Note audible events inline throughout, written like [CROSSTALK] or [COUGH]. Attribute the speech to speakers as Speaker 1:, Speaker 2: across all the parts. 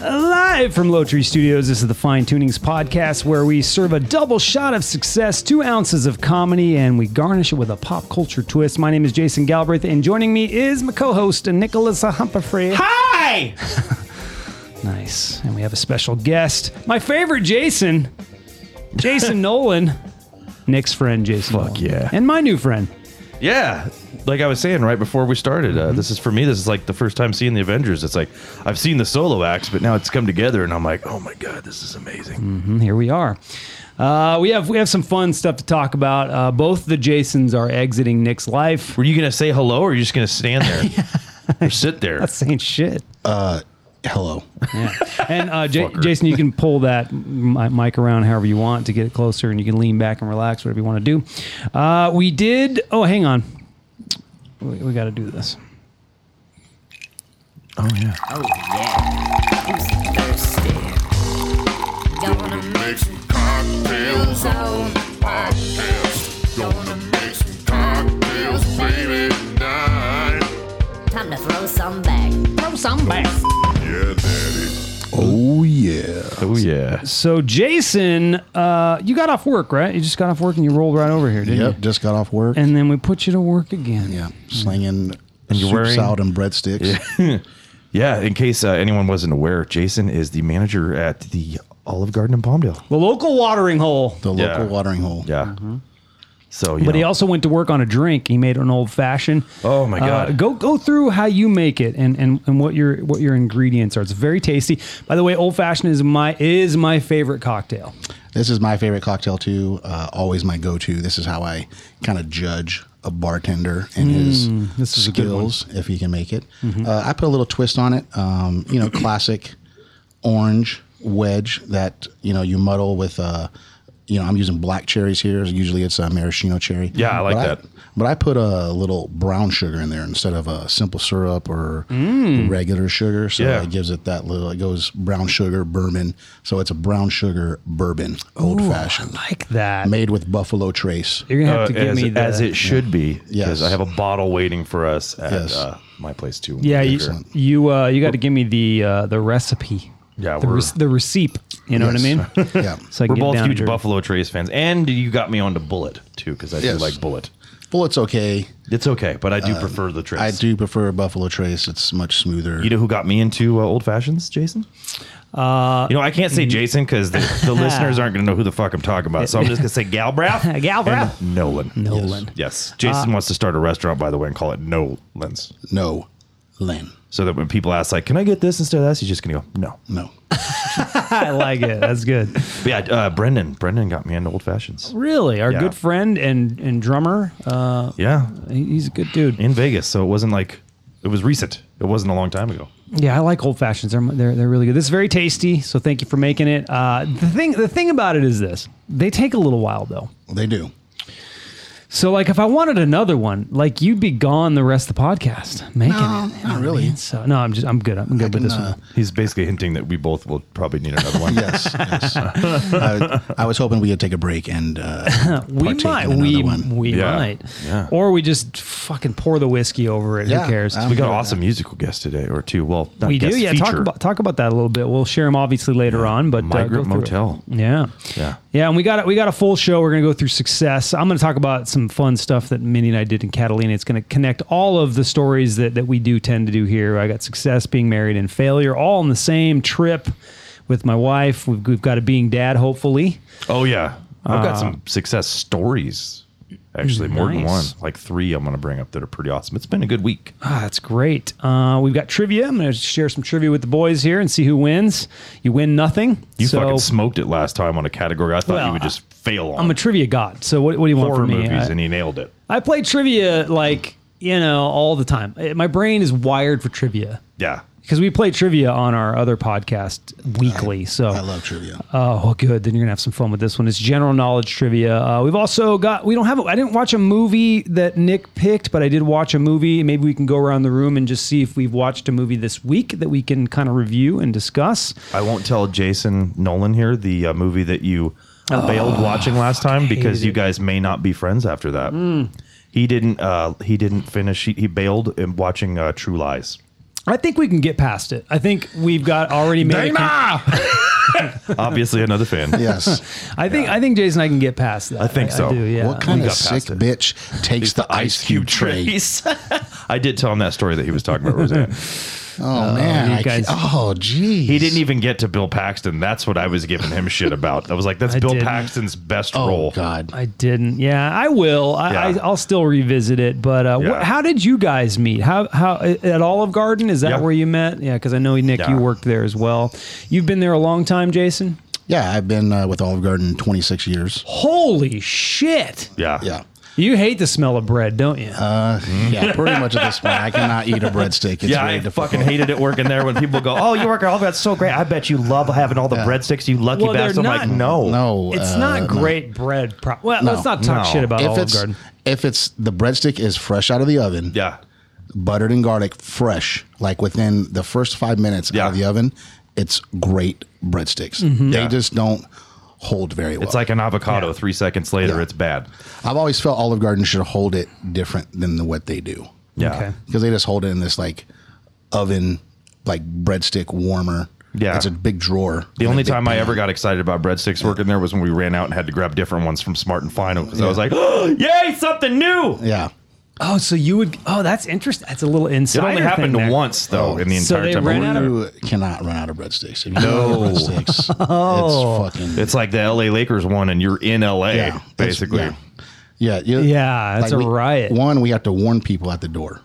Speaker 1: Live from Low Tree Studios, this is the Fine Tunings podcast where we serve a double shot of success, two ounces of comedy, and we garnish it with a pop culture twist. My name is Jason Galbraith, and joining me is my co host, Nicholas Humphrey.
Speaker 2: Hi!
Speaker 1: [LAUGHS] Nice. And we have a special guest, my favorite Jason,
Speaker 2: [LAUGHS]
Speaker 1: Jason Nolan, Nick's friend, Jason.
Speaker 2: Fuck
Speaker 1: Nolan.
Speaker 2: yeah.
Speaker 1: And my new friend.
Speaker 2: Yeah, like I was saying right before we started,
Speaker 1: Mm-hmm.
Speaker 2: uh, this is for me. This is like the first time seeing the Avengers. It's like I've seen the solo acts, but now it's come together, and I'm like, oh my god, this is amazing.
Speaker 1: And Mm, here we are. Uh, we have we have some fun stuff to talk about. Uh, both the Jasons are exiting Nick's life.
Speaker 2: Were you gonna say hello, or are you just gonna
Speaker 1: [LAUGHS]
Speaker 2: stand there or sit there?
Speaker 1: Saying shit.
Speaker 3: Hello.
Speaker 1: And uh, J- Jason, you can pull that mi- mic around however you want to get it closer, and you can lean back and relax, whatever you want to do. Uh, we did. Oh, hang on. We, we got to do this.
Speaker 4: Oh yeah, who's thirsty? Gonna make some cocktails on the podcast. Gonna make some cocktails, baby, tonight. Time to throw some back. Throw some back.
Speaker 5: Yeah, daddy.
Speaker 3: Oh yeah.
Speaker 2: Oh yeah,
Speaker 1: So, Jason, uh, you got off work, right? You just got off work and you rolled right over here, didn't you?
Speaker 3: Yep. Just got off work.
Speaker 1: And then we put you to work again.
Speaker 3: yeah, slinging
Speaker 2: you're
Speaker 3: soup,
Speaker 2: wearing-
Speaker 3: salad, and breadsticks.
Speaker 2: yeah. In case uh, anyone wasn't aware, Jason is the manager at the Olive Garden in Palmdale.
Speaker 1: The local watering hole.
Speaker 3: The
Speaker 2: Yeah.
Speaker 3: local watering hole.
Speaker 2: Yeah. So, you
Speaker 1: Mm-hmm. But he
Speaker 2: know.
Speaker 1: also went to work on a drink. He made an old fashioned. Uh,
Speaker 2: Oh, my God.
Speaker 1: go go through how you make it and, and, and what your what your ingredients are. It's very tasty. By the way, old fashioned is my is my favorite cocktail.
Speaker 3: This is my favorite cocktail too. Uh, always my go-to. This is how I kind of judge a bartender and his
Speaker 1: Mm, is a good one. Mm-hmm.
Speaker 3: skills if he can make it. Uh, I put a little twist on it. Um, you know, classic orange wedge that you know you muddle with. Uh, you know, I'm using black cherries here. Usually, it's a maraschino cherry.
Speaker 2: Yeah, I like
Speaker 3: But
Speaker 2: that.
Speaker 3: but I put a little brown sugar in there instead of a simple syrup or regular sugar. So
Speaker 2: Mm. Yeah.
Speaker 3: it gives it that little. It goes brown sugar bourbon. So it's a brown sugar bourbon, old fashioned,
Speaker 1: Like that.
Speaker 3: made with Buffalo Trace.
Speaker 1: You're gonna have
Speaker 2: Uh,
Speaker 1: to give
Speaker 2: as,
Speaker 1: me the,
Speaker 2: as it should be, because
Speaker 3: Yes.
Speaker 2: I have a bottle waiting for us at
Speaker 3: Yes.
Speaker 2: uh, my place too.
Speaker 1: Yeah, you,
Speaker 2: Later.
Speaker 1: you uh you got to give me the uh the recipe.
Speaker 2: Yeah,
Speaker 1: the,
Speaker 2: we're-
Speaker 1: rec- the receipt. You know what
Speaker 2: [LAUGHS]
Speaker 1: I mean?
Speaker 3: [LAUGHS] yeah,
Speaker 1: So I can
Speaker 2: We're
Speaker 1: get
Speaker 2: both
Speaker 1: down
Speaker 2: huge
Speaker 1: to-
Speaker 2: Buffalo Trace fans, and you got me onto Bullet too because I do
Speaker 3: Yes.
Speaker 2: like Bullet.
Speaker 3: Bullet's okay.
Speaker 2: It's okay, but I do prefer the Trace.
Speaker 3: I do prefer Buffalo Trace. It's much smoother.
Speaker 2: You know who got me into uh, old fashions, Jason? Uh, you know I can't say
Speaker 1: mm-hmm.
Speaker 2: Jason because the,
Speaker 1: [LAUGHS]
Speaker 2: the listeners aren't going to know who the fuck I'm talking about, so I'm just going to say Galbraith.
Speaker 1: Galbraith.
Speaker 2: and Nolan.
Speaker 1: Nolan. Uh,
Speaker 2: Yes, Jason wants to start a restaurant, by the way, and call it Nolan's,
Speaker 3: no, Len.
Speaker 2: so that when people ask, like, "Can I get this instead of that?" he's just going to go, "No."
Speaker 3: No.
Speaker 1: I like it. That's
Speaker 2: [LAUGHS]
Speaker 1: good.
Speaker 2: But yeah, uh, Brendan. Brendan got me into old fashions.
Speaker 1: Really, our
Speaker 2: Yeah.
Speaker 1: good friend and and drummer. Uh,
Speaker 2: Yeah,
Speaker 1: he- he's a good dude.
Speaker 2: in Vegas, so it wasn't like it was recent. It wasn't a long time ago.
Speaker 1: Yeah, I like old fashions. They're, they're they're really good. This is very tasty, so thank you for making it. Uh, the thing the thing about it is this: they take a little while though.
Speaker 3: They do.
Speaker 1: So like, if I wanted another one, like you'd be gone the rest of the podcast making
Speaker 3: No,
Speaker 1: it. You know what
Speaker 3: not
Speaker 1: I
Speaker 3: really.
Speaker 1: mean? So no, I'm just I'm good. I'm good with
Speaker 3: can,
Speaker 1: this
Speaker 3: uh,
Speaker 1: one.
Speaker 2: He's basically hinting that we both will probably need another one.
Speaker 3: Yes. yes. I, I was hoping we would take a break and uh,
Speaker 1: We
Speaker 3: partake
Speaker 1: might,
Speaker 3: in another
Speaker 1: we
Speaker 3: one.
Speaker 1: we
Speaker 2: Yeah.
Speaker 1: might,
Speaker 2: Yeah.
Speaker 1: or we just fucking pour the whiskey over it.
Speaker 3: Yeah,
Speaker 1: Who cares?
Speaker 3: I'm
Speaker 2: We got
Speaker 3: good
Speaker 2: an
Speaker 3: with
Speaker 2: awesome musical guest today, or two. Well, not
Speaker 1: we do,
Speaker 2: guest,
Speaker 1: yeah. Talk
Speaker 2: feature.
Speaker 1: about talk about that a little bit. We'll share them obviously later on, but uh, go
Speaker 2: Migrant
Speaker 1: through it.
Speaker 2: Motel.
Speaker 1: Yeah.
Speaker 2: Yeah.
Speaker 1: Yeah, and we got we got a full show. We're going to go through success. I'm going to talk about some fun stuff that Minnie and I did in Catalina. It's going to connect all of the stories that that we do tend to do here. I got success, being married, and failure all on the same trip with my wife. We've, we've got a being dad, hopefully.
Speaker 2: Oh yeah, I've got some success stories. Actually, more than one,
Speaker 1: Ah. Nice.
Speaker 2: like three. I'm going to bring up that are pretty awesome. It's been a good week.
Speaker 1: Ah, that's great. Uh, we've got trivia. I'm going to share some trivia with the boys here and see who wins. You win nothing.
Speaker 2: You
Speaker 1: so,
Speaker 2: fucking smoked it last time on a category. I thought
Speaker 1: Well,
Speaker 2: you would just fail on.
Speaker 1: I'm a trivia god. So what, what do you want
Speaker 2: horror
Speaker 1: from me?
Speaker 2: movies,
Speaker 1: I-
Speaker 2: and he nailed it.
Speaker 1: I play trivia like you know all the time. Eh, My brain is wired for trivia.
Speaker 2: Yeah,
Speaker 1: because we play trivia on our other podcast weekly. so
Speaker 3: I love trivia.
Speaker 1: Oh, well, good. Then you're gonna have some fun with this one. It's general knowledge trivia. Uh, we've also got. We don't have. A, I didn't watch a movie that Nick picked, but I did watch a movie. Maybe we can go around the room and just see if we've watched a movie this week that we can kind of review and discuss.
Speaker 2: I won't tell Jason Nolan here the uh, movie that you failed watching last time because
Speaker 1: Oh, hated
Speaker 2: you
Speaker 1: it. Hmm.
Speaker 2: guys may not be friends after that. He didn't. Uh, he didn't finish. He, he bailed in watching uh, True Lies.
Speaker 1: I think we can get past it. I think we've got already made. a con-
Speaker 2: Obviously, another
Speaker 3: [LAUGHS]
Speaker 2: fan.
Speaker 3: Yes.
Speaker 1: I think I think Jason and I can get past that.
Speaker 2: I think so.
Speaker 1: I do, yeah.
Speaker 3: What kind
Speaker 2: We
Speaker 3: of
Speaker 2: got
Speaker 3: sick
Speaker 2: past it.
Speaker 3: bitch takes the ice cube tray?
Speaker 2: [LAUGHS] I did tell him that story that he was talking about
Speaker 3: [LAUGHS]
Speaker 2: Roseanne.
Speaker 3: Oh man!
Speaker 1: you
Speaker 3: I
Speaker 1: guys-
Speaker 3: can't- oh geez.
Speaker 2: He didn't even get to Bill Paxton. That's what I was giving him shit about. I was like, that's
Speaker 1: I
Speaker 2: Bill
Speaker 1: didn't.
Speaker 2: Paxton's best
Speaker 3: Oh
Speaker 2: role.
Speaker 3: God.
Speaker 1: I didn't. Yeah, I will. I,
Speaker 2: Yeah.
Speaker 1: I, I'll still revisit it. But uh, wh-
Speaker 2: Yeah.
Speaker 1: how did you guys meet? How how at Olive Garden? Is that
Speaker 2: Yeah.
Speaker 1: where you met? Yeah, because I know Nick,
Speaker 2: Yeah.
Speaker 1: you worked there as well. You've been there a long time, Jason.
Speaker 3: Yeah, I've been uh, with Olive Garden 26 years.
Speaker 1: Holy shit!
Speaker 2: Yeah. [LAUGHS]
Speaker 3: Yeah.
Speaker 1: You hate the smell of bread, don't you?
Speaker 3: Oh, Yeah, pretty much at this point, I cannot eat a breadstick. It's
Speaker 2: Yeah,
Speaker 3: very
Speaker 2: I
Speaker 3: difficult.
Speaker 2: fucking hated it working there when people go, "Oh, you work at Olive Garden, that's so great. I bet you love having all the breadsticks, you lucky
Speaker 1: Well, they're
Speaker 2: bastard." I'm like,
Speaker 1: not-
Speaker 2: "No,
Speaker 3: No,
Speaker 1: it's
Speaker 3: uh,
Speaker 1: not
Speaker 3: no.
Speaker 1: great bread. Pro- well,
Speaker 3: No.
Speaker 1: let's not talk
Speaker 2: No.
Speaker 1: shit about
Speaker 3: If
Speaker 1: Olive
Speaker 3: it's
Speaker 1: Garden.
Speaker 3: if it's the breadstick is fresh out of the oven,
Speaker 2: yeah,
Speaker 3: buttered and garlic, fresh, like within the first five minutes out of
Speaker 2: Yeah. Mm-hmm.
Speaker 3: the oven, it's great breadsticks. They
Speaker 2: Yeah.
Speaker 3: just don't hold very well.
Speaker 2: it's like an avocado. Three seconds later,
Speaker 3: Yeah.
Speaker 2: it's bad."
Speaker 3: I've always felt Olive Garden should hold it different than the, what they do
Speaker 2: Yeah,
Speaker 1: Okay.
Speaker 3: because they just hold it in this like oven, like breadstick warmer.
Speaker 2: Yeah.
Speaker 3: it's a big drawer.
Speaker 2: The only time I ever got excited about breadsticks working there was when we ran out and had to grab different ones from Smart and Final because I was like, [GASPS] "Oh, "Yay, something new!"
Speaker 3: yeah,
Speaker 1: Oh, so you would? Oh, that's interesting. That's a little
Speaker 2: It
Speaker 1: insider.
Speaker 2: only happened
Speaker 1: thing there.
Speaker 2: once
Speaker 3: Oh.
Speaker 2: though in the
Speaker 1: So
Speaker 2: entire
Speaker 1: they
Speaker 2: time. I
Speaker 1: ran
Speaker 2: worked
Speaker 1: out of-
Speaker 2: there.
Speaker 3: you cannot run out of breadsticks. If you no
Speaker 2: [LAUGHS]
Speaker 3: breadsticks,
Speaker 2: Oh.
Speaker 3: it's fucking
Speaker 2: It's like the LA Lakers one, and you're in LA
Speaker 3: yeah, it's-
Speaker 2: basically.
Speaker 3: yeah. Yeah, you-
Speaker 1: Yeah, it's a
Speaker 3: we-
Speaker 1: riot.
Speaker 3: One, we have to warn people at the door.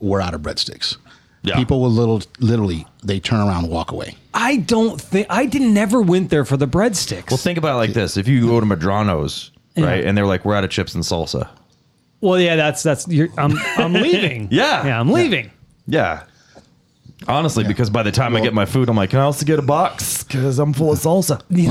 Speaker 3: We're out of breadsticks.
Speaker 2: Yeah.
Speaker 3: People will little literally they turn around and walk away.
Speaker 1: I don't think I did. Never went there for the breadsticks.
Speaker 2: Well, think about it like this: if you go to Madrano's, right, and they're like, "We're out of chips and salsa."
Speaker 1: Well, yeah, that's that's. You're, I'm
Speaker 2: [LAUGHS]
Speaker 1: I'm leaving.
Speaker 2: Yeah.
Speaker 1: yeah, I'm leaving.
Speaker 2: Yeah. Honestly, because by the time I get my food, I'm like, can I also get a box? Because I'm full of
Speaker 3: [LAUGHS]
Speaker 2: salsa.
Speaker 1: [LAUGHS] you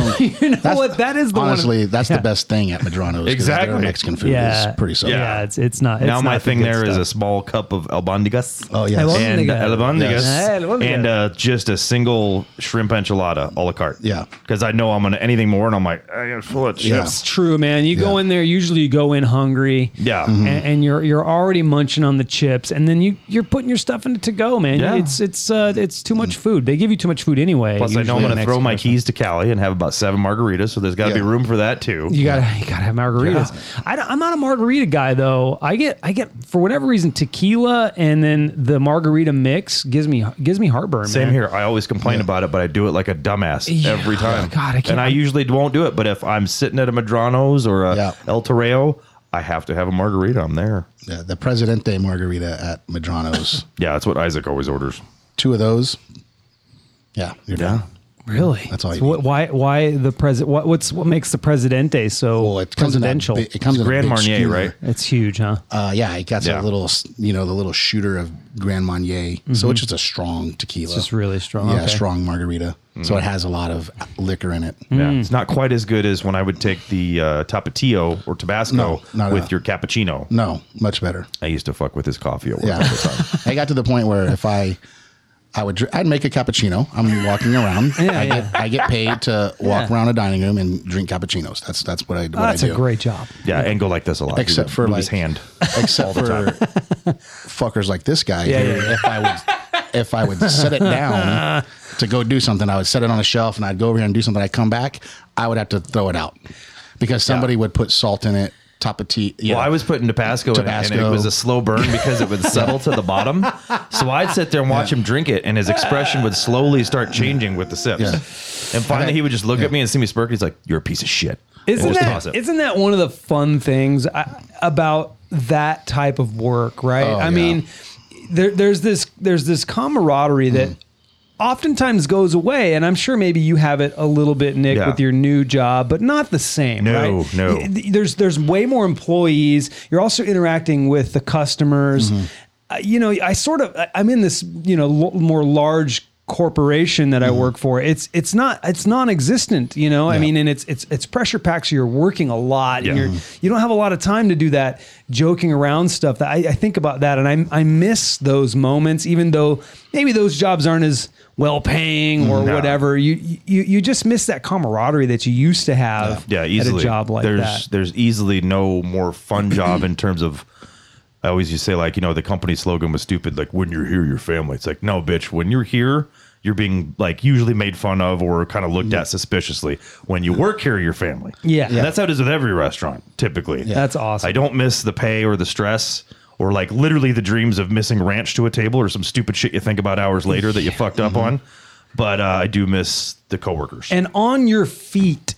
Speaker 1: know what? That is the
Speaker 3: honestly
Speaker 1: One
Speaker 3: that's
Speaker 1: yeah.
Speaker 3: the best thing at Madrano's. 'cause
Speaker 2: Exactly.
Speaker 3: their Mexican food
Speaker 1: Yeah,
Speaker 3: is pretty solid.
Speaker 1: Yeah, it's it's not. It's
Speaker 2: now my
Speaker 1: not the
Speaker 2: thing
Speaker 1: good
Speaker 2: there is
Speaker 1: stuff.
Speaker 2: a small cup of albondigas.
Speaker 3: Oh
Speaker 1: I love
Speaker 3: yes.
Speaker 1: it.
Speaker 2: And
Speaker 1: Albondigas.
Speaker 2: albondigas.
Speaker 1: Yes. Albondigas.
Speaker 2: And uh, just a single shrimp enchilada a la carte.
Speaker 3: Yeah.
Speaker 2: Because I know I'm going to anything more, and I'm like, I'm full of
Speaker 3: Yeah.
Speaker 2: chips.
Speaker 1: It's true, man. You go Mm-hmm.
Speaker 3: Yeah.
Speaker 1: in there. Usually, you go in hungry.
Speaker 2: Yeah.
Speaker 3: Mm-hmm.
Speaker 1: and, and you're you're already munching on the chips, and then you you're putting your stuff into to go, man.
Speaker 2: Yeah.
Speaker 1: It's it's uh, it's too much food. They give you too much food anyway.
Speaker 2: Plus, I know
Speaker 1: usually
Speaker 2: I'm going to
Speaker 1: at
Speaker 2: throw my
Speaker 1: Mexican
Speaker 2: keys to Cali and have about seven margaritas, so there's got to
Speaker 3: Yeah.
Speaker 2: be room for that too.
Speaker 1: You gotta, you gotta have margaritas. I don't, I'm not a margarita guy though. I get, I get for whatever reason tequila and then the margarita mix gives me gives me heartburn.
Speaker 2: Same
Speaker 1: man.
Speaker 2: here. I always complain about it, but I do it like a dumbass
Speaker 1: Yeah.
Speaker 2: every
Speaker 3: Oh
Speaker 2: time.
Speaker 1: God, I can't-
Speaker 2: And I usually won't do it, but if I'm sitting at a Madrano's or a
Speaker 3: Yeah.
Speaker 2: El Toreo, I have to have a margarita. I'm there.
Speaker 3: Yeah, the Presidente margarita at
Speaker 1: [LAUGHS]
Speaker 3: Madrano's.
Speaker 2: Yeah, that's what Isaac always orders.
Speaker 3: Two of those. Yeah. You're done.
Speaker 1: Really?
Speaker 3: That's all you
Speaker 1: what,
Speaker 3: need.
Speaker 1: why? Why the president? What, what's what makes the presidente so
Speaker 3: Well, it comes in that
Speaker 1: presidential?
Speaker 3: bi- it comes in a
Speaker 2: Grand
Speaker 3: big
Speaker 2: Marnier,
Speaker 3: skewer.
Speaker 2: right?
Speaker 1: it's huge, huh?
Speaker 3: Uh, yeah, it got
Speaker 2: Yeah.
Speaker 3: a little, s- you know, the little shooter of Grand Marnier. So it's just a strong tequila.
Speaker 1: Mm-hmm. It's just really strong.
Speaker 3: Yeah,
Speaker 1: Okay.
Speaker 3: strong margarita. So it has a lot of liquor in it.
Speaker 1: Mm-hmm.
Speaker 2: Yeah, it's not quite as good as when I would take the uh, Tapatio or Tabasco
Speaker 3: No, not
Speaker 2: with
Speaker 3: at all.
Speaker 2: your cappuccino.
Speaker 3: No, much better.
Speaker 2: I used to fuck with his coffee at work.
Speaker 3: Yeah,
Speaker 2: all the
Speaker 1: [LAUGHS]
Speaker 2: time.
Speaker 3: I got to the point where if I, I would, dr- I'd make a cappuccino. I'm walking around.
Speaker 1: [LAUGHS]
Speaker 3: I,
Speaker 1: yeah.
Speaker 3: Get, I get paid to walk
Speaker 1: Yeah.
Speaker 3: around a dining room and drink cappuccinos. That's that's what I. What
Speaker 1: Oh, that's
Speaker 3: I do.
Speaker 1: a great job.
Speaker 2: Yeah, and go like this a lot. He
Speaker 3: Except
Speaker 2: would
Speaker 3: for,
Speaker 2: move his
Speaker 3: like-
Speaker 2: hand.
Speaker 3: Except for [LAUGHS] fuckers like this guy.
Speaker 1: Yeah,
Speaker 3: who
Speaker 1: yeah,
Speaker 3: If I would, if I would set
Speaker 1: [LAUGHS]
Speaker 3: it down to go do something, I would set it on a shelf and I'd go over here and do something. I'd come back. I would have to throw it out because somebody would put salt in it. Top of tea. you
Speaker 2: Well,
Speaker 3: know.
Speaker 2: I was putting Tabasco, in it, and
Speaker 3: Tabasco.
Speaker 2: it was a slow burn because it would settle to the
Speaker 3: [LAUGHS]
Speaker 2: bottom. So I'd sit there and watch him drink it, and his expression would slowly start changing with the sips.
Speaker 3: Yeah.
Speaker 2: And finally,
Speaker 3: Okay.
Speaker 2: he would just look
Speaker 3: Yeah.
Speaker 2: at me and see me smirk. and He's like, "You're a piece of shit." And
Speaker 1: Isn't
Speaker 2: just
Speaker 1: that,
Speaker 2: toss it.
Speaker 1: isn't that one of the fun things I, about that type of work, right? I
Speaker 3: Oh, yeah.
Speaker 1: mean, there, there's this there's this camaraderie that
Speaker 3: Mm-hmm.
Speaker 1: oftentimes goes away, and I'm sure maybe you have it a little bit, Nick,
Speaker 2: Yeah.
Speaker 1: with your new job, but not the same.
Speaker 2: No,
Speaker 1: right?
Speaker 2: no. Mm-hmm.
Speaker 1: Y- There's there's way more employees. You're also interacting with the customers. I- you know, I sort of I- I'm in this you know l- more large corporation that
Speaker 2: Mm-hmm.
Speaker 1: I work for. It's it's not it's non-existent. You know, I mean, and it's it's it's pressure packed. So you're working a lot. And
Speaker 2: Yeah.
Speaker 1: you're you don't have a lot of time to do that joking around stuff. That I, I think about that, and I I miss those moments, even though maybe those jobs aren't as well paying
Speaker 2: Mm-hmm.
Speaker 1: or whatever. You you you just miss that camaraderie that you used to have
Speaker 2: Yeah, easily.
Speaker 1: at a job like
Speaker 2: there's
Speaker 1: that.
Speaker 2: there's easily no more fun
Speaker 1: [CLEARS THROAT]
Speaker 2: job in terms of. I always used to say like you know the company slogan was stupid like when you're here your family it's like no bitch when you're here you're being like usually made fun of or kind of looked at suspiciously when you work here your family
Speaker 1: Yeah.
Speaker 2: And that's how it is with every restaurant typically
Speaker 1: That's awesome.
Speaker 2: I don't miss the pay or the stress or like literally the dreams of missing ranch to a table or some stupid shit you think about hours
Speaker 1: [LAUGHS]
Speaker 2: later that you fucked up on but uh, I do miss the coworkers
Speaker 1: Mm-hmm. and on your feet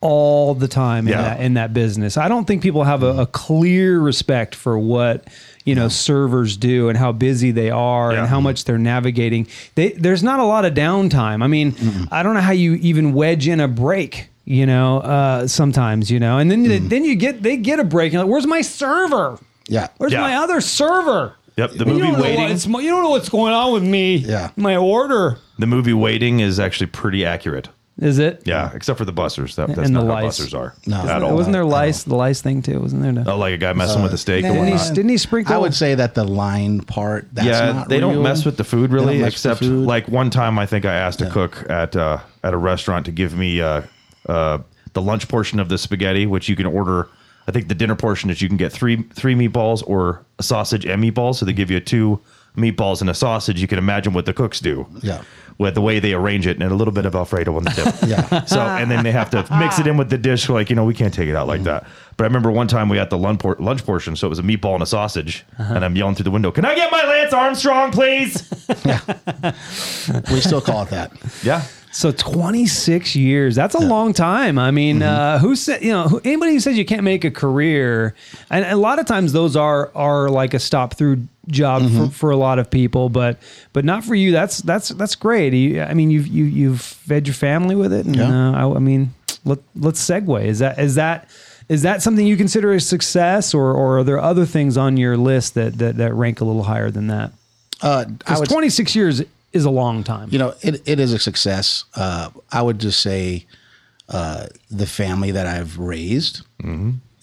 Speaker 1: all the time in,
Speaker 2: Yeah.
Speaker 1: that, in that business. I don't think people have a, a clear respect for what you know servers do and how busy they are
Speaker 2: Yeah.
Speaker 1: and how much they're navigating. They, there's not a lot of downtime. I mean, I don't know how you even wedge in a break. You know, uh, sometimes you know, and then then you get they get a break. And like, where's my server?
Speaker 3: Yeah.
Speaker 1: Where's
Speaker 2: Mm. Yeah.
Speaker 1: my other server?
Speaker 2: Yep, the
Speaker 1: You
Speaker 2: movie
Speaker 1: don't know what-
Speaker 2: Waiting.
Speaker 1: it's- you don't know what's going on with me.
Speaker 3: Yeah.
Speaker 1: my order
Speaker 2: The movie Waiting is actually pretty accurate.
Speaker 1: is it?
Speaker 2: Yeah, except for the busters. That, that's
Speaker 1: And the
Speaker 2: not how
Speaker 1: lice.
Speaker 2: busters are
Speaker 3: No.
Speaker 2: at all.
Speaker 1: Wasn't there lice? The lice thing too, wasn't there? No.
Speaker 2: Oh, like a guy messing with a steak or
Speaker 1: Didn't he,
Speaker 2: whatnot.
Speaker 1: didn't he sprinkle?
Speaker 3: Uh, I would say that the line part. That's
Speaker 2: Yeah,
Speaker 3: not
Speaker 2: they
Speaker 3: real.
Speaker 2: don't mess with the food
Speaker 3: They don't
Speaker 2: really,
Speaker 3: mess with the
Speaker 2: except
Speaker 3: food.
Speaker 2: like one time I think I asked a cook at uh, at a restaurant to give me uh, uh, the lunch portion of the spaghetti, which you can order. I think the dinner portion is you can get three three meatballs or a sausage and meatballs. So they give you two meatballs and a sausage. You can imagine what the cooks do.
Speaker 3: Yeah.
Speaker 2: With the way they arrange it and a little bit of Alfredo on the tip.
Speaker 3: [LAUGHS] Yeah.
Speaker 2: So and then they have to mix it in with the dish. Like you know, we can't take it out like that. But I remember one time we had the lunch, por- lunch portion, so it was a meatball and a sausage, and I'm yelling through the window, "Can I get my Lance Armstrong, please?"
Speaker 3: We still call it that.
Speaker 2: [LAUGHS] yeah,
Speaker 1: so 26 years. That's a long time. I mean,
Speaker 3: Mm-hmm.
Speaker 1: uh, who said you know who, anybody who says you can't make a career? And a lot of times those are are like a stop through job
Speaker 3: Mm-hmm.
Speaker 1: for, for a lot of people, but but not for you. That's that's that's great. You, I mean, you've you, you've fed your family with it, and
Speaker 3: Yeah.
Speaker 1: uh, I, I mean, let let's segue. Is that is that is that something you consider a success, or or are there other things on your list that that, that rank a little higher than that?
Speaker 3: Uh, I
Speaker 1: Because
Speaker 3: would
Speaker 1: 26 years is a long time.
Speaker 3: you know, it, it is a success. Uh, I would just say uh, the family that I've raised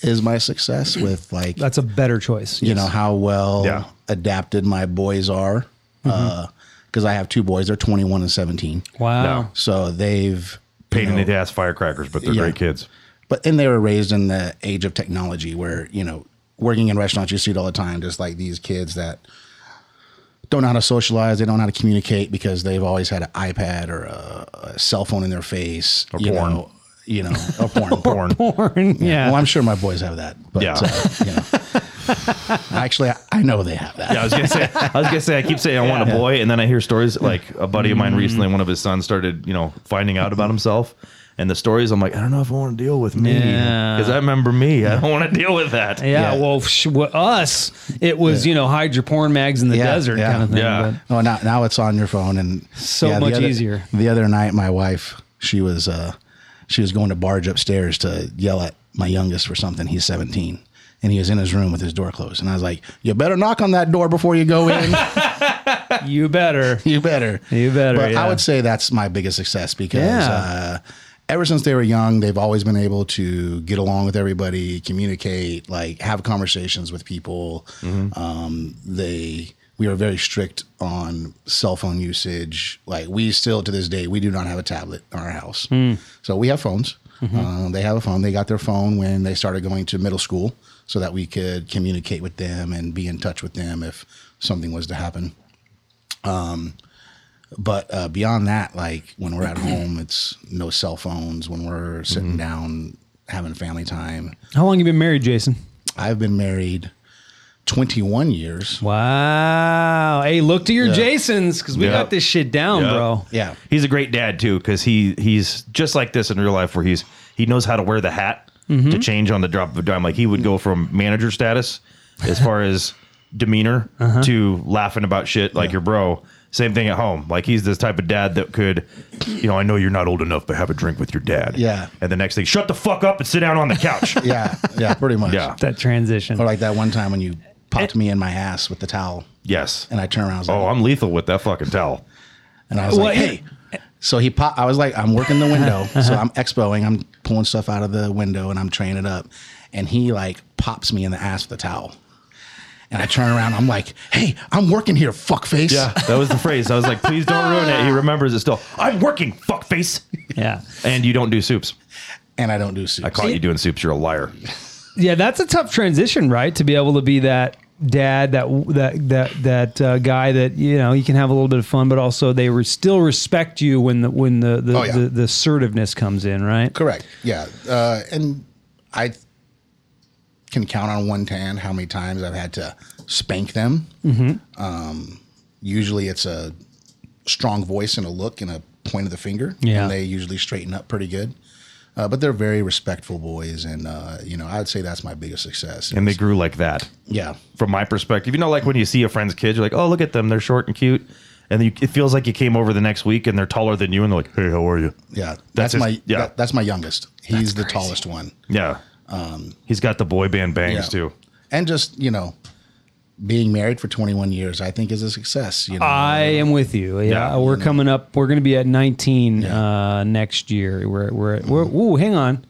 Speaker 3: is my success with like,
Speaker 1: Mm-hmm. That's a better choice.
Speaker 3: you know, how well
Speaker 2: Yeah.
Speaker 3: adapted my boys are. Because I have two boys, they're 21 and 17.
Speaker 1: Mm-hmm. Wow.
Speaker 2: No.
Speaker 3: So they've
Speaker 2: pain in the ass firecrackers, but they're
Speaker 3: Yeah.
Speaker 2: great kids.
Speaker 3: but and they were raised in the age of technology where you know working in restaurants you see it all the time just like these kids that don't know how to socialize they don't know how to communicate because they've always had an ipad or a, a cell phone in their face or you
Speaker 2: porn.
Speaker 3: know, you know or porn
Speaker 2: Born.
Speaker 1: Porn. Yeah.
Speaker 3: well i'm sure my boys have that but
Speaker 2: Yeah.
Speaker 3: uh, you know. actually I, I know they have that
Speaker 2: Yeah, I was gonna say. I was gonna say. I keep saying I want a boy, and then I hear stories like a buddy of mine recently. One of his sons started, you know, finding out about himself, and the stories. I'm like, I don't know if I want to deal with me
Speaker 1: Yeah.
Speaker 2: because I remember me. I don't want to deal with that.
Speaker 1: yeah,
Speaker 3: Yeah.
Speaker 1: well, sh- w- us, it was you know hide your porn mags in the
Speaker 3: Yeah,
Speaker 1: desert
Speaker 3: yeah.
Speaker 1: kind of thing.
Speaker 2: Yeah.
Speaker 3: Oh, now now it's on your phone and
Speaker 1: So much
Speaker 3: the other,
Speaker 1: easier.
Speaker 3: The other night, my wife she was uh, she was going to barge upstairs to yell at my youngest for something. He's seventeen, and he was in his room with his door closed. And I was like, "You better knock on that door before you go in.
Speaker 1: But you better.
Speaker 3: [LAUGHS] you better.
Speaker 1: You better,
Speaker 3: But
Speaker 1: yeah.
Speaker 3: I would say that's my biggest success because.
Speaker 1: Yeah.
Speaker 3: Uh, Ever since they were young, they've always been able to get along with everybody, communicate, like have conversations with people.
Speaker 1: Mm-hmm.
Speaker 3: Um, they we are very strict on cell phone usage. Like we still to this day, we do not have a tablet in our house.
Speaker 1: Hmm.
Speaker 3: So we have phones.
Speaker 1: Mm-hmm.
Speaker 3: Um, they have a phone. They got their phone when they started going to middle school, so that we could communicate with them and be in touch with them if something was to happen. But uh, beyond that, like when we're at home, it's no cell phones. When we're sitting down having family time,
Speaker 1: How long you been married, Jason?
Speaker 3: I've been married 21 years.
Speaker 1: Wow. Hey, look to your Jasons because we
Speaker 2: Yeah.
Speaker 1: got this shit down,
Speaker 2: Yeah.
Speaker 1: bro.
Speaker 3: Yeah.
Speaker 2: He's a great dad too because he he's just like this in real life where he's he knows how to wear the hat
Speaker 1: Mm-hmm.
Speaker 2: to change on the drop of a dime. Like he would go from manager status as far as demeanor
Speaker 1: Uh-huh.
Speaker 2: to laughing about shit like your bro. Same thing at home. Like he's this type of dad that could, you know, I know you're not old enough, but have a drink with your dad.
Speaker 3: Yeah.
Speaker 2: And the next thing, shut the fuck up and sit down on the
Speaker 3: [LAUGHS]
Speaker 2: couch.
Speaker 3: Yeah. Yeah. Pretty much.
Speaker 2: Yeah.
Speaker 1: That transition.
Speaker 3: Or like that one time when you popped me in my ass with the towel.
Speaker 2: Yes.
Speaker 3: And I turned around. I was like,
Speaker 2: Oh, I'm lethal with that fucking towel.
Speaker 3: And I was
Speaker 1: Well,
Speaker 3: like,
Speaker 1: it-
Speaker 3: hey. So he pop. I was like, I'm working the [LAUGHS] window, so I'm expoing. I'm pulling stuff out of the window and I'm training it up. And he like pops me in the ass with a towel. And I turn around. I'm like, hey, I'm working here, fuckface.
Speaker 2: Yeah, that was the phrase. I was like, please don't ruin it. He remembers it still. I'm working, fuckface.
Speaker 1: Yeah.
Speaker 2: And you don't do soups.
Speaker 3: And I don't do soups.
Speaker 2: I caught you doing soups. You're a liar.
Speaker 1: Yeah, that's a tough transition, right? To be able to be that dad, that that that that uh, guy that you know you can have a little bit of fun, but also they re- still respect you when the when the the,
Speaker 3: Oh, yeah.
Speaker 1: the the assertiveness comes in, right?
Speaker 3: Correct. Yeah. Uh, and I can count on one hand how many times I've had to spank them. Um,
Speaker 2: Mm-hmm.
Speaker 3: usually it's a strong voice and a look and a point of the finger.
Speaker 1: Yeah.
Speaker 3: And they usually straighten up pretty good. Uh, but they're very respectful boys. And, uh, you know, I'd say that's my biggest success.
Speaker 2: And they grew like that.
Speaker 3: yeah.
Speaker 2: From my perspective, you know, like when you see a friend's kid, you're like, oh, look at them. They're short and cute. And you, it feels like you came over the next week and they're taller than you. And they're like, hey, how are you?
Speaker 3: Yeah.
Speaker 2: That's
Speaker 3: That's,
Speaker 2: his-
Speaker 3: my,
Speaker 2: yeah.
Speaker 3: that- that's my youngest. He's the tallest one.
Speaker 2: Yeah. He's got the boy band bangs
Speaker 3: Um, Yeah.
Speaker 2: too.
Speaker 3: And just, you know, being married for 21 years, I think is a success. You know,
Speaker 1: I am with you. Yeah,
Speaker 2: Yeah.
Speaker 1: we're coming up. We're going to be at 19 uh, next year. We're we're, at, we're ooh, hang on.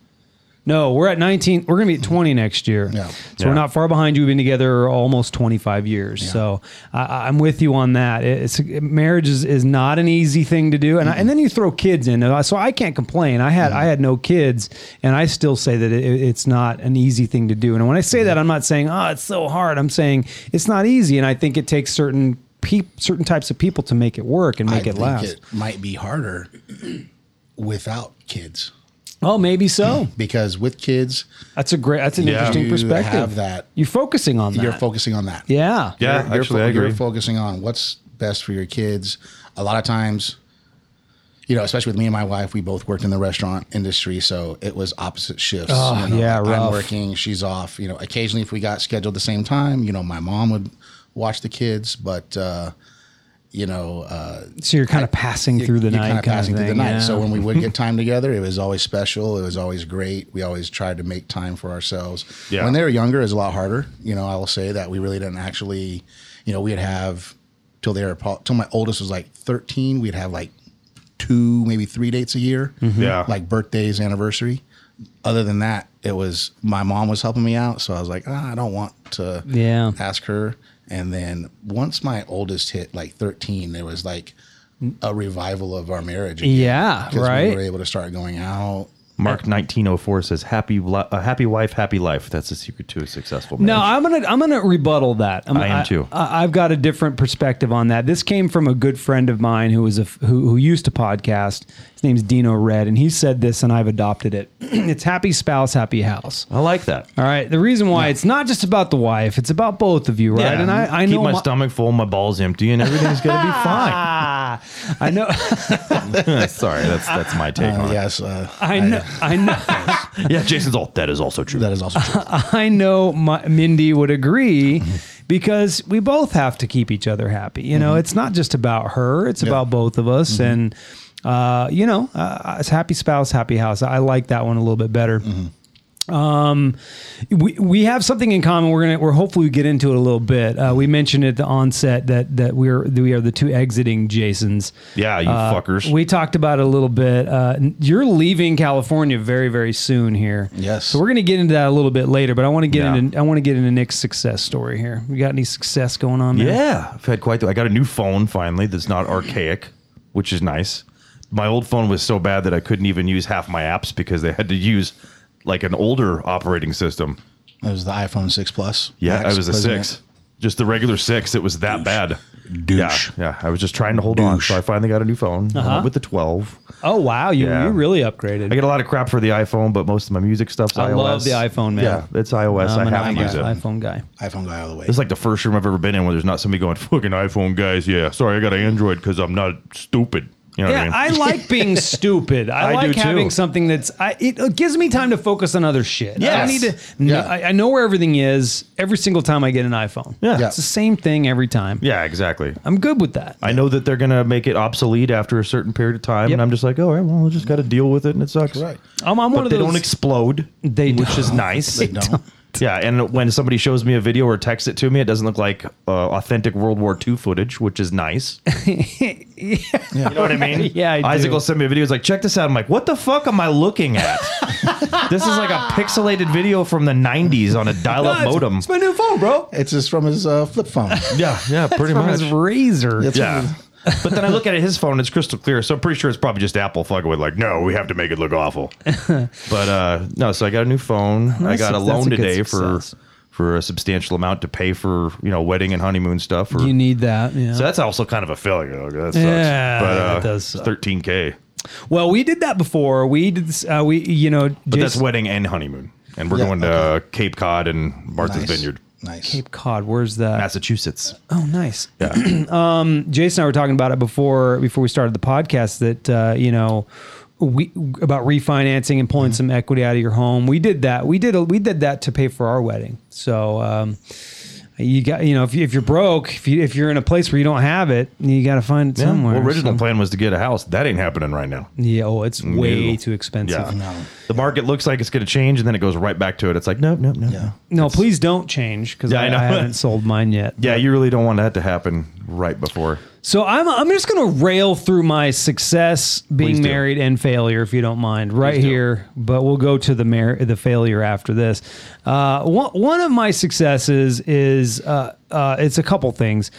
Speaker 1: No, we're at 19. We're going to be at 20 next year.
Speaker 3: Yeah.
Speaker 1: So
Speaker 2: Yeah.
Speaker 1: we're not far behind you. We've been together almost 25 years. So I- I, I'm with you on that. It- It's marriage is, is not an easy thing to do. And, I, and then you throw kids in. So I can't complain. I had, I had no kids and I still say that it, it's not an easy thing to do. And when I say that, I'm not saying, oh, it's so hard. I'm saying it's not easy. And I think it takes certain peop certain types of people to make it work and
Speaker 3: I
Speaker 1: make it
Speaker 3: think
Speaker 1: last.
Speaker 3: it might be harder [CLEARS THROAT] without kids
Speaker 1: oh, maybe so.
Speaker 3: because with kids,
Speaker 1: That's a great, that's an
Speaker 2: Yeah.
Speaker 1: interesting
Speaker 3: You
Speaker 1: perspective.
Speaker 3: have that.
Speaker 1: You're focusing on that.
Speaker 3: you're focusing on that.
Speaker 1: yeah.
Speaker 2: Yeah,
Speaker 3: You're- you're,
Speaker 2: actually, I
Speaker 3: you're
Speaker 2: agree.
Speaker 3: focusing on what's best for your kids. A lot of times, you know, especially with me and my wife, we both worked in the restaurant industry, so it was opposite shifts.
Speaker 2: Ah,
Speaker 1: Oh,
Speaker 3: you know,
Speaker 1: yeah, rough.
Speaker 3: I'm working, she's off. You know, occasionally if we got scheduled the same time, you know, my mom would watch the kids, but uh, you know, uh,
Speaker 1: So you're kind of passing through the
Speaker 3: you're
Speaker 1: night,
Speaker 3: kinda
Speaker 1: kind
Speaker 3: passing
Speaker 1: of
Speaker 3: through
Speaker 1: thing,
Speaker 3: the night.
Speaker 1: yeah.
Speaker 3: So when we
Speaker 1: [LAUGHS]
Speaker 3: would get time together, it was always special. It was always great. We always tried to make time for ourselves.
Speaker 2: Yeah.
Speaker 3: When they were younger, it was a lot harder. You know, I will say that we really didn't actually, you know, we'd have till they were pro- till my oldest was like 13, we'd have like two, maybe three dates a year.
Speaker 1: Mm-hmm.
Speaker 2: Yeah.
Speaker 3: Like birthdays, anniversary. Other than that, it was my mom was helping me out, so I was like, ah, I don't want to
Speaker 1: Yeah.
Speaker 3: ask her. And then once my oldest hit like 13, there was like a revival of our marriage. again.
Speaker 1: Yeah,
Speaker 3: 'Cause
Speaker 1: right.
Speaker 3: We were able to start going out.
Speaker 2: Mark 1904 says, happy, li- a happy wife, happy life. That's the secret to a successful marriage.
Speaker 1: No, I'm gonna I'm gonna rebuttal that. I'm,
Speaker 2: I am too.
Speaker 1: I, have got a different perspective on that. This came from a good friend of mine who was a f- who, who used to podcast. His name's Dino Red, and he said this, and I've adopted it. [CLEARS THROAT] it's happy spouse, happy house.
Speaker 2: I like that.
Speaker 1: All right. The reason why it's not just about the wife; it's about both of you, right?
Speaker 2: Yeah.
Speaker 1: And I, I
Speaker 2: keep
Speaker 1: know
Speaker 2: my,
Speaker 1: my-
Speaker 2: stomach full, my balls empty, and everything's
Speaker 1: [LAUGHS]
Speaker 2: gonna be fine. [LAUGHS]
Speaker 1: Ah, I know. [LAUGHS]
Speaker 2: Sorry, that's that's my take
Speaker 3: Uh,
Speaker 2: on
Speaker 3: yes. Uh,
Speaker 1: I know. I know.
Speaker 2: it. [LAUGHS] Yeah, Jason's all that is also true.
Speaker 3: that is also true.
Speaker 1: I know my, Mindy would agree because we both have to keep each other happy. You know, it's not just about her, it's about both of us. And, uh, you know, uh, it's happy spouse, happy house. I like that one a little bit better. Um, we, we have something in common. We're gonna we're hopefully we get into it a little bit. Uh, we mentioned at the onset that that we're that we are the two exiting Jasons.
Speaker 2: Yeah, you
Speaker 1: Uh,
Speaker 2: fuckers.
Speaker 1: We talked about it a little bit. Uh, n- you're leaving California very very soon here.
Speaker 3: Yes.
Speaker 1: So we're gonna get into that a little bit later, but I want to get
Speaker 2: Yeah.
Speaker 1: into I want to get into Nick's success story here. We got any success going on? man?
Speaker 2: yeah, I've had quite. The, I got a new phone finally
Speaker 1: [GASPS]
Speaker 2: that's not archaic, which is nice. My old phone was so bad that I couldn't even use half my apps because they had to use like an older operating system.
Speaker 3: It was the iPhone 6 Plus.
Speaker 2: Yeah,
Speaker 3: Max
Speaker 2: I was a
Speaker 3: wasn't
Speaker 2: six,
Speaker 3: it?
Speaker 2: just the regular six. It was that bad.
Speaker 3: Douche.
Speaker 2: Yeah, yeah, I was just trying to hold on, so I finally got a new phone I went
Speaker 1: Uh-huh.
Speaker 2: with the twelve.
Speaker 1: Oh wow, you
Speaker 2: Yeah.
Speaker 1: you really upgraded.
Speaker 2: I get a lot of crap for the iPhone, but most of my music stuff's
Speaker 1: I
Speaker 2: iOS.
Speaker 1: love the iPhone, man.
Speaker 2: Yeah, it's iOS.
Speaker 1: I'm
Speaker 2: I
Speaker 1: an
Speaker 2: have to
Speaker 1: iPhone-
Speaker 2: use it.
Speaker 1: iPhone guy.
Speaker 3: iPhone guy all the way.
Speaker 2: It's like the first room I've ever been in where there's not somebody going, "Fucking iPhone guys, yeah, sorry, I got an Android because I'm not stupid." You know
Speaker 1: Yeah,
Speaker 2: what I [LAUGHS]
Speaker 1: I
Speaker 2: mean?
Speaker 1: like being stupid. I,
Speaker 2: Oh, I
Speaker 1: like
Speaker 2: do,
Speaker 1: having
Speaker 2: too.
Speaker 1: something that's. I, it, it gives me time to focus on other shit. I don't
Speaker 2: Yes.
Speaker 1: need to. kn-
Speaker 3: Yeah.
Speaker 1: I, I know where everything is every single time I get an iPhone.
Speaker 2: Yeah. Yeah.
Speaker 1: it's the same thing every time.
Speaker 2: yeah, exactly.
Speaker 1: I'm good with that.
Speaker 2: I know that they're gonna make it obsolete after a certain period of time,
Speaker 1: Yep.
Speaker 2: and I'm just like, "All right, well, I just got to deal with it, and it sucks."
Speaker 3: Right.
Speaker 1: I'm, I'm
Speaker 2: But
Speaker 1: one of
Speaker 2: they
Speaker 1: those.
Speaker 2: don't explode,
Speaker 1: [LAUGHS] They
Speaker 2: which is
Speaker 1: don't.
Speaker 2: nice.
Speaker 3: They don't.
Speaker 2: [LAUGHS] Yeah, and when somebody shows me a video or texts it to me, it doesn't look like uh, authentic World War II footage, which is nice.
Speaker 1: [LAUGHS]
Speaker 2: You know what I mean?
Speaker 1: Yeah, I
Speaker 2: Isaac
Speaker 1: do.
Speaker 2: will send me a video. He's like, check this out. I'm like, what the fuck am I
Speaker 1: [LAUGHS]
Speaker 2: looking at? this is like a pixelated video from the 90s on a dial-up modem.
Speaker 1: It's my new phone, bro.
Speaker 3: It's just from his uh,
Speaker 2: [LAUGHS]
Speaker 3: flip phone.
Speaker 2: Yeah, yeah, pretty
Speaker 1: From his razor.
Speaker 3: It's from
Speaker 2: Yeah.
Speaker 3: his-
Speaker 2: [LAUGHS] but then I look at it, his phone, it's crystal clear. So I'm pretty sure it's probably just Apple fucking with like, no, we have to make it
Speaker 1: [LAUGHS]
Speaker 2: look awful. but uh, no, so I got a new phone. I
Speaker 1: That's
Speaker 2: got
Speaker 1: a-
Speaker 2: a
Speaker 1: that's
Speaker 2: loan
Speaker 1: a good
Speaker 2: today
Speaker 1: success.
Speaker 2: for for a substantial amount to pay for you know wedding and honeymoon stuff. Or,
Speaker 1: You need that. Yeah.
Speaker 2: so that's also kind of a failure. Like, That sucks.
Speaker 1: Yeah,
Speaker 2: but uh,
Speaker 1: that does suck.
Speaker 2: thirteen k.
Speaker 1: well, we did that before. We did. s- Uh, we you know.
Speaker 2: But that's
Speaker 1: Jason-
Speaker 2: wedding and honeymoon, and we're
Speaker 3: Yeah,
Speaker 2: going to uh, Cape Cod and Martha's
Speaker 3: nice.
Speaker 2: Vineyard,
Speaker 3: Nice.
Speaker 1: Cape Cod. Oh, Where's that?
Speaker 2: Massachusetts.
Speaker 1: Oh, nice. [CLEARS THROAT] um, Jason and I were talking about it before before we started the podcast that uh, you know we about refinancing and
Speaker 2: Mm-hmm.
Speaker 1: pulling some equity out of your home. We did that. We did a, we did that to pay for our wedding. So um, you got you know if, you, if you're broke if you if you're in a place where you don't have it you got to find it somewhere.
Speaker 2: Well, original
Speaker 1: So-
Speaker 2: plan was to get a house. That ain't happening right now.
Speaker 1: yeah. Oh, it's way
Speaker 2: No.
Speaker 1: too expensive.
Speaker 2: Yeah. The market looks like it's going to change, and then it goes right back to it. It's like, nope, nope, nope.
Speaker 3: Yeah.
Speaker 2: no.
Speaker 1: No, please don't change because
Speaker 2: Yeah,
Speaker 1: I,
Speaker 2: I know.
Speaker 1: I
Speaker 2: [LAUGHS]
Speaker 1: haven't sold mine yet.
Speaker 2: Yeah, you really don't want that to happen right before.
Speaker 1: So I'm I'm just gonna rail through my success
Speaker 2: Please
Speaker 1: being
Speaker 2: do.
Speaker 1: married and failure, if you don't mind, right
Speaker 2: do.
Speaker 1: here. But we'll go to the mar- the failure after this. Uh, one one of my successes is uh, uh, it's a couple things.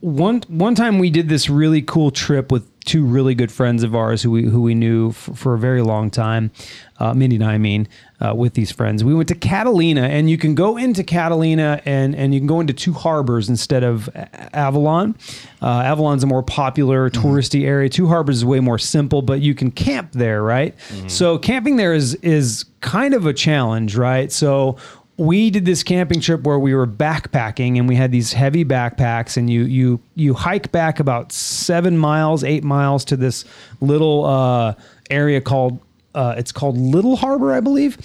Speaker 1: One one time we did this really cool trip with two really good friends of ours who we who we knew for, for a very long time, uh, Mindy and I mean, uh, with these friends. We went to Catalina, and you can go into Catalina and and you can go into two harbors instead of A- Avalon. Uh, Avalon's a more popular touristy area. Two Harbors is way more simple, but you can camp there, right? So camping there is is kind of a challenge, right? So we did this camping trip where we were backpacking and we had these heavy backpacks and you you you hike back about seven miles eight miles to this little uh, area called uh, it's called little harbor i believe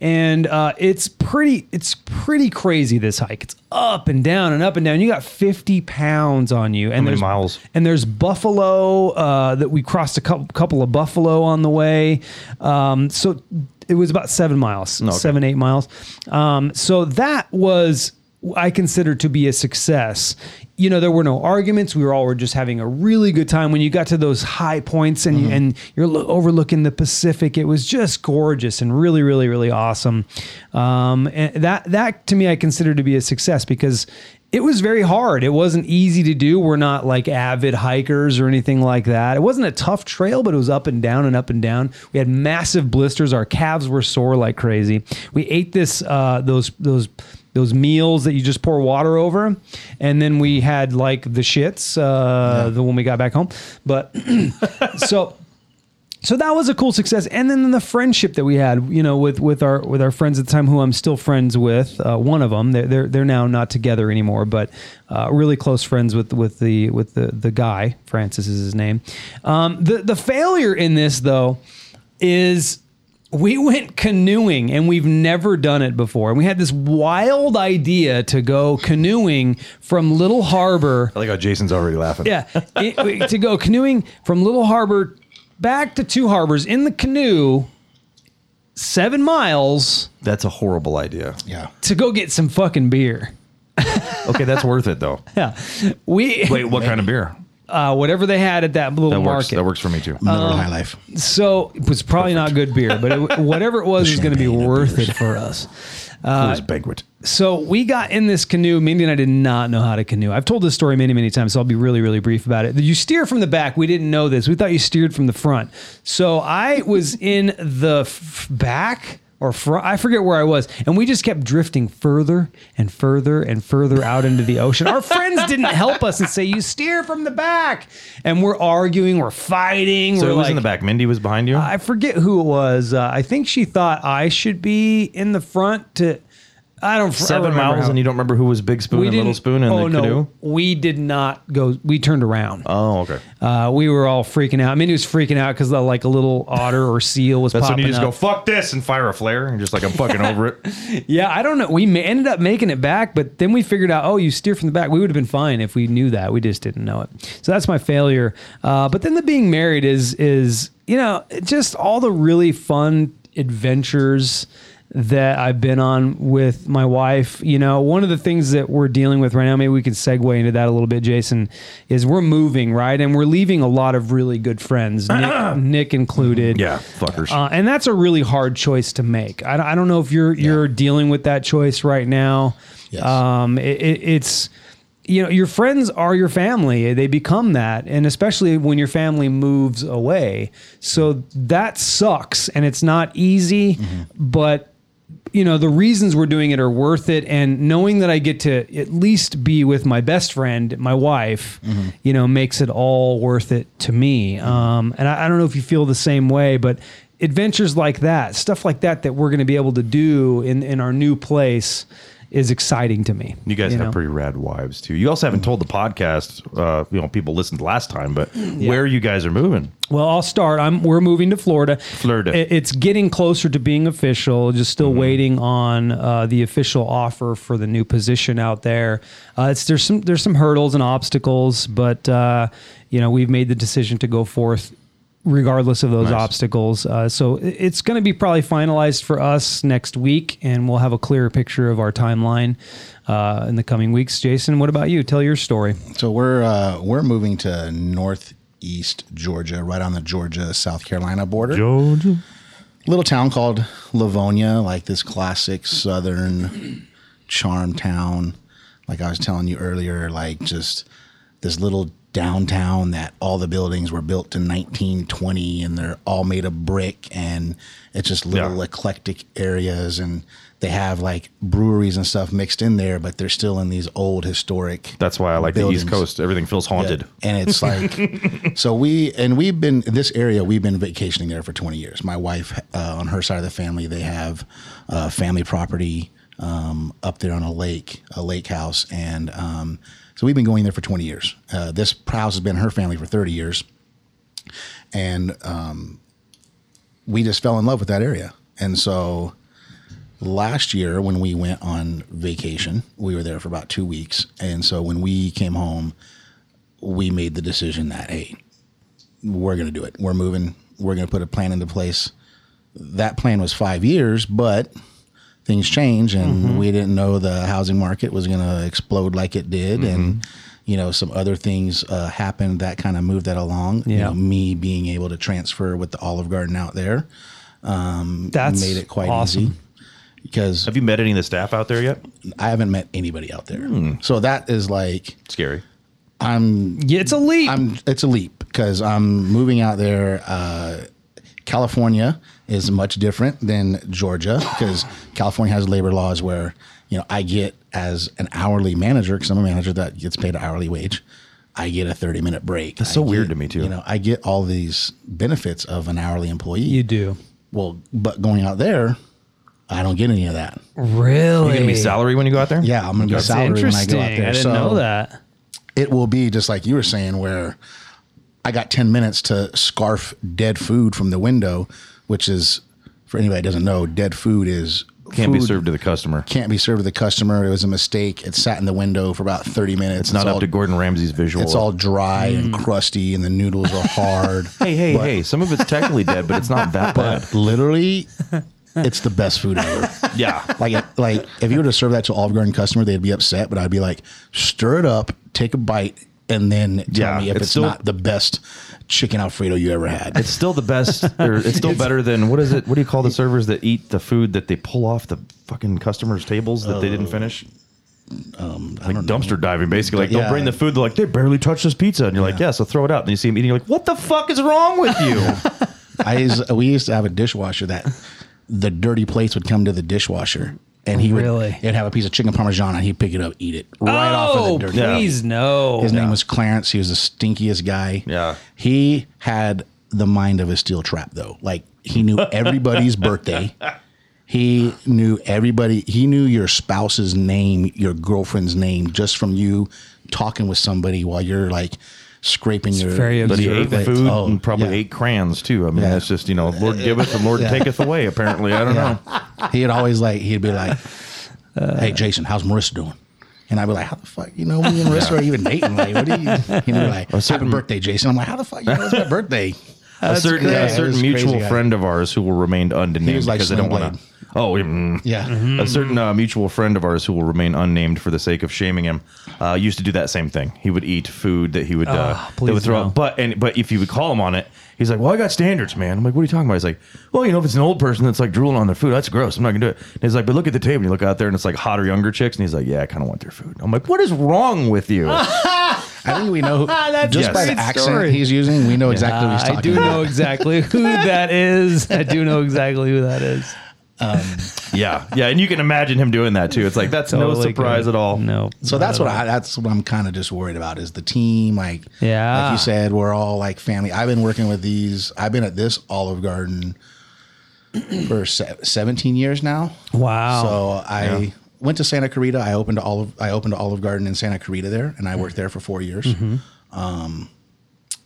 Speaker 1: and uh, it's pretty it's pretty crazy this hike it's up and down and up and down you got 50 pounds on you and
Speaker 2: many
Speaker 1: there's
Speaker 2: miles?
Speaker 1: and there's buffalo uh, that we crossed a couple, couple of buffalo on the way. Um, so it was about seven miles,
Speaker 2: okay.
Speaker 1: seven eight miles. Um, so that was I considered to be a success. You know, there were no arguments. We were all were just having a really good time. When you got to those high points and you, and you're lo- overlooking the Pacific, it was just gorgeous and really, really, really awesome. Um, and that that to me, I consider to be a success because it was very hard. It wasn't easy to do. We're not like avid hikers or anything like that. It wasn't a tough trail, but it was up and down and up and down. We had massive blisters. Our calves were sore like crazy. We ate this uh, those those those meals that you just pour water over, and then we had like the shits uh, the when we got back home. But [CLEARS THROAT] so so that was a cool success and then the friendship that we had you know with with our with our friends at the time who i'm still friends with uh, one of them they're, they're they're now not together anymore but uh, really close friends with with the with the the guy francis is his name um, the the failure in this though is we went canoeing and we've never done it before. And we had this wild idea to go canoeing from Little Harbor
Speaker 2: I like how Jason's already laughing.
Speaker 1: yeah, it- to go canoeing from Little Harbor back to Two Harbors in the canoe, seven miles
Speaker 2: That's a horrible idea.
Speaker 3: Yeah.
Speaker 1: to go get some fucking beer.
Speaker 2: Okay, that's worth it though.
Speaker 1: Yeah, we
Speaker 2: Wait, what kind of beer?
Speaker 1: uh, whatever they had at that little
Speaker 2: That works.
Speaker 1: market. Uh,
Speaker 2: That works for me too.
Speaker 3: Middle of high life.
Speaker 1: So it was probably not good beer, but it, whatever it was, it was going to be
Speaker 3: champagne and
Speaker 1: worth it for us. Uh,
Speaker 2: Fool's banquet.
Speaker 1: so we got in this canoe. Mindy and I did not know how to canoe. I've told this story many, many times, so I'll be really, really brief about it. You steer from the back. We didn't know this. We thought you steered from the front. So I was in the f- back or front. I forget where I was, and we just kept drifting further and further and further out into the ocean. Our friends didn't help us and say, "You steer from the back," and we're arguing, we're fighting.
Speaker 2: So
Speaker 1: we're
Speaker 2: it was
Speaker 1: like-
Speaker 2: in the back. Mindy was behind you.
Speaker 1: I forget who it was. Uh, I think she thought I should be in the front to. I don't.
Speaker 2: Seven miles, and you don't remember who was Big Spoon and Little Spoon in
Speaker 1: oh,
Speaker 2: the
Speaker 1: no,
Speaker 2: canoe.
Speaker 1: We did not go. We turned around.
Speaker 2: Oh, okay.
Speaker 1: Uh, we were all freaking out. I mean, he was freaking out because like a little otter or seal was
Speaker 2: That's when
Speaker 1: popping
Speaker 2: you just
Speaker 1: up.
Speaker 2: go fuck this and fire a flare and just like I'm fucking over it.
Speaker 1: [LAUGHS] Yeah, I don't know. We ma- ended up making it back, but then we figured out, oh, you steer from the back. We would have been fine if we knew that. We just didn't know it. So that's my failure. Uh, but then the being married is is you know just all the really fun adventures that I've been on with my wife. You know, one of the things that we're dealing with right now, maybe we can segue into that a little bit, Jason, is we're moving, right? And we're leaving a lot of really good friends, Nick, Nick included.
Speaker 2: [LAUGHS] Yeah, fuckers.
Speaker 1: Uh, and that's a really hard choice to make. I, don't- I don't know if you're you're dealing with that choice right now.
Speaker 3: Yes.
Speaker 1: Um, it, it, it's you know your friends are your family. They become that, and especially when your family moves away. So that sucks, and it's not easy, but you know the reasons we're doing it are worth it and knowing that i get to at least be with my best friend my wife
Speaker 2: Mm-hmm.
Speaker 1: you know makes it all worth it to me um, and I, I don't know if you feel the same way but adventures like that stuff like that that we're going to be able to do in, in our new place is exciting to me
Speaker 2: You guys have
Speaker 1: know?
Speaker 2: pretty rad wives too. You also haven't told the podcast, uh, you know, people listened last time, but where you guys are moving.
Speaker 1: Well, I'll start. I'm we're moving to Florida.
Speaker 2: Florida.
Speaker 1: I- It's getting closer to being official. Just still waiting on uh, the official offer for the new position out there. Uh, it's there's some there's some hurdles and obstacles, but uh, you know we've made the decision to go forth regardless of those obstacles. Uh, so i- it's going to be probably finalized for us next week, and we'll have a clearer picture of our timeline uh, in the coming weeks. Jason, what about you? Tell your story.
Speaker 3: So we're uh, we're moving to northeast Georgia, right on the Georgia South Carolina border.
Speaker 2: Georgia.
Speaker 3: Little town called Livonia, like this classic Southern charm town. Like I was telling you earlier, like just this little downtown that all the buildings were built in 1920 and they're all made of brick and it's just little
Speaker 2: Yeah.
Speaker 3: eclectic areas and they have like breweries and stuff mixed in there but they're still in these old historic
Speaker 2: That's why I like the East
Speaker 3: Buildings.
Speaker 2: Coast. Everything feels haunted.
Speaker 3: yeah. And it's like, so we, and we've been, this area, we've been vacationing there for 20 years. My wife, uh, on her side of the family, they have uh, family property um, up there on a lake, a lake house. And um, so we've been going there for 20 years. Uh, this house has been her family for 30 years. And um, we just fell in love with that area. And so last year when we went on vacation, we were there for about two weeks. And so when we came home, we made the decision that hey, we're going to do it. We're moving. We're going to put a plan into place. That plan was five years, but things change, and
Speaker 1: Mm-hmm.
Speaker 3: we didn't know the housing market was going to explode like it did, and
Speaker 1: Mm-hmm.
Speaker 3: you know some other things uh, happened that kind of moved that along. You
Speaker 1: Yeah.
Speaker 3: know, me being able to transfer with the Olive Garden out there
Speaker 1: That's
Speaker 3: made it quite
Speaker 1: awesome.
Speaker 3: easy because
Speaker 2: Have you met any of the staff out there yet?
Speaker 3: I haven't met anybody out there. So that is like
Speaker 2: Scary.
Speaker 1: Yeah, it's a Hmm. leap.
Speaker 3: I'm it's a leap because I'm moving out there. Uh, California is much different than Georgia because California has labor laws where you know I get as an hourly manager because I'm a manager that gets paid an hourly wage. I get a 30 minute break. That's
Speaker 2: so weird to me, too.
Speaker 3: You know, I get all these benefits of an hourly employee.
Speaker 1: you do
Speaker 3: well, but going out there, I don't get any of that.
Speaker 1: really.
Speaker 2: You gonna be salary when you go out there?
Speaker 3: Yeah, I'm going to be
Speaker 1: That's
Speaker 3: salary when I
Speaker 1: interesting.
Speaker 3: go
Speaker 1: I,
Speaker 3: out there.
Speaker 1: didn't
Speaker 3: So-
Speaker 1: know that.
Speaker 3: it will be just like you were saying, where I got 10 minutes to scarf dead food from the window, which is, for anybody that doesn't know, dead food is
Speaker 2: Can't be
Speaker 3: food
Speaker 2: served to the customer.
Speaker 3: Can't be served to the customer. It was a mistake. It sat in the window for about 30 minutes.
Speaker 2: It's not up
Speaker 3: all,
Speaker 2: to Gordon Ramsay's visual.
Speaker 3: It's all dry and crusty, and the noodles are hard.
Speaker 2: hey, hey, hey. Some of it's technically dead, but it's not that bad.
Speaker 3: [LAUGHS] but literally, it's the best food ever.
Speaker 2: Yeah.
Speaker 3: like it- like if you were to serve that to Olive Garden customer, they'd be upset. But I'd be like, stir it up, take a bite, and then tell
Speaker 2: Yeah,
Speaker 3: me if
Speaker 2: it's
Speaker 3: it's,
Speaker 2: still-
Speaker 3: not the best chicken Alfredo you ever had.
Speaker 2: It's still the best. Or it's still better than what is it? What do you call the servers that eat the food that they pull off the fucking customers' tables that they didn't
Speaker 3: Oh,
Speaker 2: finish?
Speaker 3: um,
Speaker 2: like dumpster diving, basically. Like they'll
Speaker 3: Yeah.
Speaker 2: bring the food. They're like they barely touched this pizza, and you're like, yeah, so throw it out. And you see them eating. You're like, what the fuck is wrong with
Speaker 3: [LAUGHS]
Speaker 2: you?
Speaker 3: I used, we used to have a dishwasher that the dirty plates would come to the dishwasher. And he would
Speaker 1: Really?
Speaker 3: it'd have a piece of chicken parmesan and he'd pick it up, eat it right off
Speaker 1: oh,
Speaker 3: of the dirty.
Speaker 1: please no.
Speaker 3: His name was Clarence. He was the stinkiest guy.
Speaker 2: Oh, Yeah.
Speaker 3: He had the mind of a steel trap, though. Like
Speaker 2: [LAUGHS]
Speaker 3: he knew everybody's birthday. He knew everybody. He knew your spouse's name, your girlfriend's name, just from you talking with somebody while you're like scraping your.
Speaker 1: very
Speaker 2: but he ate the
Speaker 3: Like,
Speaker 2: food
Speaker 3: oh,
Speaker 2: and probably
Speaker 3: yeah. Uh,
Speaker 2: ate crayons too. I mean, that's just you know, Lord giveth and Lord taketh away. Apparently, I don't
Speaker 3: Yeah.
Speaker 2: know.
Speaker 3: He'd always like he'd be like, "Hey Jason, how's Marissa doing?" And I'd be like, "How the fuck you know me and Marissa are even dating? Like, what are you?" And he'd be like, "Happy
Speaker 2: certain-
Speaker 3: birthday, Jason." I'm like, "How the fuck you know
Speaker 2: [LAUGHS]
Speaker 3: it's my birthday?"
Speaker 2: a certain,
Speaker 3: great.
Speaker 2: a
Speaker 3: Yeah,
Speaker 2: certain
Speaker 3: this crazy
Speaker 2: mutual
Speaker 3: guy.
Speaker 2: friend of ours who will remain unnamed
Speaker 3: was like
Speaker 2: because I don't
Speaker 3: Slim
Speaker 2: want to.
Speaker 3: Blade.
Speaker 2: Oh, mm.
Speaker 3: Yeah.
Speaker 1: Mm-hmm.
Speaker 2: A certain uh, mutual friend of ours who will remain unnamed for the sake of shaming him uh, used to do that same thing. He would eat food that he would, uh,
Speaker 1: Ah,
Speaker 2: they would
Speaker 1: please
Speaker 2: throw
Speaker 1: no.
Speaker 2: out. But and but if you would call him on it, he's like, "Well, I got standards, man." I'm like, "What are you talking about?" He's like, "Well, you know, if it's an old person that's like drooling on their food, that's gross. I'm not gonna do it." And he's like, "But look at the table. And you look out there, and it's like hotter, younger chicks." And he's like, "Yeah, I kind of want their food." I'm like, "What is wrong
Speaker 1: [LAUGHS]
Speaker 2: with you?"
Speaker 3: I think we know who,
Speaker 1: Ah, That's
Speaker 3: just
Speaker 2: a
Speaker 3: by the
Speaker 2: great
Speaker 3: accent
Speaker 1: story.
Speaker 3: he's using, we know exactly what he's talking
Speaker 1: I do
Speaker 3: about.
Speaker 1: know exactly who that is. I do know exactly who that
Speaker 3: [LAUGHS]
Speaker 1: is.
Speaker 2: yeah, yeah, and you can imagine him doing that too. It's like that's no
Speaker 1: Totally
Speaker 2: surprise
Speaker 1: good.
Speaker 2: at all.
Speaker 1: No.
Speaker 3: [LAUGHS] So
Speaker 1: not
Speaker 3: that's
Speaker 1: at
Speaker 3: what
Speaker 1: all.
Speaker 3: I, that's what I'm kind of just worried about is the team. Like,
Speaker 1: Yeah.
Speaker 3: like you said, we're all like family. I've been working with these. I've been at this Olive Garden for se- 17 years now.
Speaker 1: Wow.
Speaker 3: So I went to Santa Clarita. I opened a Olive. I opened a Olive Garden in Santa Clarita there, and I worked there for four years.
Speaker 1: Mm-hmm.
Speaker 3: Um,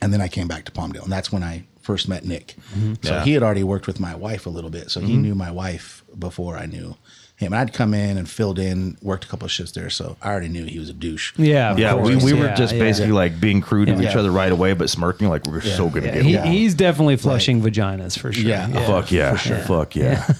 Speaker 3: and then I came back to Palmdale, and that's when I first met Nick.
Speaker 1: Mm-hmm.
Speaker 3: So
Speaker 2: Yeah.
Speaker 3: he had already worked with my wife a little bit, so he knew my wife before I knew him. And I'd come in and filled in, worked a couple of shifts there, so I already knew he was a douche.
Speaker 1: Yeah. of
Speaker 2: Yeah, we,
Speaker 1: course.
Speaker 2: we were
Speaker 1: Yeah,
Speaker 2: just
Speaker 1: yeah.
Speaker 2: basically like being crude to
Speaker 3: Yeah.
Speaker 2: each other right away, but smirking like we're so gonna
Speaker 1: Yeah,
Speaker 2: get
Speaker 1: he,
Speaker 2: along.
Speaker 1: He's definitely flushing vaginas for sure.
Speaker 3: Yeah.
Speaker 2: Fuck yeah. Fuck yeah. [LAUGHS]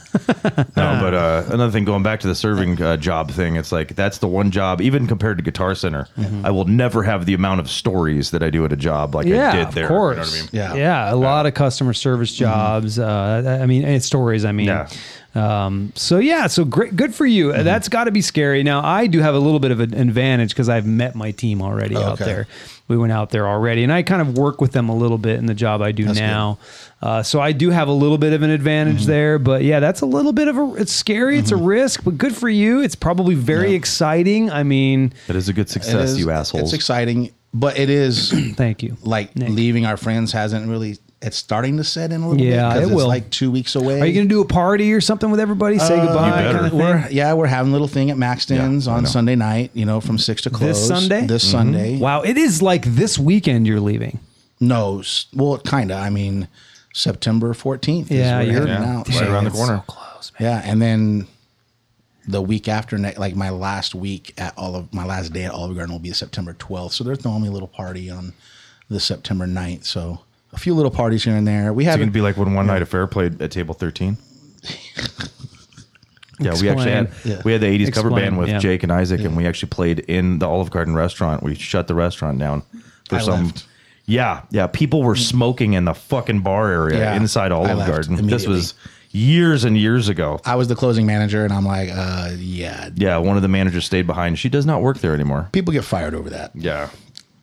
Speaker 2: no, but uh, another thing, going back to the serving uh, job thing, it's like that's the one job, even compared to Guitar Center, I will never have the amount of stories that I do at a job like
Speaker 1: yeah,
Speaker 2: I did
Speaker 1: of
Speaker 2: there. you know what I
Speaker 1: course.
Speaker 2: mean?
Speaker 3: Yeah.
Speaker 1: yeah, a lot of customer service jobs. Uh, I mean, and stories. I mean,
Speaker 2: Yeah.
Speaker 1: um, so yeah, so great, good for you. That's got to be scary. Now, I do have a little bit of an advantage because I've met my team already out
Speaker 3: Okay.
Speaker 1: there. We went out there already, and I kind of work with them a little bit in the job I do now. Uh, so I do have a little bit of an advantage there, but yeah, that's a little bit of a. It's scary. It's a risk, but good for you. It's probably very exciting. I mean,
Speaker 2: That is a good
Speaker 3: It
Speaker 2: success,
Speaker 3: is-
Speaker 2: you assholes.
Speaker 3: It's exciting, but it is
Speaker 1: [CLEARS THROAT] thank you.
Speaker 3: like leaving our friends hasn't really. It's starting to set in a little
Speaker 1: Yeah,
Speaker 3: bit. 'cause
Speaker 1: it
Speaker 3: it's
Speaker 1: will.
Speaker 3: Like two weeks away.
Speaker 1: Are you going to do a party or something with everybody? Say goodbye.
Speaker 2: better.
Speaker 1: kinda thing?
Speaker 3: We're yeah, we're having a little thing at Maxton's on Sunday night. You know, from six to close.
Speaker 1: Sunday?
Speaker 3: This Sunday.
Speaker 1: Wow, it is like this weekend you're leaving.
Speaker 3: No, s- well, kind of. I mean, September fourteenth.
Speaker 1: Yeah,
Speaker 3: is we're
Speaker 1: you're-
Speaker 3: heading out.
Speaker 2: right
Speaker 3: So
Speaker 2: around the
Speaker 3: it's-
Speaker 2: corner.
Speaker 1: close,
Speaker 3: Yeah, and then the week after next, like my last week at all of my last day at Olive Garden will be September twelfth. So there's normally a little party on the September 9th. So a few little parties here and there. We
Speaker 2: It's going
Speaker 3: haven't
Speaker 2: to be like when One Night Affair played at
Speaker 1: [LAUGHS]
Speaker 2: Table 13. Yeah, we actually had
Speaker 3: Yeah.
Speaker 2: we had the '80s cover
Speaker 1: Explain,
Speaker 2: band with
Speaker 1: yeah.
Speaker 2: Jake and Isaac, and we actually played in the Olive Garden restaurant. We shut the restaurant down for
Speaker 3: I
Speaker 2: some.
Speaker 3: left.
Speaker 2: Yeah, yeah. People were smoking in the fucking bar area
Speaker 3: Yeah,
Speaker 2: inside
Speaker 3: I
Speaker 2: Olive
Speaker 3: left
Speaker 2: Garden. This
Speaker 3: immediately.
Speaker 2: was years and years ago.
Speaker 3: I was the closing manager, and I'm like, uh, yeah.
Speaker 2: Yeah, one of the managers stayed behind. She does not work there anymore.
Speaker 3: People get fired over that.
Speaker 2: Yeah,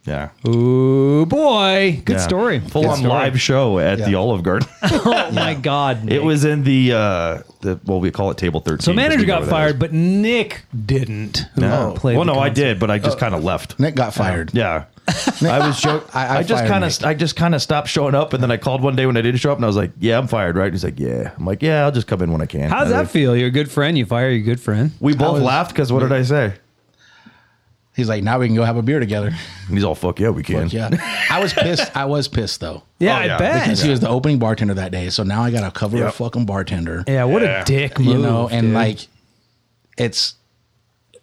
Speaker 2: yeah.
Speaker 1: Ooh, boy. Good
Speaker 2: yeah.
Speaker 1: story.
Speaker 2: Full
Speaker 1: Good
Speaker 2: on
Speaker 1: story.
Speaker 2: [LAUGHS] live show at the
Speaker 3: Yeah.
Speaker 2: Olive Garden. [LAUGHS]
Speaker 1: Oh, my God. Nick.
Speaker 2: it was in the uh, the well, we call it Table 13.
Speaker 1: So, manager
Speaker 2: because we know
Speaker 1: got
Speaker 2: where that is.
Speaker 1: fired, but Nick didn't. who
Speaker 2: No.
Speaker 1: played
Speaker 2: well,
Speaker 1: the
Speaker 2: no, I
Speaker 1: concert.
Speaker 2: did, but I just kind of left.
Speaker 3: Uh, Nick got fired.
Speaker 2: Yeah. I was joke.
Speaker 3: I-
Speaker 2: I,
Speaker 3: I
Speaker 2: just
Speaker 3: fired
Speaker 2: kind of
Speaker 3: Nick.
Speaker 2: I just kind of stopped showing up, and then I called one day when I didn't show up, and I was like, "Yeah, I'm fired, right?" And he's like, "Yeah." I'm like, "Yeah, I'll just come in when I can."
Speaker 1: How does
Speaker 2: And I-
Speaker 1: that feel? You're a good friend. You fire your good friend.
Speaker 2: We both
Speaker 3: was-
Speaker 2: laughed because what did I say?
Speaker 3: He's like, now we can go have a
Speaker 1: [LAUGHS]
Speaker 3: beer together.
Speaker 2: And he's all, "Fuck yeah, we can."
Speaker 3: Yeah. I was pissed. I was pissed though.
Speaker 1: Yeah,
Speaker 2: Oh,
Speaker 1: I
Speaker 2: yeah.
Speaker 1: bet.
Speaker 3: Because he was the opening bartender that day. So now I got to cover a
Speaker 2: Yep.
Speaker 3: fucking bartender.
Speaker 1: Yeah, what
Speaker 2: Yeah.
Speaker 1: a dick
Speaker 3: you
Speaker 1: move.
Speaker 3: know, and
Speaker 1: dude.
Speaker 3: like it's,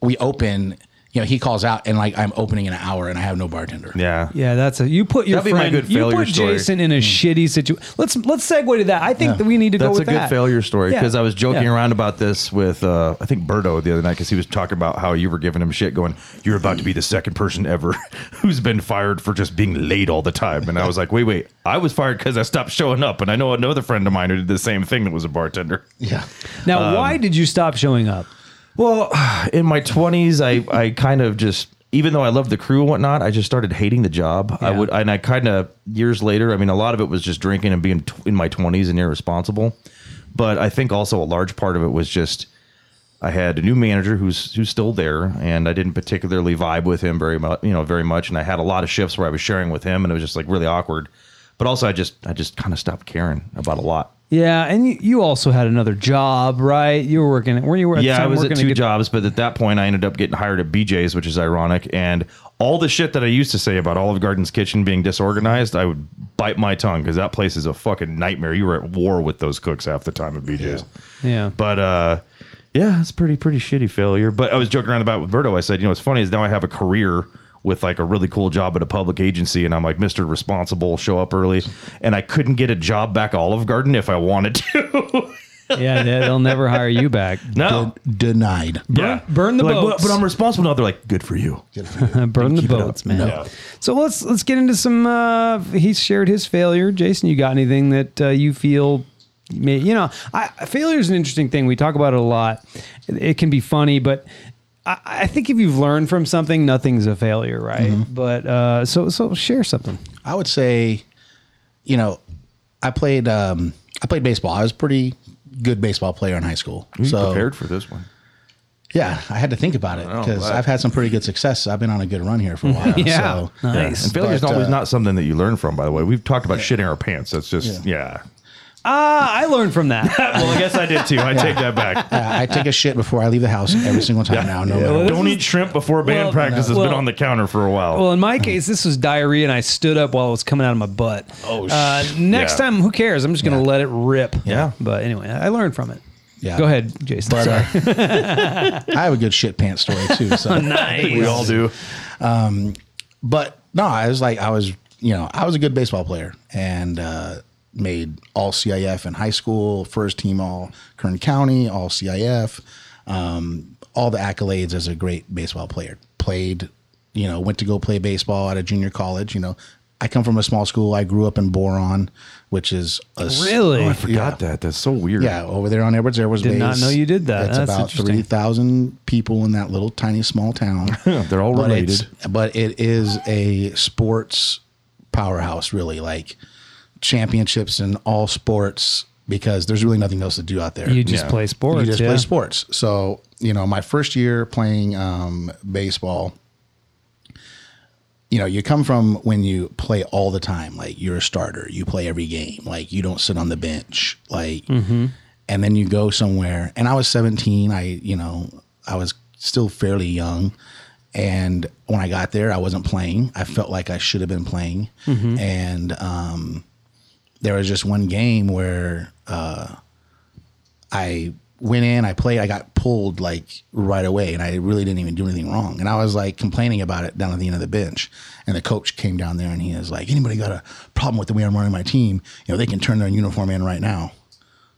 Speaker 3: we open, you know, he calls out and like I'm opening in an hour and I have no bartender.
Speaker 2: Yeah.
Speaker 1: Yeah, that's a you put your
Speaker 2: That'd be my
Speaker 1: friend.
Speaker 2: good
Speaker 1: you
Speaker 2: failure
Speaker 1: put
Speaker 2: story. Hmm.
Speaker 1: Jason in a shitty situation. Let's let's segue to that. I think that we need to go
Speaker 2: That's
Speaker 1: with
Speaker 2: a good
Speaker 1: that.
Speaker 2: failure story
Speaker 1: Yeah.
Speaker 2: because I was joking
Speaker 1: Yeah.
Speaker 2: around about this with uh, I think Birdo the other night because he was talking about how you were giving him shit, going, "You're about to be the second person ever [LAUGHS] who's been fired for just being late all the time." And I was like, "Wait, wait, I was fired because I stopped showing up." And I know another friend of mine who did the same thing that was a bartender.
Speaker 3: Yeah.
Speaker 2: Um,
Speaker 1: Now, why did you stop showing up?
Speaker 2: Well, [SIGHS] in my twenties, I I kind of just even though I loved the crew and whatnot, I just started hating the job. I
Speaker 1: Yeah.
Speaker 2: would and I kind of years later. I mean, a lot of it was just drinking and being tw- in my twenties and irresponsible. But I think also a large part of it was just I had a new manager who's who's still there, and I didn't particularly vibe with him very much, you know, very much. And I had a lot of shifts where I was sharing with him, and it was just like really awkward. But also, I just I just kind of stopped caring about a lot.
Speaker 1: Yeah, and you, you also had another job, right? You were working. Were you at the
Speaker 2: yeah,
Speaker 1: time
Speaker 2: I was at
Speaker 1: working
Speaker 2: two
Speaker 1: get-
Speaker 2: jobs, but at that point, I ended up getting hired at BJ's, which is ironic. And all the shit that I used to say about Olive Garden's kitchen being disorganized, I would bite my tongue because that place is a fucking nightmare. You were at war with those cooks half the time at BJ's.
Speaker 1: Yeah.
Speaker 2: But uh, yeah, it's pretty pretty shitty failure. But I was joking around about with Berto. I said, you know, what's funny is now I have a career with like a really cool job at a public agency, and I'm like Mister Responsible, show up early, and I couldn't get a job back at Olive Garden if I wanted to.
Speaker 1: [LAUGHS] yeah, they- they'll never hire you back.
Speaker 2: [LAUGHS] No.
Speaker 3: Denied.
Speaker 2: Yeah.
Speaker 1: burn the
Speaker 2: They're like,
Speaker 1: boats.
Speaker 2: But, but I'm responsible now. They're like, good for you.
Speaker 1: [LAUGHS] Burn the boats, man. So let's let's get into some. Uh, he shared his failure. Jason, you got anything that uh, you feel? May, you know, I, failure is an interesting thing. We talk about it a lot. It, it can be funny, but I, I think if you've learned from something, nothing's a failure, right?
Speaker 2: Mm-hmm.
Speaker 1: But uh, so so share something.
Speaker 3: I would say, you know, I played um, I played baseball. I was a pretty good baseball player in high school. so
Speaker 2: prepared for this one.
Speaker 3: yeah, I had to think about it
Speaker 2: know,
Speaker 3: because
Speaker 2: but-
Speaker 3: I've had some pretty good success. I've been on a good run here
Speaker 1: [LAUGHS]
Speaker 3: for a while.
Speaker 1: Yeah.
Speaker 3: Oh, So,
Speaker 2: Yeah.
Speaker 1: Nice.
Speaker 2: And failure is
Speaker 3: But,
Speaker 2: always
Speaker 3: uh,
Speaker 2: not something that you learn from, by the way. We've talked about shitting our pants. That's just, yeah.
Speaker 1: Ah, I learned from
Speaker 2: [LAUGHS]
Speaker 1: that.
Speaker 2: well, I guess I did
Speaker 3: [LAUGHS]
Speaker 2: too. I take that back.
Speaker 3: I I take a shit before I leave the house every single time now. No, matter what.
Speaker 2: Don't eat shrimp before band
Speaker 1: Well,
Speaker 2: practice has
Speaker 1: well-
Speaker 2: been on the counter for a while.
Speaker 1: well, in my case, this was diarrhea, and I stood up while it was coming out of my butt. Oh, uh, next
Speaker 2: Yeah.
Speaker 1: time, who cares? I'm just gonna let it rip.
Speaker 2: Yeah.
Speaker 1: But anyway, I learned from it.
Speaker 3: Yeah.
Speaker 1: Go ahead, Jason.
Speaker 3: But,
Speaker 1: Sorry.
Speaker 3: uh, I have a good shit pants story too. So um,
Speaker 2: we all do.
Speaker 3: but no, I was like, I was, you know, I was a good baseball player and uh, made all CIF in high school, first team all Kern County, all CIF, um, all the accolades as a great baseball player. Played, you know, went to go play baseball at a junior college. You know, I come from a small school. I grew up in Boron, which is a s-
Speaker 1: Really?
Speaker 2: I forgot that. That's so weird.
Speaker 3: yeah, over there on Edwards Air was
Speaker 1: Did not know you did that.
Speaker 3: It's
Speaker 1: That's
Speaker 3: about
Speaker 1: interesting.
Speaker 3: three thousand people in that little tiny
Speaker 1: [LAUGHS]
Speaker 3: small town.
Speaker 2: They're all
Speaker 3: but it's-
Speaker 2: related.
Speaker 3: but it is a sports powerhouse, really. Like championships in all sports because there's really nothing else to do out there.
Speaker 1: you just play sports.
Speaker 3: You just
Speaker 1: yeah.
Speaker 3: play sports. So, you know, my first year playing um, baseball, you know, you come from when you play all the time. Like you're a starter, you play every game, like you don't sit on the bench. Like,
Speaker 1: Mm-hmm.
Speaker 3: and then you go somewhere. And I was 17. I, you know, I was still fairly young. And when I got there, I wasn't playing. I felt like I should have been playing.
Speaker 1: Mm-hmm.
Speaker 3: And, um, there was just one game where uh, I went in, I played, I got pulled like right away, and I really didn't even do anything wrong. And I was like complaining about it down at the end of the bench. And the coach came down there and he was like, anybody got a problem with the way I'm running my team? You know, they can turn their uniform in right now.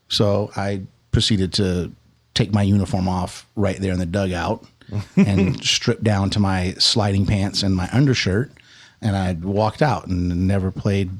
Speaker 3: So I proceeded to take my uniform off right there in the dugout and strip down to my sliding pants and my undershirt. And I walked out and never played,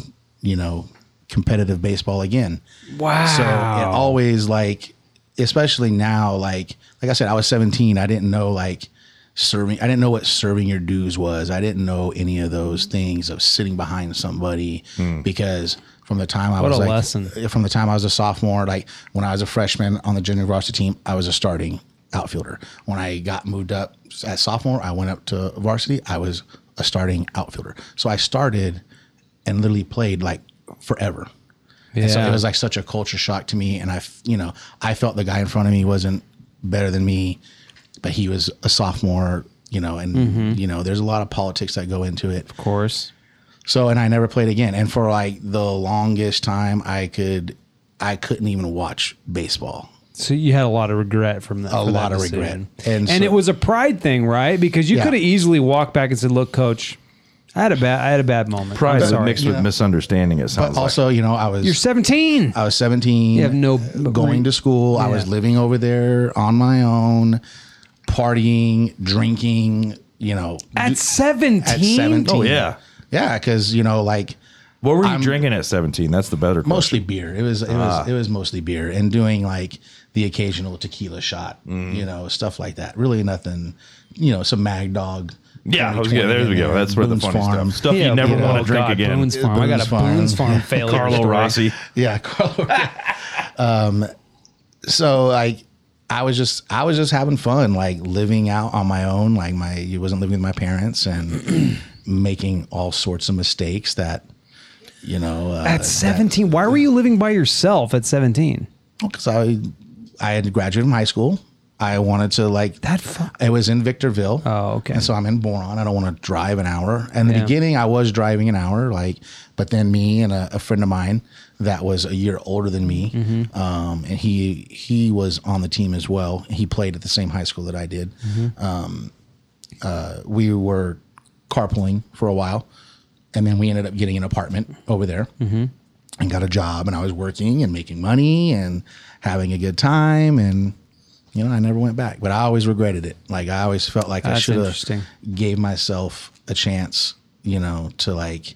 Speaker 3: you know, competitive baseball again.
Speaker 1: Wow.
Speaker 3: So it always like, especially now, like like I said, I was 17. I didn't know like serving. I didn't know what serving your dues was. I didn't know any of those things of sitting behind somebody because from the time I
Speaker 1: What
Speaker 3: was
Speaker 1: a
Speaker 3: like, eh,
Speaker 1: lesson.
Speaker 3: from the time I was a sophomore, like when I was a freshman on the junior varsity team, I was a starting outfielder. When I got moved up at sophomore, I went up to varsity. I was a starting outfielder. So I started and literally played like forever. And so
Speaker 1: Yeah.
Speaker 3: it was like such a culture shock to me. And I, f- you know, I felt the guy in front of me wasn't better than me, but he was a sophomore, you know, and,
Speaker 1: Mm-hmm.
Speaker 3: you know, there's a lot of politics that go into it.
Speaker 1: of course.
Speaker 3: So and I never played again. And for like the longest time, I could, I couldn't even watch baseball.
Speaker 1: So you had a lot of regret from that.
Speaker 3: A
Speaker 1: for that
Speaker 3: lot of
Speaker 1: decision.
Speaker 3: regret.
Speaker 1: and,
Speaker 3: And so-
Speaker 1: it was a pride thing, right? Because you
Speaker 3: Yeah.
Speaker 1: could have easily walked back and said, "Look, coach, I had a bad, I had a bad moment.
Speaker 2: Pride
Speaker 1: I'm
Speaker 2: is
Speaker 1: sorry.
Speaker 2: mixed with
Speaker 3: Yeah.
Speaker 2: misunderstanding, it
Speaker 3: But
Speaker 2: sounds
Speaker 3: also, you know, I was
Speaker 1: You're 17.
Speaker 3: I was 17.
Speaker 1: You have no-
Speaker 3: going to school. I was
Speaker 1: Yeah.
Speaker 3: living over there on my own, partying, drinking, you know,
Speaker 1: at 17.
Speaker 3: at 17.
Speaker 2: Oh, yeah.
Speaker 3: Yeah, cuz you know like
Speaker 2: like. What were you drinking at 17? That's the better question.
Speaker 3: mostly beer. It was it
Speaker 2: Ah.
Speaker 3: was it was mostly beer and doing like the occasional tequila shot,
Speaker 2: Mm.
Speaker 3: you know, stuff like that. Really nothing, you know, some mag dog.
Speaker 2: Yeah,
Speaker 3: 20,
Speaker 2: yeah, there we go. That's where the
Speaker 3: Boone's
Speaker 2: funny
Speaker 3: Farm.
Speaker 2: stuff. Stuff
Speaker 1: Yeah,
Speaker 2: you never
Speaker 1: yeah.
Speaker 2: want
Speaker 1: Oh,
Speaker 2: to drink
Speaker 1: God,
Speaker 2: again.
Speaker 1: Boone's Farm. I got a
Speaker 3: Boone's Farm.
Speaker 1: Boone's Farm failure.
Speaker 2: Carlo
Speaker 1: story.
Speaker 2: Rossi.
Speaker 3: [LAUGHS] Yeah, Carlo.
Speaker 2: [LAUGHS]
Speaker 3: um, so like, I was just I was just having fun, like living out on my own. Like my, you wasn't living with my
Speaker 2: [CLEARS THROAT]
Speaker 3: parents and making all sorts of mistakes that, you know, uh,
Speaker 1: At 17. Why were you living by yourself at 17?
Speaker 3: because I I had graduated from high school. I wanted to like
Speaker 1: That fu-
Speaker 3: It was in Victorville.
Speaker 1: Oh, okay.
Speaker 3: And so I'm in Boron. I don't want to drive an hour. In the
Speaker 1: Yeah.
Speaker 3: beginning, I was driving an hour, like, but then me and a, a friend of mine that was a year older than me,
Speaker 1: Mm-hmm.
Speaker 3: um, and he he was on the team as well. He played at the same high school that I did.
Speaker 1: Mm-hmm.
Speaker 3: Um, uh, we were carpooling for a while, and then we ended up getting an apartment over there and got a job and I was working and making money and having a good time and you know I never went back but I always regretted it like I always felt like I
Speaker 1: That's
Speaker 3: should
Speaker 1: interesting.
Speaker 3: have gave myself a chance you know to like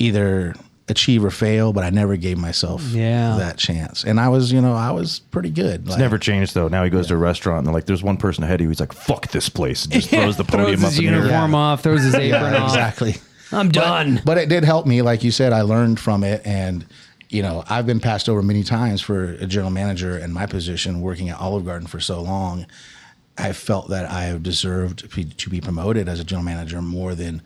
Speaker 3: either achieve or fail but I never gave myself
Speaker 1: Yeah.
Speaker 3: that chance and I was you know I was pretty good like,
Speaker 2: Never changed though. Now he goes to a restaurant and they're like, "There's one person ahead of you." He's like, "Fuck this place!" And
Speaker 1: [LAUGHS]
Speaker 2: just throws the podium
Speaker 1: throws
Speaker 2: up
Speaker 1: his
Speaker 2: in the air.
Speaker 1: uniform off, throws
Speaker 2: [LAUGHS]
Speaker 1: his apron
Speaker 3: yeah,
Speaker 1: off.
Speaker 3: [LAUGHS] exactly
Speaker 1: I'm done.
Speaker 3: but it did help me like you said i learned from it and you know i've been passed over many times for a general manager in my position working at olive garden for so long i felt that i have deserved to be- to be promoted as a general manager more than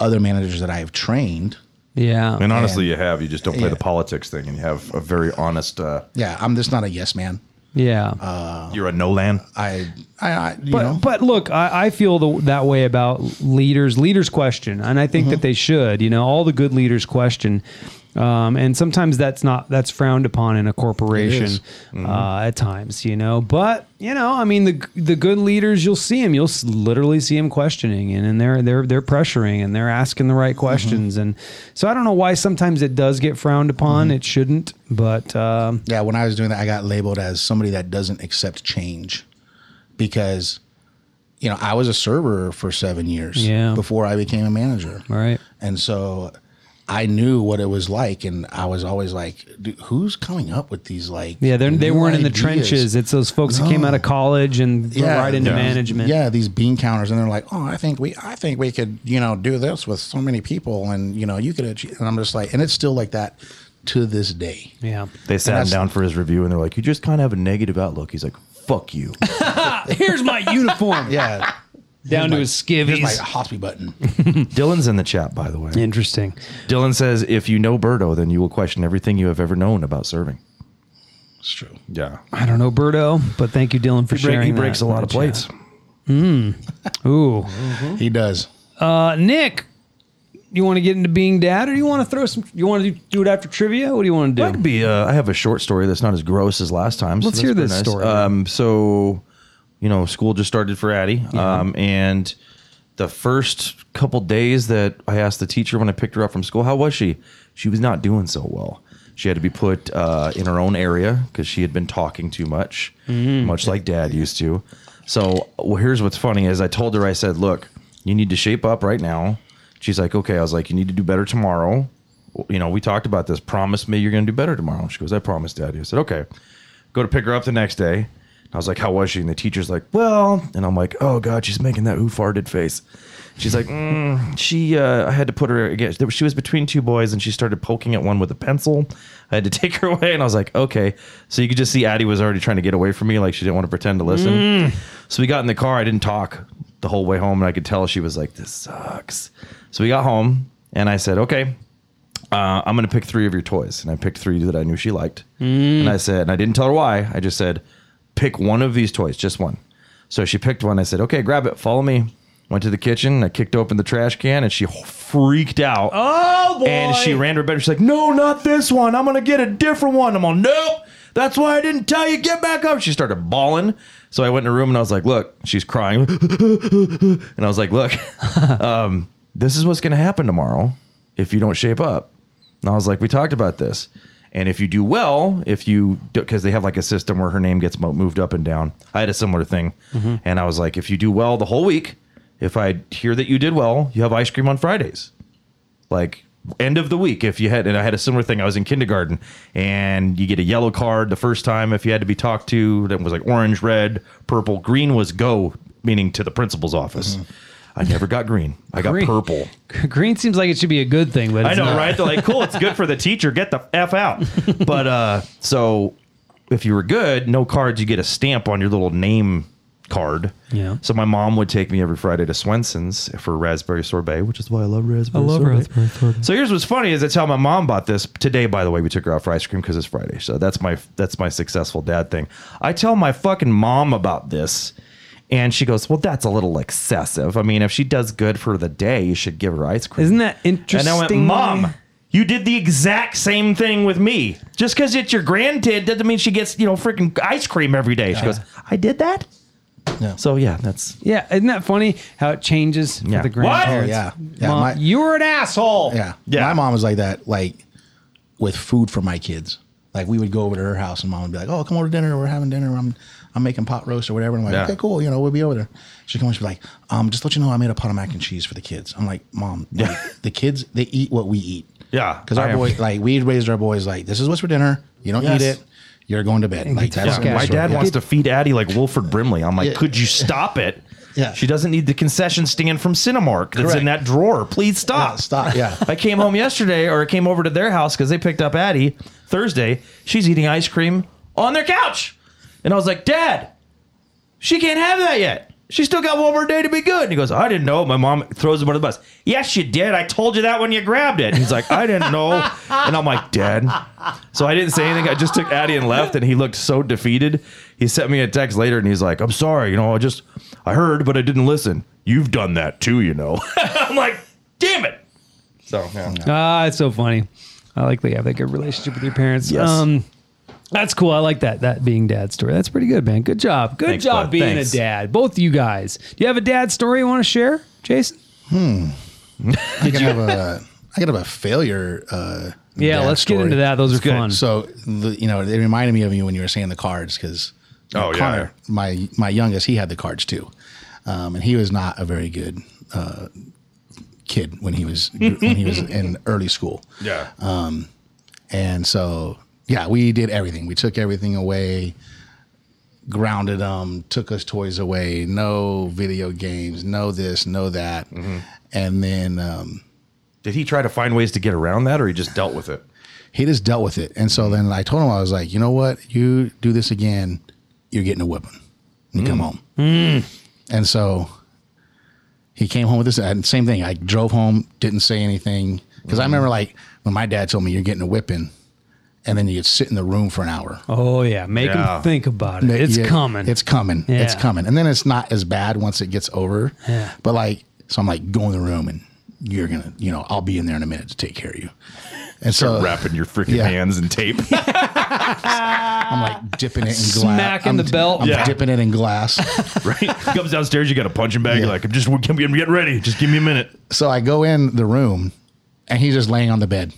Speaker 3: other managers that i have trained
Speaker 1: yeah.
Speaker 2: And honestly, you have. You just don't play the
Speaker 3: Yeah.
Speaker 2: politics thing, and you have a very honest. Uh,
Speaker 3: yeah i'm just not a yes man
Speaker 1: yeah.
Speaker 2: you're a no land.
Speaker 3: i i, I you
Speaker 1: but,
Speaker 3: know
Speaker 1: but look, I, I feel the, that way about leaders. Leaders question, and I
Speaker 3: Mm-hmm.
Speaker 1: think that they should. You know, all the good leaders question, um, and sometimes that's not that's frowned upon in a corporation
Speaker 3: Mm-hmm.
Speaker 1: uh, at times. You know, but you know, I mean, the the good leaders, you'll see them. You'll s- literally see them questioning, and, and they're they're they're pressuring, and they're asking the
Speaker 3: Mm-hmm.
Speaker 1: right questions, and so I don't know why sometimes it does get frowned upon.
Speaker 3: Mm-hmm.
Speaker 1: It shouldn't, but um,
Speaker 3: yeah when i was doing that i got labeled as somebody that doesn't accept change because you know i was a server for seven years
Speaker 1: Yeah.
Speaker 3: before i became a manager
Speaker 1: all right.
Speaker 3: And so I knew what it was like. And I was always like, "Dude, who's coming up with these like,
Speaker 1: Yeah, they're, they
Speaker 3: new
Speaker 1: weren't in the
Speaker 3: ideas?"
Speaker 1: trenches. It's those folks that came out of college and went
Speaker 3: Yeah,
Speaker 1: right into
Speaker 3: yeah.
Speaker 1: management.
Speaker 3: Yeah. These bean counters. And they're like, Oh, I think we, I think we could, you know, do this with so many people and you know, you could, achieve. and I'm just like, and it's still like that to this day.
Speaker 1: Yeah.
Speaker 2: They sat him
Speaker 3: that's-
Speaker 2: down for his review, and they're like, "You just kind of have a negative outlook." He's like, "Fuck [LAUGHS] you."
Speaker 1: Here's my uniform.
Speaker 3: Yeah.
Speaker 1: [LAUGHS] Down to his skivvies.
Speaker 3: Here's my hospital button.
Speaker 2: Dylan's in the chat, by the way.
Speaker 1: Interesting.
Speaker 2: Dylan says, "If you know Birdo, then you will question everything you have ever known about serving."
Speaker 3: It's true.
Speaker 2: Yeah,
Speaker 1: I don't know Birdo, but thank you, Dylan, for
Speaker 2: he, break,
Speaker 1: sharing.
Speaker 2: he breaks
Speaker 1: that
Speaker 2: a lot
Speaker 1: in
Speaker 2: of
Speaker 1: the
Speaker 2: plates.
Speaker 1: chat. Ooh,
Speaker 3: He does.
Speaker 1: uh, Nick, you want to get into being dad, or you want to throw some? You want to do, do it after trivia? What do you want to
Speaker 2: That
Speaker 1: do?
Speaker 2: could be. Uh, I have a short story that's not as gross as last time. so
Speaker 1: Let's
Speaker 2: that's
Speaker 1: hear this
Speaker 2: pretty
Speaker 1: story.
Speaker 2: Um, so, you know, school just started for Addie, um, and the first couple days that I asked the teacher when I picked her up from school, how was she? She was not doing so well. She had to be put uh, in her own area because she had been talking too much,
Speaker 1: Mm-hmm.
Speaker 2: much like Dad used to. So, well, here's what's funny: is I told her, I said, "Look, you need to shape up right now." She's like, "Okay." I was like, "You need to do better tomorrow." You know, we talked about this. Promise me you're going to do better tomorrow. She goes, "I promise, Daddy." I said, "Okay." go to pick her up the next day. I was like, how was she? And the teacher's like, well, and I'm like, oh God, she's making that who farted face. She's like, mm, she, uh, I had to put her again. She was between two boys and she started poking at one with a pencil. I had to [LAUGHS] take her away. And I was like, okay. So you could just see Addie was already trying to get away from me. Like she didn't want to pretend to listen. So we got in the car. I didn't talk the whole way home. And I could tell she was like, this sucks. So we got home and I said, okay, uh, I'm going to pick three of your toys. And I picked three that I knew she liked. And
Speaker 1: Mm.
Speaker 2: I said, and I didn't tell her why. I just said, pick one of these toys, just one. So she picked one. I said, okay, grab it, follow me. Went to the kitchen. I kicked open the trash can and she freaked out.
Speaker 1: oh boy!
Speaker 2: And she ran to her bedroom. She's like, no, not this one. I'm going to get a different one. I'm on, nope. That's why I didn't tell you. Get back up. She started bawling. So I went in her room and I was like, look, she's crying. [LAUGHS] and I was like, look, [LAUGHS] um, this is what's going to happen tomorrow if you don't shape up. And I was like, we talked about this. And if you do well, if you because they have like a system where her name gets mo- moved up and down. I had a similar thing. And I was like, if you do well the whole week, if I hear that you did well, you have ice cream on Fridays like end of the week if you had and i had a similar thing i was in kindergarten and you get a yellow card the first time if you had to be talked to that was like orange red purple green was go meaning to the principal's office i never got green i got
Speaker 1: Green.
Speaker 2: purple
Speaker 1: [LAUGHS] Green seems like it should be a good thing, but
Speaker 2: I
Speaker 1: it's
Speaker 2: know,
Speaker 1: not.
Speaker 2: right? They're like, cool, it's good for the teacher. Get the F
Speaker 1: [LAUGHS]
Speaker 2: out. But uh, so if you were good, no cards, you get a stamp on your little name card.
Speaker 1: Yeah.
Speaker 2: So my mom would take me every Friday to Swenson's for raspberry sorbet, which is why I love raspberry
Speaker 1: I love
Speaker 2: sorbet.
Speaker 1: raspberry sorbet.
Speaker 2: So here's what's funny is that's how my mom bought this today. By the way, we took her out for ice cream because it's Friday. So that's my that's my successful dad thing. I tell my fucking mom about this, and she goes, "Well, that's a little excessive. I mean, if she does good for the day, you should give her ice cream."
Speaker 1: Isn't that interesting?
Speaker 2: And I went, Mom, you did the exact same thing with me. Just because it's your grandkid doesn't mean she gets, you know, freaking ice cream every day. She goes, I did that?
Speaker 3: Yeah.
Speaker 2: So, yeah, that's.
Speaker 1: Yeah, isn't that funny how it changes
Speaker 2: Yeah.
Speaker 1: for the
Speaker 2: What?
Speaker 1: grandparents?
Speaker 3: Oh, yeah. Yeah,
Speaker 1: Mom,
Speaker 3: my-
Speaker 1: you were an asshole.
Speaker 3: Yeah.
Speaker 2: Yeah.
Speaker 3: My mom was like that. Like with food for my kids. Like we would go over to her house and mom would be like, "Oh, come over to dinner. We're having dinner. I'm I'm making pot roast or whatever." And I'm like,
Speaker 2: Yeah.
Speaker 3: "Okay, cool. You know, we'll be over there." She comes, she'd be like, "Um, just to let you know, I made a pot of mac and cheese for the kids." I'm like,
Speaker 2: [LAUGHS]
Speaker 3: "Mom, like, the kids they eat what we eat."
Speaker 2: Yeah,
Speaker 3: because our
Speaker 2: I am.
Speaker 3: boys like we raised our boys like this is what's for dinner. You don't
Speaker 2: Yes.
Speaker 3: eat it. You're going to bed. Like
Speaker 1: get the
Speaker 3: that's
Speaker 1: fuck out.
Speaker 2: My
Speaker 1: That's
Speaker 2: dad
Speaker 3: yeah.
Speaker 2: wants to feed Addie like Wilford Brimley. I'm like,
Speaker 3: Yeah.
Speaker 2: could you stop it?
Speaker 3: Yeah.
Speaker 2: She doesn't need the concession stand from Cinemark that's
Speaker 3: Correct.
Speaker 2: in that drawer. Please stop.
Speaker 3: Yeah, stop, yeah.
Speaker 2: I came home yesterday or I came over to their house because they picked up Addie Thursday. She's eating ice cream on their couch. And I was like, Dad, she can't have that yet. She still got one more day to be good. And he goes, I didn't know. My mom throws him under the bus. Yes, you did. I told you that when you grabbed it. And he's like, I didn't know. And I'm like, Dad. So I didn't say anything. I just took Addie and left. And he looked so defeated. He sent me a text later and he's like, I'm sorry. You know, I just, I heard, but I didn't listen. You've done that too, you know. [LAUGHS] I'm like, damn it. So, yeah.
Speaker 1: Ah, it's so funny. I like that you have that good relationship with your parents.
Speaker 2: Yes.
Speaker 1: Um, that's cool. I like that that being dad story. That's pretty good, man. Good job. Good
Speaker 2: Thanks,
Speaker 1: job
Speaker 2: bud.
Speaker 1: being
Speaker 2: Thanks.
Speaker 1: a dad. Both of you guys. Do you have a dad story you want to share, Jason?
Speaker 3: I could have a I could have a failure. Uh,
Speaker 1: Yeah,
Speaker 3: dad
Speaker 1: let's
Speaker 3: story.
Speaker 1: get into that. Those are fun.
Speaker 3: So the, you know, it reminded me of you when you were saying the cards because
Speaker 2: Oh, yeah.
Speaker 3: Connor, my my youngest, he had the cards too, um, and he was not a very good uh, kid when he was when he was in early school.
Speaker 2: Yeah.
Speaker 3: And so, yeah, we did everything. We took everything away, grounded them, took us toys away, no video games, no this, no that.
Speaker 2: Mm-hmm.
Speaker 3: And then um,
Speaker 2: Did he try to find ways to get around that or he just dealt with it?
Speaker 3: he just dealt with it.
Speaker 1: Mm-hmm.
Speaker 3: And so then I told him, I was like, you know what? You do this again, you're getting a whipping. You
Speaker 1: Mm.
Speaker 3: come home. And so he came home with this. And same thing. I drove home, didn't say anything. Because
Speaker 1: Mm.
Speaker 3: I remember like when my dad told me, you're getting a whipping. And then you could sit in the room for an hour.
Speaker 1: oh yeah, make
Speaker 2: Yeah.
Speaker 1: them think about it. It's
Speaker 3: Yeah,
Speaker 1: coming.
Speaker 3: It's coming. It's
Speaker 1: Yeah.
Speaker 3: coming. And then it's not as bad once it gets over.
Speaker 1: Yeah.
Speaker 3: But like, so I'm like, go in the room and you're going to, you know, I'll be in there in a minute to take care of you. And so
Speaker 2: Wrapping your freaking
Speaker 3: [LAUGHS] Yeah.
Speaker 2: hands in tape.
Speaker 3: I'm like dipping it in glass.
Speaker 1: Smacking
Speaker 3: I'm,
Speaker 1: the belt.
Speaker 3: I'm
Speaker 2: Yeah.
Speaker 3: dipping it in glass.
Speaker 2: [LAUGHS] right? He comes downstairs, you got a punching bag. You're like, I'm just I'm getting ready. Just give me a minute.
Speaker 3: so I go in the room and he's just laying on the bed.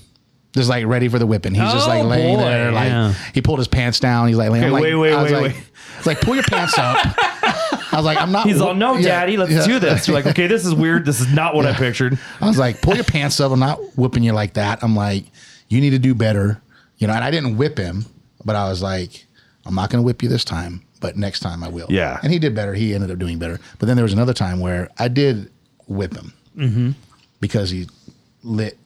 Speaker 3: Just like ready for the whipping. He's just like
Speaker 1: Oh,
Speaker 3: laying
Speaker 1: boy.
Speaker 3: there. Like
Speaker 1: Yeah.
Speaker 3: he pulled his pants down. He's like laying.
Speaker 2: Okay,
Speaker 3: I'm like,
Speaker 2: wait, wait,
Speaker 3: I was
Speaker 2: wait,
Speaker 3: like,
Speaker 2: wait.
Speaker 3: It's like pull your pants up. I was like, I'm not.
Speaker 2: He's all, no,
Speaker 3: Yeah,
Speaker 2: daddy, let's
Speaker 3: yeah.
Speaker 2: do this. You're like, okay, this is weird. This is not what I pictured.
Speaker 3: I was like, pull your pants up. I'm not whipping you like that. I'm like, you need to do better. You know, and I didn't whip him, but I was like, I'm not going to whip you this time, but next time I will.
Speaker 2: Yeah.
Speaker 3: And he did better. He ended up doing better. But then there was another time where I did whip him
Speaker 2: Mm-hmm.
Speaker 3: because he lit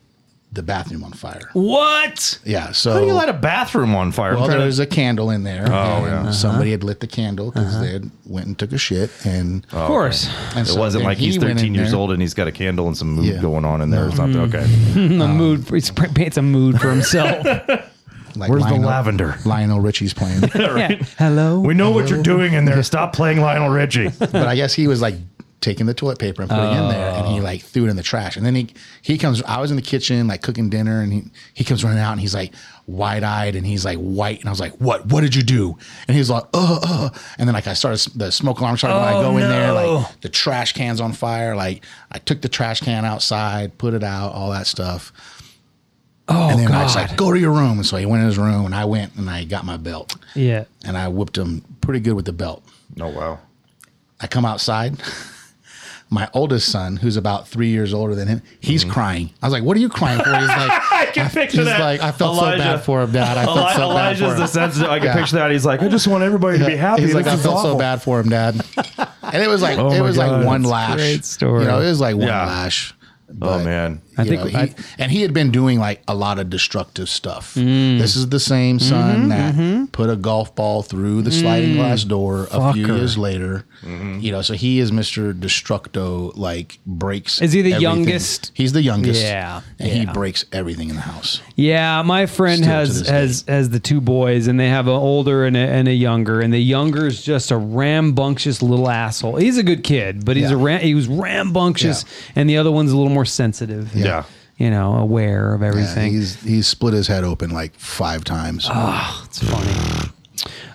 Speaker 3: the bathroom on fire.
Speaker 1: what?
Speaker 3: Yeah. So
Speaker 2: How do you light a bathroom on fire?
Speaker 3: well,
Speaker 2: I'm
Speaker 3: there
Speaker 2: trying
Speaker 3: was
Speaker 2: to-
Speaker 3: a candle in there. and
Speaker 2: Oh, yeah. Uh-huh.
Speaker 3: Somebody had lit the candle because they had went and took a shit. And,
Speaker 1: Of course.
Speaker 3: and
Speaker 2: Uh, it
Speaker 3: so
Speaker 2: wasn't
Speaker 3: then
Speaker 2: like he's
Speaker 3: he went in
Speaker 2: 13 years
Speaker 3: there.
Speaker 2: old and he's got a candle and some mood
Speaker 3: Yeah. Hmm.
Speaker 2: going on in there or something. Okay.
Speaker 1: a mood. For, he's paints a mood for himself.
Speaker 3: Like
Speaker 2: Where's the lavender? [LAUGHS]
Speaker 3: Lionel Richie's playing.
Speaker 1: [LAUGHS] Yeah. Hello.
Speaker 2: We know what you're doing in there. Stop playing Lionel
Speaker 3: [LAUGHS]
Speaker 2: Richie.
Speaker 3: but I guess he was like taking the toilet paper and putting it in there, and
Speaker 1: Oh.
Speaker 3: he like threw it in the trash. And then he he comes. I was in the kitchen like cooking dinner, and he he comes running out, and he's like wide eyed, and he's like white, and I was like, "What? What did you do?" And he's like, "Uh, uh." And then like I started the smoke alarm started when I go in there,
Speaker 1: Oh,
Speaker 3: like the trash cans on fire. Like I took the trash can outside, put it out, all that stuff.
Speaker 1: Oh
Speaker 3: And then I
Speaker 1: God.
Speaker 3: was like, "Go to your room." And so he went in his room, and I went and I got my belt,
Speaker 1: yeah.
Speaker 3: and I whipped him pretty good with the belt.
Speaker 2: Oh, wow.
Speaker 3: I come outside. [LAUGHS] My oldest son, who's about three years older than him, he's crying. I was like, "What are you crying for?"
Speaker 2: [LAUGHS]
Speaker 3: He's like,
Speaker 2: Mm-hmm. I can picture
Speaker 3: he's
Speaker 2: that.
Speaker 3: like, "I felt
Speaker 2: Elijah.
Speaker 3: so bad for him, Dad. I felt
Speaker 2: Eli-
Speaker 3: so
Speaker 2: Elijah's
Speaker 3: bad for
Speaker 2: the
Speaker 3: him."
Speaker 2: sensitive. I can
Speaker 3: Yeah.
Speaker 2: picture that. He's like, I just want everybody to be happy.
Speaker 3: He's like,
Speaker 2: This
Speaker 3: "I
Speaker 2: is
Speaker 3: felt so
Speaker 2: awful."
Speaker 3: bad for
Speaker 2: [LAUGHS]
Speaker 3: him, Dad." And it was like,
Speaker 2: Oh my
Speaker 3: it was
Speaker 2: God,
Speaker 3: like one
Speaker 2: that's a
Speaker 3: lash.
Speaker 1: great story.
Speaker 3: You know, it was like one
Speaker 2: Yeah.
Speaker 3: lash.
Speaker 2: Oh,
Speaker 3: But,
Speaker 2: man.
Speaker 1: I
Speaker 3: you
Speaker 1: think
Speaker 3: know, he,
Speaker 1: I-
Speaker 3: and he had been doing like a lot of destructive stuff.
Speaker 1: Mm.
Speaker 3: This is the same
Speaker 1: Mm-hmm,
Speaker 3: son that put a golf ball through the sliding glass door a few
Speaker 1: Mm. Fucker.
Speaker 3: years later.
Speaker 2: Mm-hmm.
Speaker 3: You know, so he is Mr. Destructo, like breaks.
Speaker 1: Is he the
Speaker 3: everything.
Speaker 1: youngest?
Speaker 3: He's the youngest.
Speaker 1: Yeah,
Speaker 3: And he
Speaker 1: yeah.
Speaker 3: breaks everything in the house.
Speaker 1: Yeah, my friend
Speaker 3: Still to
Speaker 1: has
Speaker 3: this day.
Speaker 1: has has the two boys, and they have an older and a, and a younger, and the younger is just a rambunctious little asshole. He's a good kid, but he's a
Speaker 3: Yeah.
Speaker 1: ram, he was rambunctious, and the other one's a little more sensitive.
Speaker 2: Yeah.
Speaker 1: you know, aware of
Speaker 3: Yeah,
Speaker 1: everything.
Speaker 3: he's he's split his head open like five times.
Speaker 1: it's funny.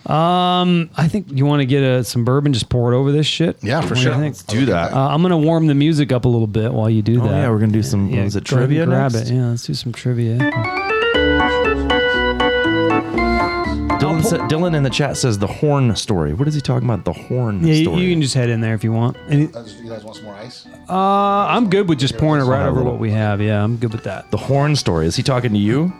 Speaker 1: Um, I think you want to get a, some bourbon, just pour it over this shit.
Speaker 3: yeah, for
Speaker 1: What do you
Speaker 3: sure.
Speaker 1: think?
Speaker 2: Do that.
Speaker 1: Uh, I'm gonna warm the music up a little bit while you do that.
Speaker 2: Oh, yeah, we're gonna do some.
Speaker 1: Yeah,
Speaker 2: is it
Speaker 1: go ahead and
Speaker 2: trivia?
Speaker 1: Grab
Speaker 2: next?
Speaker 1: it. Yeah, let's do some trivia.
Speaker 2: Dylan, sa- Dylan in the chat says the horn story. What is he talking about? The horn
Speaker 1: Yeah, you,
Speaker 2: story.
Speaker 1: you can just head in there if you want. Any-
Speaker 3: Uh, You guys want some more ice?
Speaker 1: uh, I'm good with just pouring it right
Speaker 2: I'll have a
Speaker 1: over
Speaker 2: little.
Speaker 1: what we have. Yeah, I'm good with that.
Speaker 2: the horn story. Is he talking
Speaker 1: [CLEARS THROAT]
Speaker 2: to you?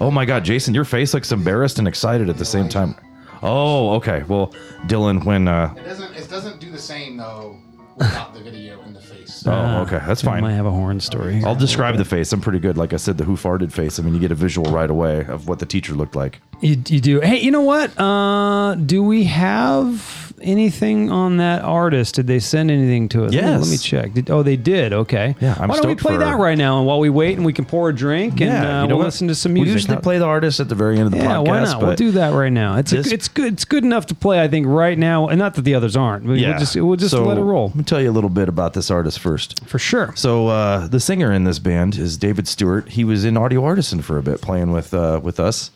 Speaker 2: oh my God, Jason, your face looks embarrassed and excited at the same time. Oh, okay. Well, Dylan, when uh,
Speaker 3: It doesn't. It doesn't do the same though without the video in the face.
Speaker 1: Uh,
Speaker 2: oh, okay, that's
Speaker 1: I might
Speaker 2: fine.
Speaker 1: have a horn story. here.
Speaker 2: I'll describe the face. I'm pretty good. Like I said, the who farted face. I mean, you get a visual right away of what the teacher looked like.
Speaker 1: You, you do. Hey, you know what? Uh, do we have anything on that artist? Did they send anything to us? Let me- Let
Speaker 2: Yes.
Speaker 1: me check. Did, oh, they did. Okay.
Speaker 2: Yeah, I'm
Speaker 1: Why don't we
Speaker 2: stoked
Speaker 1: play
Speaker 2: for-
Speaker 1: that right now? And while we wait, and we can pour a drink and uh,
Speaker 2: you know
Speaker 1: we'll
Speaker 2: what?
Speaker 1: listen to some music.
Speaker 2: We usually
Speaker 1: How-
Speaker 2: play the artist at the very end of the
Speaker 1: yeah,
Speaker 2: podcast.
Speaker 1: why not? We'll
Speaker 2: but-
Speaker 1: do that right now. It's
Speaker 2: this-
Speaker 1: a, it's good. It's good enough to play. I think right now, and not that the others aren't. But We'll just we'll just
Speaker 2: So,
Speaker 1: let it roll
Speaker 2: Let me tell you a little bit about this artist first.
Speaker 1: for sure.
Speaker 2: So uh, the singer in this band is David Stewart. He was in Audio Artisan for a bit, playing with uh, with us,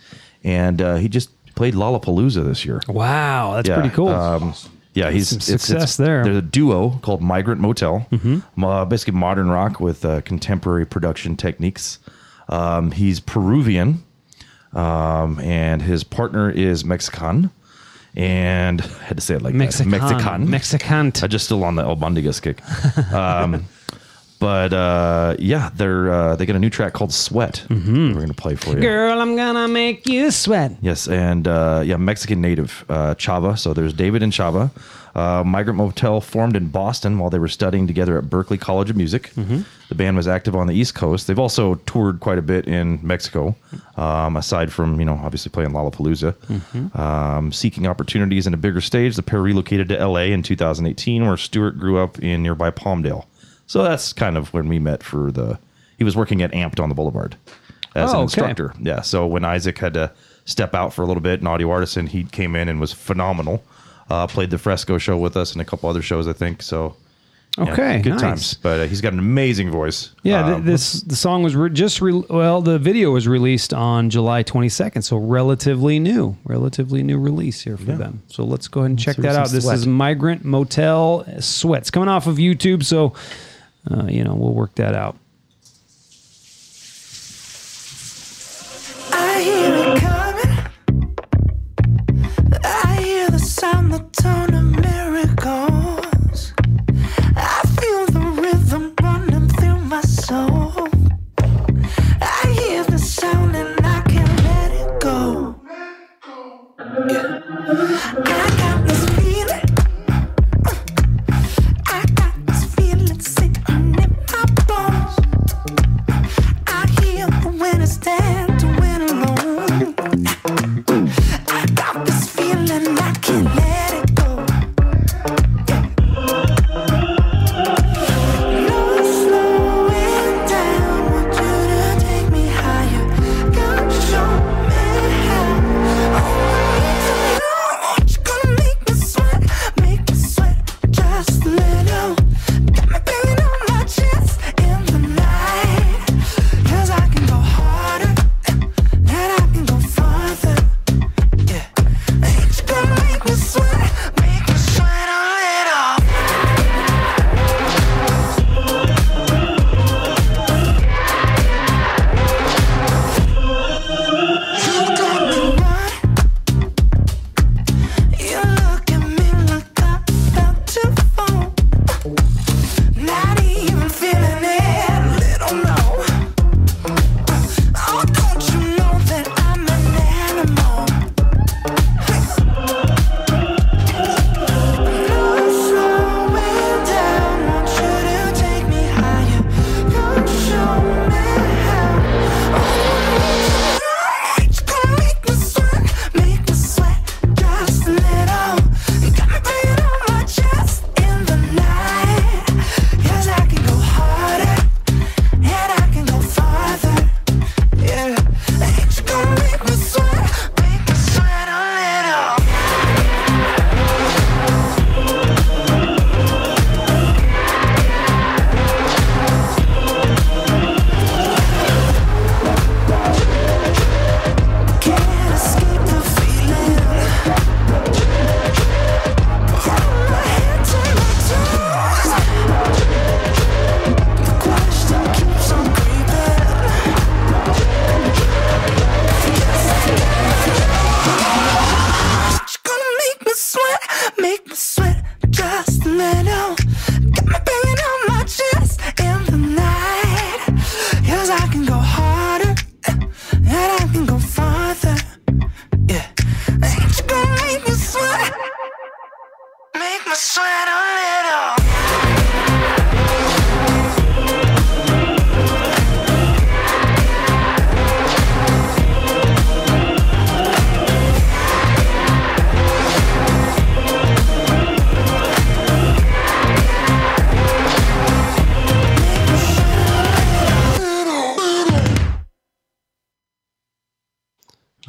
Speaker 2: and uh, he just played Lollapalooza this year.
Speaker 1: Wow, that's
Speaker 2: Yeah,
Speaker 1: pretty cool.
Speaker 2: Um, yeah, he's
Speaker 1: Some success there. Mm-hmm.
Speaker 2: There's a duo called Migrant Motel, uh, basically modern rock with uh, contemporary production techniques. Um, he's Peruvian, um, and his partner is Mexican. And I had to say it like
Speaker 1: Mexican,
Speaker 2: that. Mexican.
Speaker 1: Mexican.
Speaker 2: I just still on the El Bundigas kick. Um, [LAUGHS] but uh, yeah, they're uh, they got a new track called Sweat.
Speaker 1: Mm-hmm.
Speaker 2: We're gonna play for you.
Speaker 1: Girl, I'm gonna make you sweat.
Speaker 2: Yes, and uh, yeah, Mexican native uh, Chava. So there's David and Chava. Uh, Migrant Motel formed in Boston while they were studying together at Berkeley College of Music. The band was active on the East Coast. They've also toured quite a bit in Mexico, um, aside from you know obviously playing Lollapalooza. Um, seeking opportunities in a bigger stage, the pair relocated to LA in 2018, where Stewart grew up in nearby Palmdale. So that's kind of when we met for the. He was working at Amped on the Boulevard
Speaker 1: Oh,
Speaker 2: as an
Speaker 1: okay.
Speaker 2: instructor. Yeah. So when Isaac had to step out for a little bit, and Audio Artisan, he came in and was phenomenal. Uh, played the Fresco show with us and a couple other shows, I think. So yeah,
Speaker 1: Okay,
Speaker 2: good
Speaker 1: nice.
Speaker 2: times. But uh, he's got an amazing voice.
Speaker 1: Yeah, th-
Speaker 2: Um,
Speaker 1: this the song was re- just re- well, the video was released on July 22nd, so relatively new, relatively new release here for them. So let's go ahead and check
Speaker 2: hear
Speaker 1: that
Speaker 2: some
Speaker 1: out. This
Speaker 2: sweat.
Speaker 1: is Migrant Motel Sweats coming off of YouTube, so uh, you know we'll work that out.
Speaker 6: I hear it coming. I hear the sound, the tone of miracles. I feel the rhythm running through my soul. I hear the sound and I can't let it go. I got this feeling. I got this feeling sitting in my bones. Oh,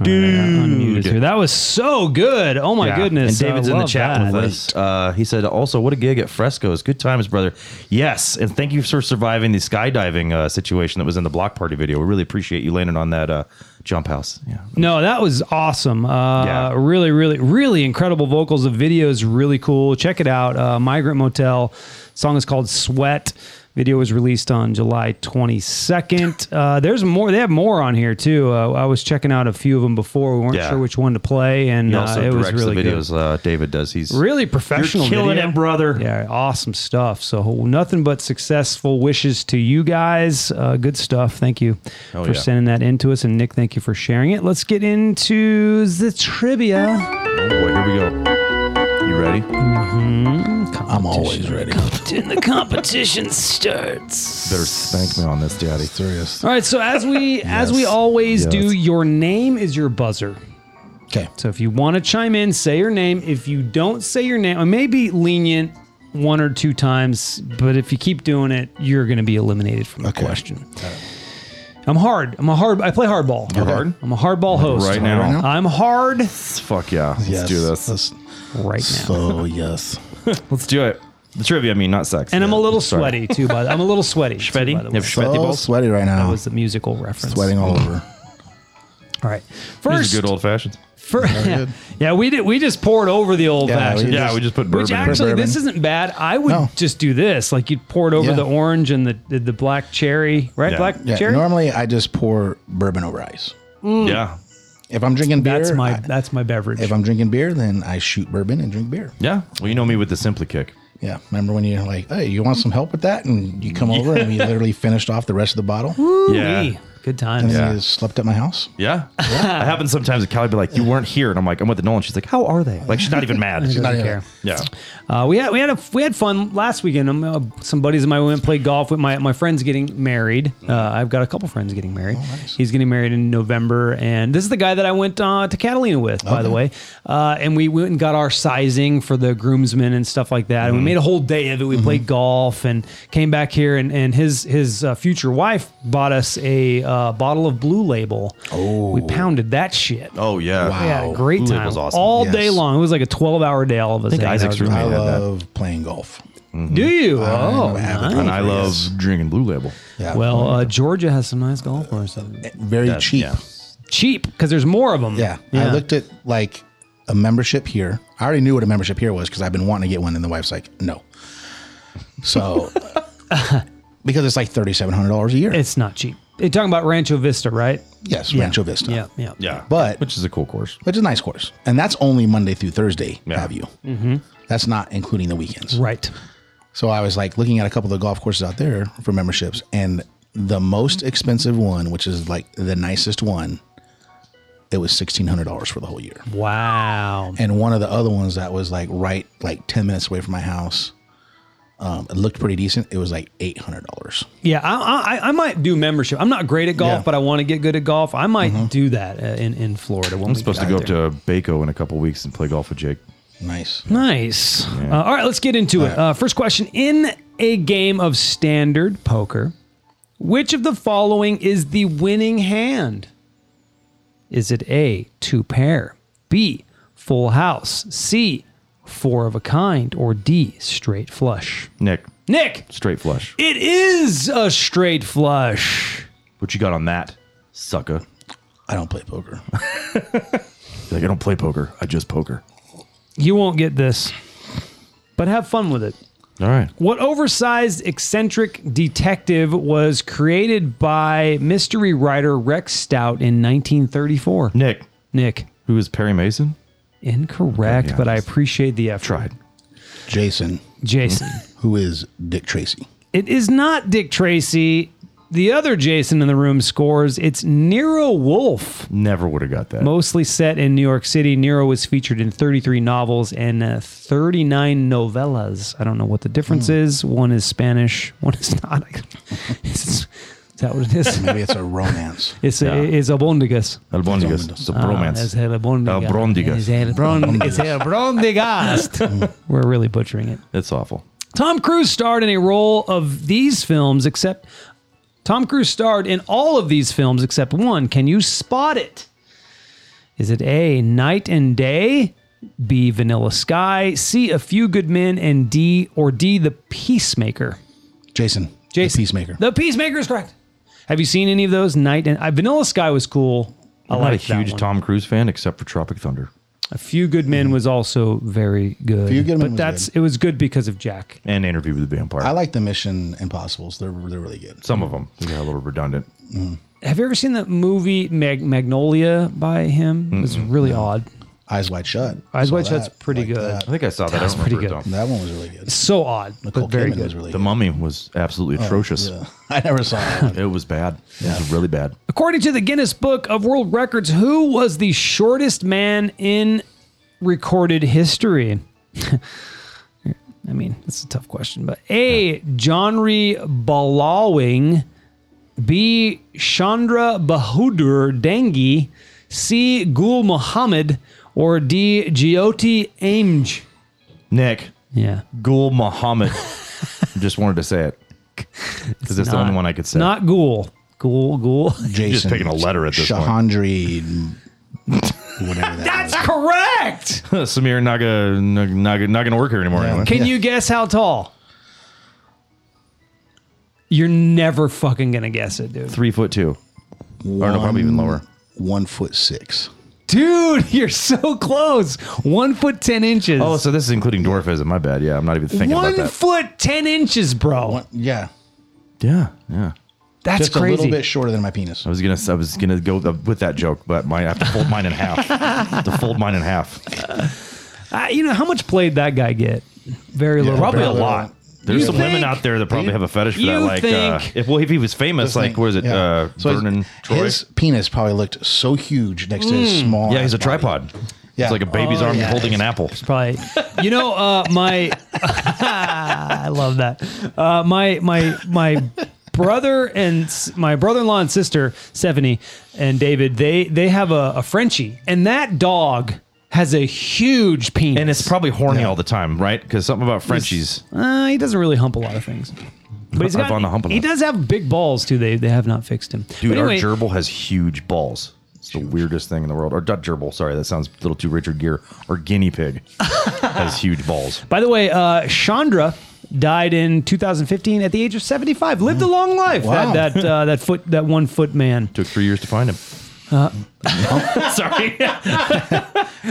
Speaker 1: Dude. That was so good. Oh my
Speaker 2: Yeah.
Speaker 1: goodness.
Speaker 2: And David's
Speaker 1: I
Speaker 2: in the
Speaker 1: love
Speaker 2: chat
Speaker 1: that.
Speaker 2: with us. Uh, he said, also, what a gig at Fresco's. Good times, brother. Yes. And thank you for surviving the skydiving uh, situation that was in the block party video. We really appreciate you landing on that uh, jump house. Yeah.
Speaker 1: No, that was awesome. Uh,
Speaker 2: Yeah.
Speaker 1: Really, really, really incredible vocals. The video is really cool. Check it out. Uh, Migrant Motel. Song is called Sweat. Video was released on July 22nd. Uh, there's more. They have more on here too. Uh, I was checking out a few of them before. We weren't
Speaker 2: Yeah.
Speaker 1: sure which one to play, and
Speaker 2: He
Speaker 1: uh,
Speaker 2: also
Speaker 1: it was
Speaker 2: directs
Speaker 1: really
Speaker 2: the
Speaker 1: good.
Speaker 2: videos uh, David does. He's
Speaker 1: Really professional.
Speaker 2: You're killing
Speaker 1: video.
Speaker 2: it, brother.
Speaker 1: Yeah, awesome stuff. So nothing but successful wishes to you guys. Uh, good stuff. Thank you
Speaker 2: Oh,
Speaker 1: for
Speaker 2: yeah.
Speaker 1: sending that in to us, and Nick, thank you for sharing it. Let's get into the trivia.
Speaker 2: Oh, boy, here we go. You ready?
Speaker 3: I'm always ready.
Speaker 1: And the competition starts.
Speaker 2: Better spank me on this, Daddy.
Speaker 3: Serious.
Speaker 1: All right. So as we as we always
Speaker 2: Yes.
Speaker 1: do, your name is your buzzer.
Speaker 3: Okay.
Speaker 1: So if you want to chime in, say your name. If you don't say your name, I may be lenient one or two times, but if you keep doing it, you're going to be eliminated from the
Speaker 3: Okay.
Speaker 1: question. I'm hard. I'm a hard. I play hardball. You're
Speaker 3: hard?
Speaker 1: I'm a hardball host
Speaker 2: Right now.
Speaker 3: now?
Speaker 1: I'm hard
Speaker 2: Fuck yeah. Let's
Speaker 3: Yes.
Speaker 2: do this.
Speaker 3: Let's-
Speaker 1: right now,
Speaker 3: So yes.
Speaker 2: Let's do it. The trivia, I mean, not sex.
Speaker 1: and I'm a little
Speaker 2: Sorry.
Speaker 1: sweaty too. By the, I'm a little sweaty.
Speaker 2: Sweaty?
Speaker 1: Too, by the
Speaker 2: You have
Speaker 1: way.
Speaker 2: sweaty
Speaker 3: So
Speaker 2: balls?
Speaker 3: sweaty right
Speaker 1: That
Speaker 3: now.
Speaker 1: was the musical reference.
Speaker 3: Sweating all over.
Speaker 1: All right.
Speaker 2: These
Speaker 1: First,
Speaker 2: are good old fashions.
Speaker 1: fir- [LAUGHS] yeah,
Speaker 3: good.
Speaker 1: we did. We just poured over the old
Speaker 3: Yeah, we
Speaker 1: fashioned.
Speaker 3: did.
Speaker 2: Yeah, we just put bourbon
Speaker 1: Which
Speaker 2: in.
Speaker 1: actually,
Speaker 3: Bourbon.
Speaker 1: this isn't bad. I would
Speaker 3: No.
Speaker 1: just do this. Like you'd pour it over
Speaker 3: Yeah.
Speaker 1: the orange and the the, the black cherry, right?
Speaker 2: Yeah.
Speaker 1: Black
Speaker 3: Yeah.
Speaker 1: cherry.
Speaker 3: Normally I just pour bourbon over ice.
Speaker 2: Yeah.
Speaker 3: If I'm drinking beer,
Speaker 1: that's my
Speaker 3: I-
Speaker 1: that's my beverage.
Speaker 3: if I'm drinking beer, then I shoot bourbon and drink beer.
Speaker 2: Yeah. Well, you know me with the Simply Kick.
Speaker 3: Yeah. Remember when you're like, hey, you want some help with that? And you come over and we literally finished off the rest of the bottle.
Speaker 2: Yeah.
Speaker 1: Ooh-wee. Good times.
Speaker 3: And
Speaker 2: Yeah.
Speaker 3: then you just slept at my house.
Speaker 1: [LAUGHS]
Speaker 2: Yeah. it happens sometimes at Callie be like, you weren't here. And I'm like, I'm with the Nolan. She's like, how are they? Like, she's not
Speaker 1: [LAUGHS]
Speaker 2: even mad. She's
Speaker 1: Doesn't
Speaker 2: not-
Speaker 3: yeah.
Speaker 1: care.
Speaker 2: [LAUGHS] yeah.
Speaker 1: Uh, we had we had a, we had fun last weekend. Um, uh, some buddies of mine went and played golf with my my friends getting married.
Speaker 2: Mm-hmm.
Speaker 1: Uh, I've got a couple friends getting married.
Speaker 2: Oh,
Speaker 1: He's getting married in November, and this is the guy that I went uh, to Catalina with, by the way. Uh, and we went and got our sizing for the groomsmen and stuff like that. And
Speaker 2: Mm-hmm.
Speaker 1: we made a whole day of it. We played golf and came back here, and and his his uh, future wife bought us a uh, bottle of Blue Label. Oh, we pounded that shit.
Speaker 2: Oh, yeah.
Speaker 3: Wow.
Speaker 1: Yeah, great
Speaker 2: Blue
Speaker 1: time.
Speaker 2: Label's awesome.
Speaker 1: All day
Speaker 3: Yes.
Speaker 1: long. It was like a 12 hour day, all of us.
Speaker 2: think
Speaker 1: hanging
Speaker 2: Isaac's
Speaker 1: out.
Speaker 2: room-
Speaker 3: I
Speaker 2: Yeah, that-
Speaker 3: love playing golf.
Speaker 1: Do you? oh, nice.
Speaker 3: have a golf
Speaker 2: And I love
Speaker 3: Yes.
Speaker 2: drinking Blue Label.
Speaker 3: Yeah.
Speaker 1: Well, uh, Georgia has some nice golf courses.
Speaker 3: very cheap.
Speaker 2: yeah.
Speaker 3: Yeah.
Speaker 1: Cheap because there's more of them.
Speaker 3: I looked at like a membership here. I already knew what a membership here was because I've been wanting to get one, and the wife's like, no.
Speaker 1: [LAUGHS]
Speaker 3: So, because it's like $3,700 a year.
Speaker 1: It's not cheap. You're talking about Rancho Vista, right?
Speaker 3: yes, Rancho Vista.
Speaker 1: Yeah, yeah,
Speaker 2: Yeah.
Speaker 3: But-
Speaker 2: which is a cool course.
Speaker 3: Which is a nice course. And that's only Monday through Thursday,
Speaker 2: Yeah.
Speaker 3: have you? That's not including the weekends.
Speaker 1: Mm-hmm. Right.
Speaker 3: So I was like looking at a couple of the golf courses out there for memberships, and the most expensive one, which is like the nicest one, it was sixteen hundred dollars for the whole year.
Speaker 1: Wow.
Speaker 3: And one of the other ones that was like right like ten minutes away from my house, um, it looked pretty decent. It was like eight hundred dollars.
Speaker 1: Yeah, I, I, I might do membership. I'm not great at golf,
Speaker 3: Yeah.
Speaker 1: but I want to get good at golf. I might do that uh, in in Florida. When
Speaker 2: Mm-hmm. I'm supposed to go up to Baco in a couple weeks and play golf with Jake.
Speaker 3: Nice.
Speaker 1: Hmm. Nice. Uh, all right, let's get into it. Uh, first question: In a game of standard poker, which of the following is the winning hand? Is it A, two pair, B, full house, C, four of a kind, or D, straight flush?
Speaker 2: Nick,
Speaker 1: Nick,
Speaker 2: straight flush.
Speaker 1: it is a straight flush.
Speaker 2: What you got on that, sucker?
Speaker 3: I don't play poker.
Speaker 2: He's like, I don't play poker. I just poker.
Speaker 1: You won't get this, but have fun with it.
Speaker 2: All right.
Speaker 1: What oversized eccentric detective was created by mystery writer Rex Stout in 1934?
Speaker 2: Nick,
Speaker 1: Nick,
Speaker 2: who is Perry Mason?
Speaker 1: incorrect,
Speaker 2: Yeah,
Speaker 1: but I
Speaker 2: just-
Speaker 1: appreciate the effort.
Speaker 2: Tried.
Speaker 3: Jason,
Speaker 1: Jason.
Speaker 3: who is Dick Tracy?
Speaker 1: it is not Dick Tracy. The other Jason in the room scores. It's Nero Wolf.
Speaker 2: Never would have got that.
Speaker 1: Mostly set in New York City, Nero was featured in 33 novels and uh, 39 novellas. I don't know what the difference is. One is Spanish, one is not. [LAUGHS] is that what it is? [LAUGHS]
Speaker 3: Maybe it's a romance.
Speaker 1: It's a, it's a bondigas.
Speaker 2: Albondigas. It's a bromance.
Speaker 1: It's a bondiga.
Speaker 2: Albrondigas.
Speaker 1: It's a bron- it's a
Speaker 2: [LAUGHS]
Speaker 1: brondigast. We're really butchering it.
Speaker 2: it's awful.
Speaker 1: Tom Cruise starred in a role of these films, except Tom Cruise starred in all of these films except one. Can you spot it? Is it A, Night and Day, B, Vanilla Sky, C, A Few Good Men, and D, or D, The Peacemaker?
Speaker 3: Jason.
Speaker 1: Jason.
Speaker 3: The Peacemaker.
Speaker 1: The Peacemaker is correct. Have you seen any of those? Night and uh, Vanilla Sky was cool. I
Speaker 2: I'm not a
Speaker 1: like
Speaker 2: huge
Speaker 1: that one.
Speaker 2: Tom Cruise fan except for Tropic Thunder
Speaker 1: A Few Good Men was also very good.
Speaker 3: Few Good Men
Speaker 1: but
Speaker 3: was
Speaker 1: that's it was good because of Jack.
Speaker 2: and Interview with the Vampire.
Speaker 3: I like the Mission Impossibles. They're they're really good.
Speaker 2: Some of them got a little redundant.
Speaker 1: Have you ever seen that movie Mag- Magnolia by him? It's really odd.
Speaker 3: Eyes Wide Shut.
Speaker 1: Eyes
Speaker 3: Saw
Speaker 1: Wide Shut's
Speaker 3: that.
Speaker 1: pretty
Speaker 3: Like
Speaker 1: good.
Speaker 3: That.
Speaker 2: I think I saw that. I
Speaker 1: That's
Speaker 2: don't remember
Speaker 1: pretty
Speaker 2: it,
Speaker 1: good.
Speaker 2: though.
Speaker 3: That one was really good.
Speaker 1: So odd,
Speaker 3: Nicole
Speaker 1: but very
Speaker 3: Kidman
Speaker 1: good. Oh,
Speaker 3: was really
Speaker 2: The Mummy was absolutely atrocious.
Speaker 3: good. Yeah. [LAUGHS] I
Speaker 2: [LAUGHS]
Speaker 3: never saw that. one.
Speaker 2: It was bad. It was really bad.
Speaker 1: According to the Guinness Book of World Records, who was the shortest man in recorded history? [LAUGHS] I mean, it's a tough question, but A. Johnry Balawing, B. Chandra Bahadur Dangi, C. Gul Muhammad, or D. Jyoti Amj.
Speaker 2: Nick
Speaker 1: Yeah, [LAUGHS]
Speaker 2: Gul Muhammad. just wanted to say it because it's, the
Speaker 1: not-
Speaker 2: only one I could say.
Speaker 1: not Gul. Gul, Gul.
Speaker 3: Jason.
Speaker 2: just picking a letter at this point.
Speaker 3: Shahandri.
Speaker 2: [LAUGHS]
Speaker 3: whatever
Speaker 1: [LAUGHS]
Speaker 3: that
Speaker 1: That's correct.
Speaker 2: Samir Naga, Naga, Naga not gonna work here anymore.
Speaker 3: Yeah.
Speaker 2: Anyway.
Speaker 1: Can
Speaker 3: Yeah.
Speaker 1: you guess how tall? You're never fucking gonna guess it, dude.
Speaker 2: Three foot two,
Speaker 3: was.
Speaker 2: or no, probably even
Speaker 3: One-
Speaker 2: lower.
Speaker 3: One foot six.
Speaker 1: Dude, [LAUGHS] you're so close. One foot ten inches.
Speaker 2: Oh, so this is including dwarfism. My bad. Yeah, I'm not even thinking
Speaker 1: One
Speaker 2: about that.
Speaker 1: foot ten inches, bro.
Speaker 3: One, yeah.
Speaker 2: yeah, yeah.
Speaker 1: That's
Speaker 3: Just a
Speaker 1: crazy.
Speaker 3: little bit shorter than my penis.
Speaker 2: I was gonna, I was gonna go with that joke, but my, I have to fold mine in half. to fold mine in half.
Speaker 1: Uh, you know how much played that guy get? Very little.
Speaker 2: Probably a
Speaker 3: Probably.
Speaker 2: lot. There's
Speaker 1: You
Speaker 2: some women
Speaker 1: think-
Speaker 2: out there that probably have a fetish for that.
Speaker 1: you
Speaker 2: Like, uh,
Speaker 1: think-
Speaker 2: if well, if he was famous, like,
Speaker 3: Think-
Speaker 2: where is it?
Speaker 3: yeah.
Speaker 2: Uh,
Speaker 3: So his-
Speaker 2: Vernon Troy. Mm.
Speaker 3: His penis probably looked so huge next to his small.
Speaker 2: yeah, he's a
Speaker 3: ass body.
Speaker 2: tripod.
Speaker 3: Yeah.
Speaker 2: It's like a baby's arm
Speaker 3: yeah.
Speaker 2: holding an apple.
Speaker 1: probably. You know, uh, my [LAUGHS] I love that. Uh, my my my brother and s- my brother-in-law and sister Stephanie and David they they have a, a Frenchie, and that dog has a huge penis.
Speaker 2: And it's probably horny all the time, right? Because something about Frenchies.
Speaker 1: uh, he doesn't really hump a lot of things. But he's
Speaker 2: I've
Speaker 1: got,
Speaker 2: gone to hump a
Speaker 1: he
Speaker 2: lot.
Speaker 1: does have big balls too. They they have not fixed him.
Speaker 2: Dude,
Speaker 1: But anyway,
Speaker 2: our gerbil has huge balls. It's the weirdest thing in the world. Or not gerbil, sorry, that sounds a little too Richard Gere. Or guinea pig [LAUGHS] has huge balls.
Speaker 1: by the way, uh, Chandra died in 2015 at the age of 75. Lived a
Speaker 2: Mm.
Speaker 1: long life.
Speaker 3: Wow.
Speaker 1: That that uh, that foot that one foot
Speaker 2: [LAUGHS]
Speaker 1: man.
Speaker 2: Took three years to find him.
Speaker 1: Sorry.
Speaker 2: [LAUGHS]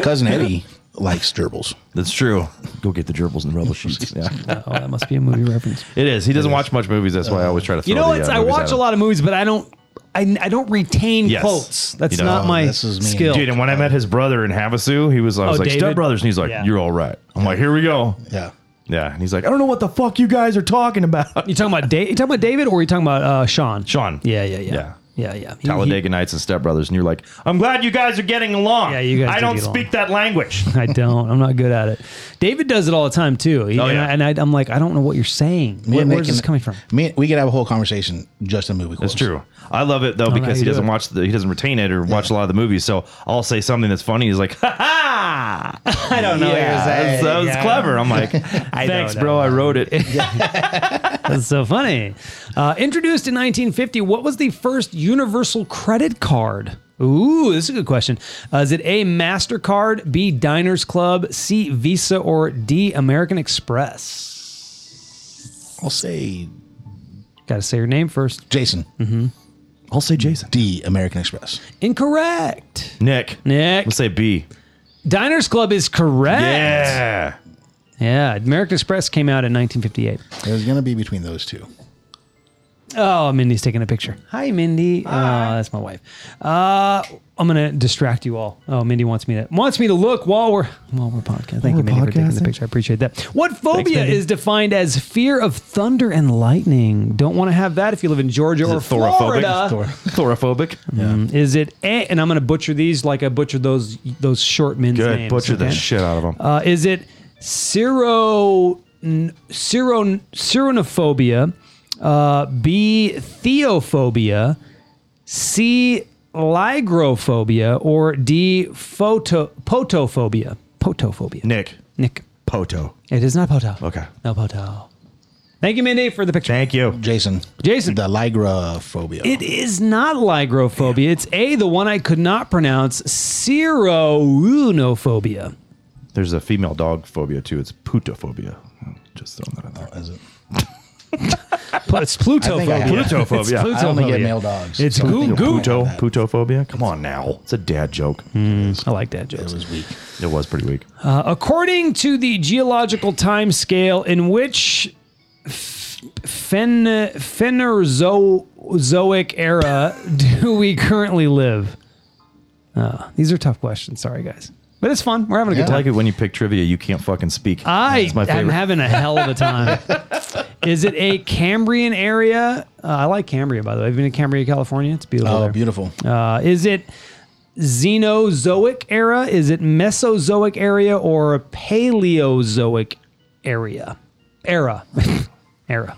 Speaker 3: Cousin Eddie likes gerbils.
Speaker 2: That's true. Go get the gerbils and the rubble sheets. [LAUGHS] Yeah.
Speaker 1: Oh, that must be a movie reference.
Speaker 2: It is. He doesn't watch much movies. That's why I always try to. Throw
Speaker 1: You know
Speaker 2: the,
Speaker 1: what?
Speaker 2: uh,
Speaker 1: I
Speaker 2: movies at
Speaker 1: watch a
Speaker 2: him.
Speaker 1: lot of movies, but I don't. I, I don't retain
Speaker 2: Yes.
Speaker 1: quotes. That's
Speaker 2: You know,
Speaker 1: not
Speaker 2: oh,
Speaker 1: my
Speaker 3: this is me.
Speaker 1: skill.
Speaker 2: Dude, and when I met his brother in Havasu, he was I was
Speaker 1: Oh,
Speaker 2: like
Speaker 1: David?
Speaker 2: step brothers, and he's like,
Speaker 1: Yeah.
Speaker 2: "You're all right." I'm like, "Here we go."
Speaker 3: Yeah.
Speaker 2: Yeah, and he's like, "I don't know what the fuck you guys are talking about."
Speaker 1: you talking about da- you talking about David or you talking about uh, Sean?
Speaker 2: [LAUGHS] Sean.
Speaker 1: Yeah, yeah, yeah,
Speaker 2: Yeah.
Speaker 1: yeah, yeah. yeah. He-
Speaker 2: Talladega Nights and Step Brothers, and you're like, "I'm glad you guys are getting along."
Speaker 1: Yeah, you guys
Speaker 2: I
Speaker 1: do
Speaker 2: don't
Speaker 1: get
Speaker 2: speak that language.
Speaker 1: he- [LAUGHS] I don't. I'm not good at it. David does it all the time too. He-
Speaker 2: Oh, yeah.
Speaker 1: And, I, and I, am like, I don't know what you're saying.
Speaker 3: Me
Speaker 1: Where,
Speaker 3: and Nick
Speaker 1: where's this
Speaker 3: can-
Speaker 1: coming from?
Speaker 3: Me, and- we could have a whole conversation just in movie quotes.
Speaker 2: That's true. I love it though
Speaker 1: know how
Speaker 2: because
Speaker 1: you
Speaker 2: he
Speaker 1: do
Speaker 2: doesn't
Speaker 1: it.
Speaker 2: watch the he doesn't retain it or watch a lot of the movies. So I'll say something that's funny. He's like, [LAUGHS] "Ha
Speaker 1: [LAUGHS]
Speaker 2: ha!" I don't know.
Speaker 3: Yeah,
Speaker 2: that was, that was
Speaker 1: yeah.
Speaker 2: clever.
Speaker 1: [LAUGHS]
Speaker 2: I'm like,
Speaker 1: Thanks,
Speaker 2: "Thanks, bro. I
Speaker 1: [LAUGHS]
Speaker 2: wrote it."
Speaker 1: That's so funny. Uh, introduced in 1950, what was the first universal credit card? Ooh, this is a good question. Uh, is it A, MasterCard, B, Diners Club, C, Visa, or D, American Express?
Speaker 3: I'll say
Speaker 1: Got to say your name first.
Speaker 3: Jason.
Speaker 2: I'll say Jason.
Speaker 3: D. American Express.
Speaker 1: Incorrect.
Speaker 2: Nick.
Speaker 1: Nick.
Speaker 2: Let's say B.
Speaker 1: Diners Club is correct.
Speaker 2: Yeah.
Speaker 1: Yeah, American Express came out in 1958.
Speaker 3: It was gonna be between those two.
Speaker 1: Oh, Mindy's taking a picture. Hi, Mindy. Uh, that's my wife. Uh, I'm gonna distract you all. Oh, Mindy wants me to wants me to look while we're while we're podcasting. Thank you, Mindy, for taking the picture. I appreciate that. What phobia
Speaker 2: Mindy.
Speaker 1: is defined as fear of thunder and lightning? Don't want to have that if you live in Georgia or Florida.
Speaker 2: Thoraphobic. um, Thorophobic.
Speaker 1: Is it A? And I'm gonna butcher these like I butchered those those short men's
Speaker 2: Good.
Speaker 1: names.
Speaker 2: Butcher the
Speaker 1: okay?
Speaker 2: shit out of him.
Speaker 1: Uh, is it sero, n- sero, seronophobia, uh, B, theophobia, C, ligrophobia, or D, photo, potophobia? Potophobia.
Speaker 2: Nick.
Speaker 1: Nick.
Speaker 2: Poto.
Speaker 1: It is not poto.
Speaker 2: Okay.
Speaker 1: No poto. Thank you, Mindy, for the picture.
Speaker 2: Thank you.
Speaker 3: Jason.
Speaker 1: Jason.
Speaker 3: The ligrophobia.
Speaker 1: It is not ligrophobia. It's A, the one I could not pronounce, serorunophobia.
Speaker 2: There's a female dog phobia too. It's putophobia. Just throwing that in there.
Speaker 3: Is it?
Speaker 1: Pl- It's plutophobia.
Speaker 3: think I have-
Speaker 2: Plutophobia.
Speaker 1: It's
Speaker 2: I
Speaker 3: I only get
Speaker 1: plutophobia.
Speaker 3: male dogs.
Speaker 1: It's
Speaker 3: so I think
Speaker 1: goo
Speaker 3: it
Speaker 1: goo.
Speaker 3: might have
Speaker 2: Puto,
Speaker 3: that.
Speaker 2: putophobia. Come on now. It's a dad joke.
Speaker 1: Hmm. I like that joke.
Speaker 3: It was weak.
Speaker 2: It was pretty weak.
Speaker 1: According to the geological time scale in which f- Fen- Phanerozoic era [LAUGHS] do we currently live? Uh, these are tough questions. Sorry, guys. But it's fun. We're having a good
Speaker 2: I
Speaker 1: time.
Speaker 2: like it when you pick trivia, you can't fucking speak.
Speaker 1: I
Speaker 2: That's my
Speaker 1: am
Speaker 2: favorite.
Speaker 1: having a hell of a
Speaker 2: [LAUGHS]
Speaker 1: time. Is it a Cambrian area? Uh, I like Cambria, by the way. I've been to Cambria, California. It's beautiful.
Speaker 3: Oh,
Speaker 1: there.
Speaker 3: beautiful.
Speaker 1: Uh, is it Xenozoic era? Is it Mesozoic area or a Paleozoic area? Era, [LAUGHS] era.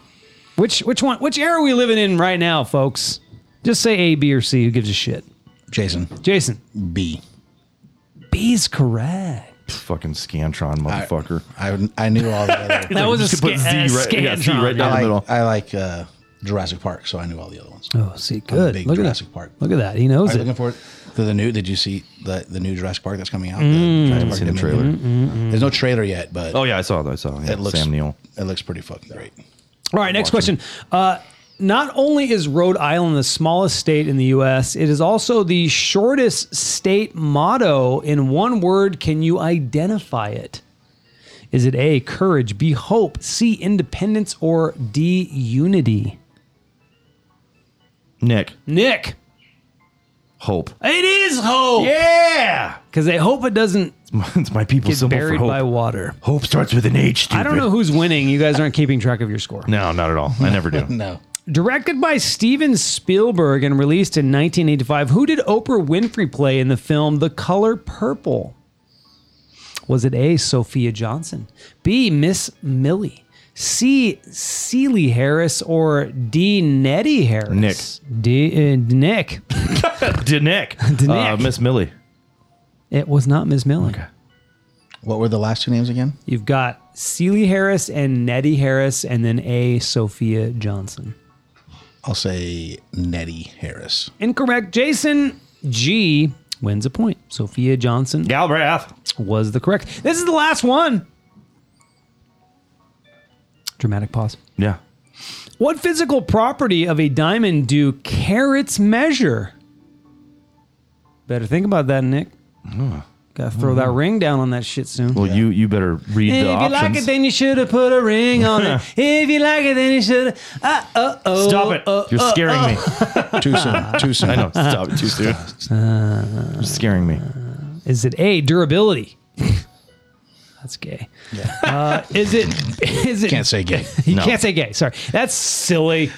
Speaker 1: Which which one? Which era are we living in right now, folks? Just say A, B, or C. Who gives a shit?
Speaker 3: Jason.
Speaker 1: Jason,
Speaker 3: B.
Speaker 1: B's correct.
Speaker 2: fucking Scantron, motherfucker.
Speaker 3: I, I knew all the other.
Speaker 1: That was a,
Speaker 2: just
Speaker 1: sca-
Speaker 2: could put Z
Speaker 1: a
Speaker 2: right- yeah, Z
Speaker 1: Scantron.
Speaker 2: right down.
Speaker 3: I
Speaker 2: middle.
Speaker 3: like, I like uh, Jurassic Park, so I knew all the other ones.
Speaker 1: Oh, see, good.
Speaker 3: big
Speaker 1: Look at
Speaker 3: Jurassic
Speaker 1: that.
Speaker 3: Park.
Speaker 1: Look at that. He knows
Speaker 3: Are you
Speaker 1: it.
Speaker 3: looking forward to the new? Did you see the the new Jurassic Park that's coming out? The Jurassic Park
Speaker 2: seen the
Speaker 3: Dominion?
Speaker 2: trailer.
Speaker 3: There's no trailer yet, but
Speaker 2: Oh yeah, I saw that. I saw yeah,
Speaker 3: it looks
Speaker 2: Sam Neill.
Speaker 3: It looks pretty fucking great.
Speaker 1: All right, next question. Uh, not only is Rhode Island the smallest state in the U.S., it is also the shortest state motto. In one word, can you identify it? Is it A, courage, B, hope, C, independence, or D, unity?
Speaker 2: Nick,
Speaker 1: Nick,
Speaker 2: hope.
Speaker 1: it is hope.
Speaker 2: Yeah,
Speaker 1: Because they hope it doesn't
Speaker 2: [LAUGHS] it's my people's
Speaker 1: get
Speaker 2: symbol for
Speaker 1: buried
Speaker 2: hope.
Speaker 1: by water.
Speaker 2: hope starts with an H. Stupid.
Speaker 1: I don't know who's winning. You guys aren't keeping track of your score.
Speaker 2: No, not at all. I
Speaker 1: [LAUGHS]
Speaker 2: never do.
Speaker 3: No,
Speaker 1: Directed by Steven Spielberg and released in 1985, who did Oprah Winfrey play in the film The Color Purple? Was it A. Sophia Johnson, B. Miss Millie, C. Celie Harris, or D. Nettie Harris? Nick. D. Uh, Nick.
Speaker 2: Did Nick? Uh,
Speaker 1: Nick.
Speaker 2: Miss Millie.
Speaker 1: It was not Miss Millie.
Speaker 3: what were the last two names again?
Speaker 1: You've got Celie Harris and Nettie Harris, and then A. Sophia Johnson.
Speaker 3: I'll say Nettie Harris.
Speaker 1: Incorrect. Jason G. wins a point. Sophia Johnson
Speaker 2: Galbraith.
Speaker 1: was the correct. This is the last one. Dramatic pause.
Speaker 2: Yeah.
Speaker 1: What physical property of a diamond do carats measure? Better think about that, Nick. Gotta throw that ring down on that shit soon.
Speaker 2: Hmm. Well, you you better read
Speaker 1: if
Speaker 2: the
Speaker 1: you
Speaker 2: options.
Speaker 1: like it, then you should have put a ring on
Speaker 2: [LAUGHS]
Speaker 1: it. if you like it, then you should. Uh uh oh.
Speaker 2: Stop it! You're scaring me.
Speaker 3: Too soon. Too
Speaker 2: [LAUGHS]
Speaker 3: soon.
Speaker 2: I know. Stop
Speaker 3: [LAUGHS]
Speaker 2: it too soon. You're scaring me.
Speaker 1: Is it A durability? [LAUGHS] That's gay. Uh, is it? [LAUGHS] Is it?
Speaker 3: Can't say gay.
Speaker 1: You
Speaker 2: No.
Speaker 1: can't say gay. Sorry, that's silly.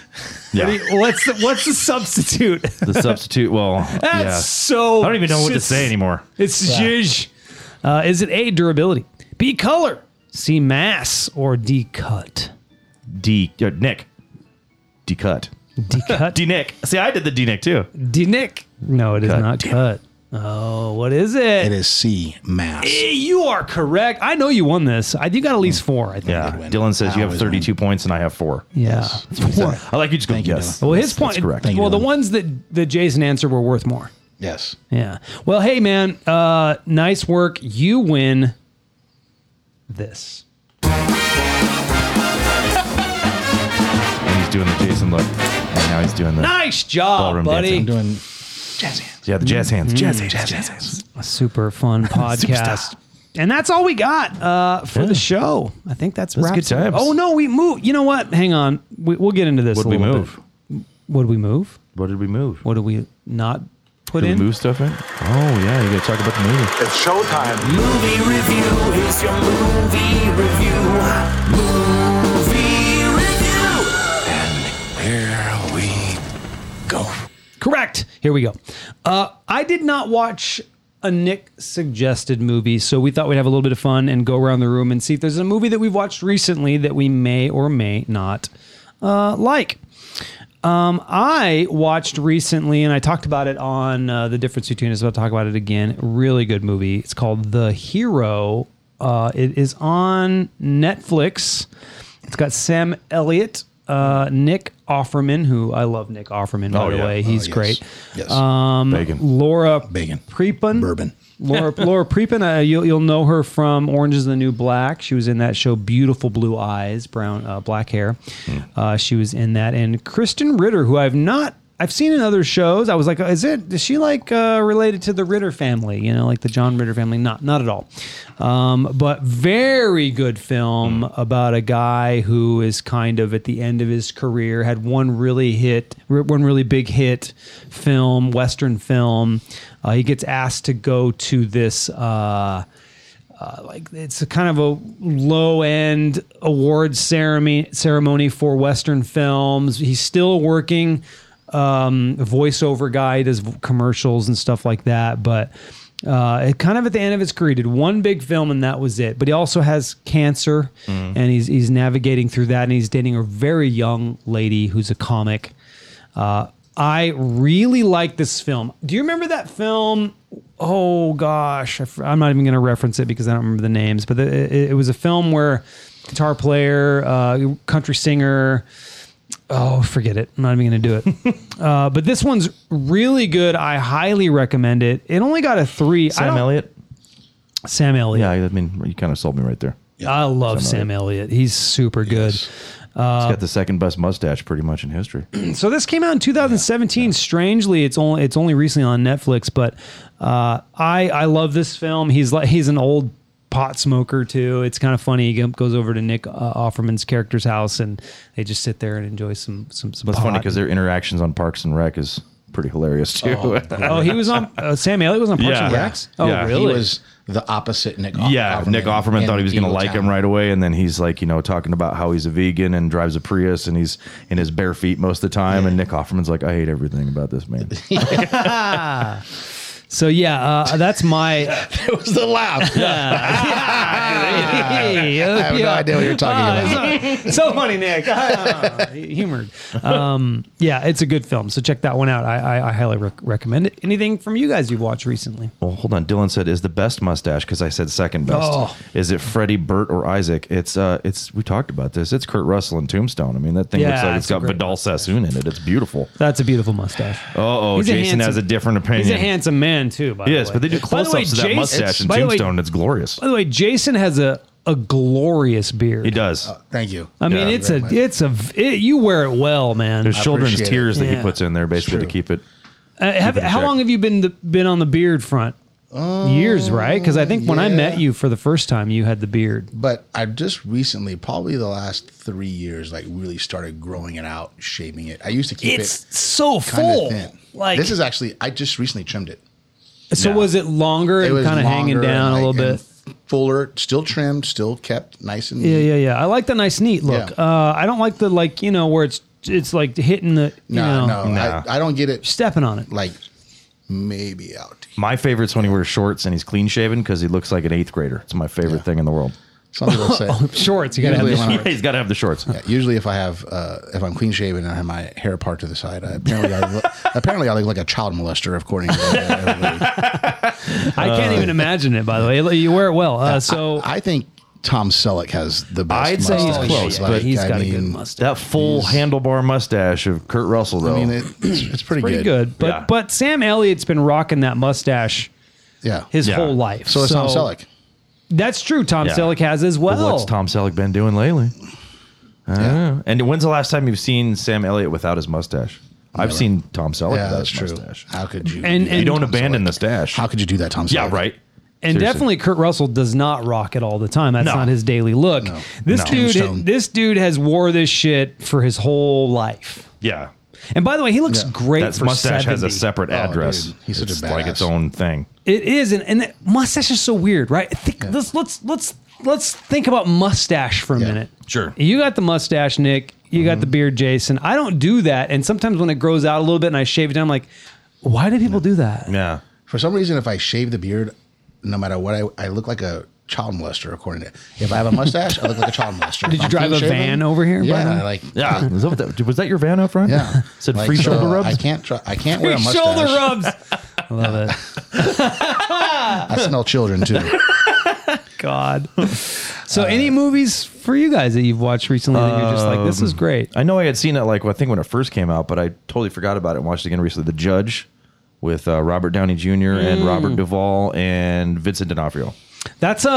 Speaker 1: What
Speaker 2: Yeah.
Speaker 1: do you- What's the, what's the substitute? [LAUGHS] That's
Speaker 2: The
Speaker 1: [LAUGHS]
Speaker 2: substitute. Well, yeah.
Speaker 1: so.
Speaker 2: I don't even know what to
Speaker 1: it's-
Speaker 2: say anymore.
Speaker 1: It's zhuzh. Uh, is it A durability, B color, C mass, or D cut?
Speaker 2: D uh, Nick. D cut.
Speaker 1: [LAUGHS] D cut.
Speaker 2: D Nick. See, I did the D Nick too.
Speaker 1: D nick. No, it is
Speaker 2: Cut.
Speaker 1: not
Speaker 2: Damn
Speaker 1: cut. Oh, what is it?
Speaker 3: It is C mass.
Speaker 1: Eh, You are correct. I know you won this. I you got at least four. I think.
Speaker 2: Mm. Yeah.
Speaker 3: win.
Speaker 2: Dylan says
Speaker 3: I
Speaker 2: you have
Speaker 3: always
Speaker 2: 32 points and I have four.
Speaker 1: Yeah. Four.
Speaker 2: I like you just go
Speaker 3: you,
Speaker 2: yes.
Speaker 1: Well, his point.
Speaker 2: That's correct.
Speaker 3: Thank you,
Speaker 1: well, the
Speaker 3: Dylan.
Speaker 1: ones that that Jason answered were worth more.
Speaker 3: Yes.
Speaker 1: Yeah. Well, hey man, uh nice work. You win this.
Speaker 2: And he's doing the Jason look. And now he's doing the
Speaker 1: Nice job,
Speaker 2: Ballroom
Speaker 1: buddy.
Speaker 3: I'm doing.
Speaker 2: yeah the jazz hands. Jazz hands.
Speaker 1: A super [LAUGHS] fun podcast. And that's all we got uh, for the show. I think that's,
Speaker 2: That's
Speaker 1: wraps
Speaker 2: good
Speaker 1: it up.
Speaker 2: times.
Speaker 1: Oh no, we move. You know what? Hang on. We, we'll get into this.
Speaker 2: Would
Speaker 1: a
Speaker 2: we
Speaker 1: little
Speaker 2: move?
Speaker 1: Bit. Would we move?
Speaker 2: What did we move?
Speaker 1: What do we not put
Speaker 2: Did we
Speaker 1: in?
Speaker 2: move stuff in? Oh yeah, you gotta talk about the movie.
Speaker 4: Movie review is your movie review. Movie review.
Speaker 1: Correct. Here we go. Uh, I did not watch a Nick suggested movie, so we thought we'd have a little bit of fun and go around the room and see if there's a movie that we've watched recently that we may or may not uh, like. Um, I watched recently, and I talked about it on uh, The Difference Between Us, but I'll talk about it again. Really good movie. It's called The Hero. Uh, it is on Netflix. It's got Sam Elliott, uh, Nick Offerman, who I love Nick Offerman, by
Speaker 2: Oh,
Speaker 1: the
Speaker 2: yeah.
Speaker 1: way. He's
Speaker 3: yes.
Speaker 1: great.
Speaker 3: Yes.
Speaker 1: uh,
Speaker 2: Um, Bacon.
Speaker 1: Laura
Speaker 3: Bacon.
Speaker 1: Prepon.
Speaker 3: Bourbon.
Speaker 1: [LAUGHS] Laura, Laura Prepon, uh, you'll, you'll know her from Orange is the New Black. She was in that show, Beautiful Blue Eyes, brown, uh, black hair.
Speaker 3: Hmm.
Speaker 1: Uh, she was in that. And Kristen Ritter, who I've not, I've seen in other shows. I was like, is it, is she like uh, related to the Ritter family, you know, like the John Ritter family? Not, not at all. Um, but very good film about a guy who is kind of at the end of his career, had one really hit, one really big hit film, Western film. Uh, he gets asked to go to this. Uh, uh, like it's a kind of a low end awards ceremony ceremony for Western films. He's still working um, voiceover guy, he does v- commercials and stuff like that. But uh, it kind of at the end of his career, did one big film and that was it. But he also has cancer, and he's he's navigating through that, and he's dating a very young lady who's a comic. Uh, I really like this film. Do you remember that film? Oh gosh, I fr- I'm not even going to reference it because I don't remember the names. But the, it, it was a film where guitar player, uh, country singer. Oh, forget it. I'm not even going to do it. uh, but this one's really good. I highly recommend it. It only got a three. I
Speaker 2: Sam
Speaker 1: don't-
Speaker 2: Elliott.
Speaker 1: Sam Elliott.
Speaker 2: Yeah, I mean, you kind of sold me right there.
Speaker 1: I love Sam, Elliott. He's super good.
Speaker 2: He's got the second best mustache pretty much in history.
Speaker 1: So this came out in 2017. Strangely, it's only it's only recently on Netflix, but uh, I I love this film. He's like he's an old pot smoker too. It's kind of funny. He go- goes over to Nick uh, Offerman's character's house and they just sit there and enjoy some some some.
Speaker 2: It's
Speaker 1: pot.
Speaker 2: funny because their interactions on Parks and Rec is pretty hilarious too.
Speaker 1: oh, he was
Speaker 2: [LAUGHS]
Speaker 1: on uh, Sam Elliott was on Parks
Speaker 2: Yeah.
Speaker 1: and
Speaker 2: Yeah.
Speaker 1: Recs. Oh,
Speaker 2: Yeah. He
Speaker 1: really?
Speaker 3: He was the opposite Nick. Off-
Speaker 2: yeah, Nick Offerman
Speaker 3: in
Speaker 2: thought he was going to
Speaker 3: Eagle
Speaker 2: like
Speaker 3: Town.
Speaker 2: him right away, and then he's like, you know, talking about how he's a vegan and drives a Prius and he's in his bare feet most of the time, and Nick Offerman's like, I hate everything about this man.
Speaker 1: so yeah, uh, that's
Speaker 2: [LAUGHS]
Speaker 1: my.
Speaker 3: [LAUGHS] It was
Speaker 1: [LAUGHS]
Speaker 3: the laugh.
Speaker 1: Hey,
Speaker 3: [LAUGHS] I have no idea what you're talking
Speaker 1: Ah, it's [LAUGHS] So, so funny, Nick. Ah, humored. Um, yeah, it's a good film. So check that one out. I, I, I highly rec- recommend it. Anything from you guys you've watched recently?
Speaker 2: Well, hold on. Dylan said, "Is the best mustache?" Because I said second best.
Speaker 1: Oh.
Speaker 2: Is it Freddie, Burt, or Isaac? It's uh, it's we talked about this. It's Kurt Russell and Tombstone. I mean, that thing
Speaker 1: Yeah,
Speaker 2: looks like
Speaker 1: it's
Speaker 2: it's
Speaker 1: a
Speaker 2: got
Speaker 1: great
Speaker 2: Vidal Sassoon in it. It's beautiful.
Speaker 1: That's a beautiful mustache.
Speaker 2: Oh, oh,
Speaker 1: He's a
Speaker 2: Jason has a
Speaker 1: handsome-
Speaker 2: different opinion.
Speaker 1: He's a handsome man too. By
Speaker 2: yes,
Speaker 1: the way.
Speaker 2: but they do
Speaker 1: By the
Speaker 2: close ups to that
Speaker 1: Jason-
Speaker 2: mustache in
Speaker 1: by the way-
Speaker 2: Tombstone. it's glorious.
Speaker 1: By the way, Jason has a a glorious beard.
Speaker 2: He does.
Speaker 3: Thank you.
Speaker 1: I mean,
Speaker 2: Yeah.
Speaker 1: it's a it's a it, you wear it well, man.
Speaker 2: There's children's
Speaker 3: appreciate it.
Speaker 2: tears that
Speaker 1: Yeah.
Speaker 2: he puts in there basically to
Speaker 3: true.
Speaker 2: keep it.
Speaker 1: Uh, have,
Speaker 2: Keep it in
Speaker 1: how
Speaker 2: check.
Speaker 1: long have you been the, been on the beard front? Years, right? Because I think when I
Speaker 3: yeah.
Speaker 1: met you for the first time, you had the beard.
Speaker 3: But I just recently, probably the last three years, like really started growing it out, shaving it. I used to keep
Speaker 1: It's
Speaker 3: it
Speaker 1: so
Speaker 3: kind
Speaker 1: full.
Speaker 3: of thin.
Speaker 1: Like
Speaker 3: this is actually, I just recently trimmed it.
Speaker 1: so.
Speaker 2: Yeah.
Speaker 1: Was it longer
Speaker 3: It
Speaker 1: and
Speaker 3: was
Speaker 1: kind of hanging
Speaker 3: longer
Speaker 1: down
Speaker 3: and,
Speaker 1: a little
Speaker 3: like,
Speaker 1: bit?
Speaker 3: and fuller, still trimmed, still kept nice and
Speaker 1: yeah, yeah, yeah. I like the nice, neat look.
Speaker 3: Yeah.
Speaker 1: Uh, I don't like the like you know where it's it's like hitting the you
Speaker 3: No,
Speaker 1: know
Speaker 3: no,
Speaker 2: Nah.
Speaker 3: I, I don't get it.
Speaker 1: stepping on it.
Speaker 3: Like maybe out. here.
Speaker 2: My favorite's when he wears shorts and he's clean shaven because he looks like an eighth grader. It's my favorite thing in the
Speaker 3: [LAUGHS]
Speaker 2: world.
Speaker 3: Some people
Speaker 1: [LAUGHS]
Speaker 3: say.
Speaker 1: Oh,
Speaker 3: [LAUGHS]
Speaker 1: Shorts, you gotta have
Speaker 3: Usually
Speaker 1: the
Speaker 3: when
Speaker 2: [LAUGHS]
Speaker 3: I-
Speaker 2: he's got to have the shorts.
Speaker 3: Usually, if I have, uh, if I'm clean shaven and I have my hair part to the side, I, apparently, I look, [LAUGHS] apparently, I look like a child molester, according to uh, everybody.
Speaker 1: I can't even imagine it. By the
Speaker 3: [LAUGHS]
Speaker 1: way, you wear it well. Uh, so
Speaker 3: Uh, I think Tom Selleck has the best.
Speaker 2: I'd say he's
Speaker 3: mustache.
Speaker 2: close,
Speaker 3: Like,
Speaker 2: but
Speaker 1: he's
Speaker 3: I
Speaker 1: got a
Speaker 3: mean,
Speaker 1: good mustache.
Speaker 2: That full handlebar mustache of Kurt Russell, though.
Speaker 3: I mean, it, it's, it's pretty,
Speaker 1: Pretty good, but
Speaker 2: Yeah.
Speaker 1: but Sam Elliott's been rocking that mustache
Speaker 3: Yeah.
Speaker 1: his
Speaker 2: Yeah.
Speaker 1: whole life.
Speaker 3: so is Tom Selleck.
Speaker 1: That's true. Tom
Speaker 2: Yeah.
Speaker 1: Selleck has as well.
Speaker 2: But what's Tom Selleck been doing lately? I don't know. And when's the last time you've seen Sam Elliott without his mustache? I've seen Tom Selleck
Speaker 3: Yeah,
Speaker 2: without
Speaker 3: that's
Speaker 2: his
Speaker 3: true.
Speaker 2: mustache.
Speaker 3: How could you?
Speaker 1: And-
Speaker 3: do
Speaker 1: and-
Speaker 3: that,
Speaker 2: You don't
Speaker 3: Tom
Speaker 2: abandon
Speaker 3: Selleck?
Speaker 2: the stash.
Speaker 3: How could you do that, Tom?
Speaker 2: yeah,
Speaker 3: Selleck?
Speaker 2: right.
Speaker 1: And
Speaker 2: Seriously.
Speaker 1: definitely, Kurt Russell does not rock at all the time. That's
Speaker 2: No.
Speaker 1: not his daily look. This
Speaker 2: No.
Speaker 1: dude,
Speaker 3: Tombstone.
Speaker 1: this dude has wore this shit for his whole life.
Speaker 2: Yeah.
Speaker 1: And by the way, he looks
Speaker 3: Yeah.
Speaker 1: great
Speaker 2: That
Speaker 1: for
Speaker 2: mustache
Speaker 1: 70.
Speaker 2: has a separate address.
Speaker 3: Oh, dude. He's such a
Speaker 2: it's like
Speaker 3: badass.
Speaker 2: its own thing.
Speaker 1: It is, and, and that mustache is so weird, right? Think, let's let's let's let's think about mustache for a
Speaker 3: Yeah. Mm-hmm.
Speaker 1: minute.
Speaker 2: Sure.
Speaker 1: You got the mustache, Nick. You got the beard, Jason. I don't do that, and sometimes when it grows out a little bit and I shave it down, I'm like, why do people do that?
Speaker 3: [LAUGHS]
Speaker 2: Yeah.
Speaker 3: For some reason, if I shave the beard, no matter what, I, I look like a child molester. According to if I have a mustache, I look like a child molester. If
Speaker 1: you
Speaker 3: I'm
Speaker 1: drive
Speaker 3: clean
Speaker 1: a
Speaker 3: shaven,
Speaker 1: van over here,
Speaker 3: Yeah,
Speaker 1: Brian?
Speaker 3: like
Speaker 2: Yeah. was, that, what that- was that your van out front?
Speaker 3: yeah.
Speaker 2: Said
Speaker 3: [LAUGHS] Like,
Speaker 2: free
Speaker 3: so
Speaker 2: shoulder rubs?
Speaker 3: I can't try. I can't wear a mustache.
Speaker 1: Shoulder rubs.
Speaker 3: [LAUGHS]
Speaker 1: I love it. [LAUGHS]
Speaker 3: I smell children too.
Speaker 1: God. [LAUGHS] So, any
Speaker 2: Uh,
Speaker 1: movies for you guys that you've watched recently that you're just like, this
Speaker 2: um,
Speaker 1: is great?
Speaker 2: I know I had seen it like I think when it first came out, but I totally forgot about it and watched it again recently. The Judge with uh, Robert Downey Jr. and Robert Duvall and Vincent D'Onofrio.
Speaker 1: That's a,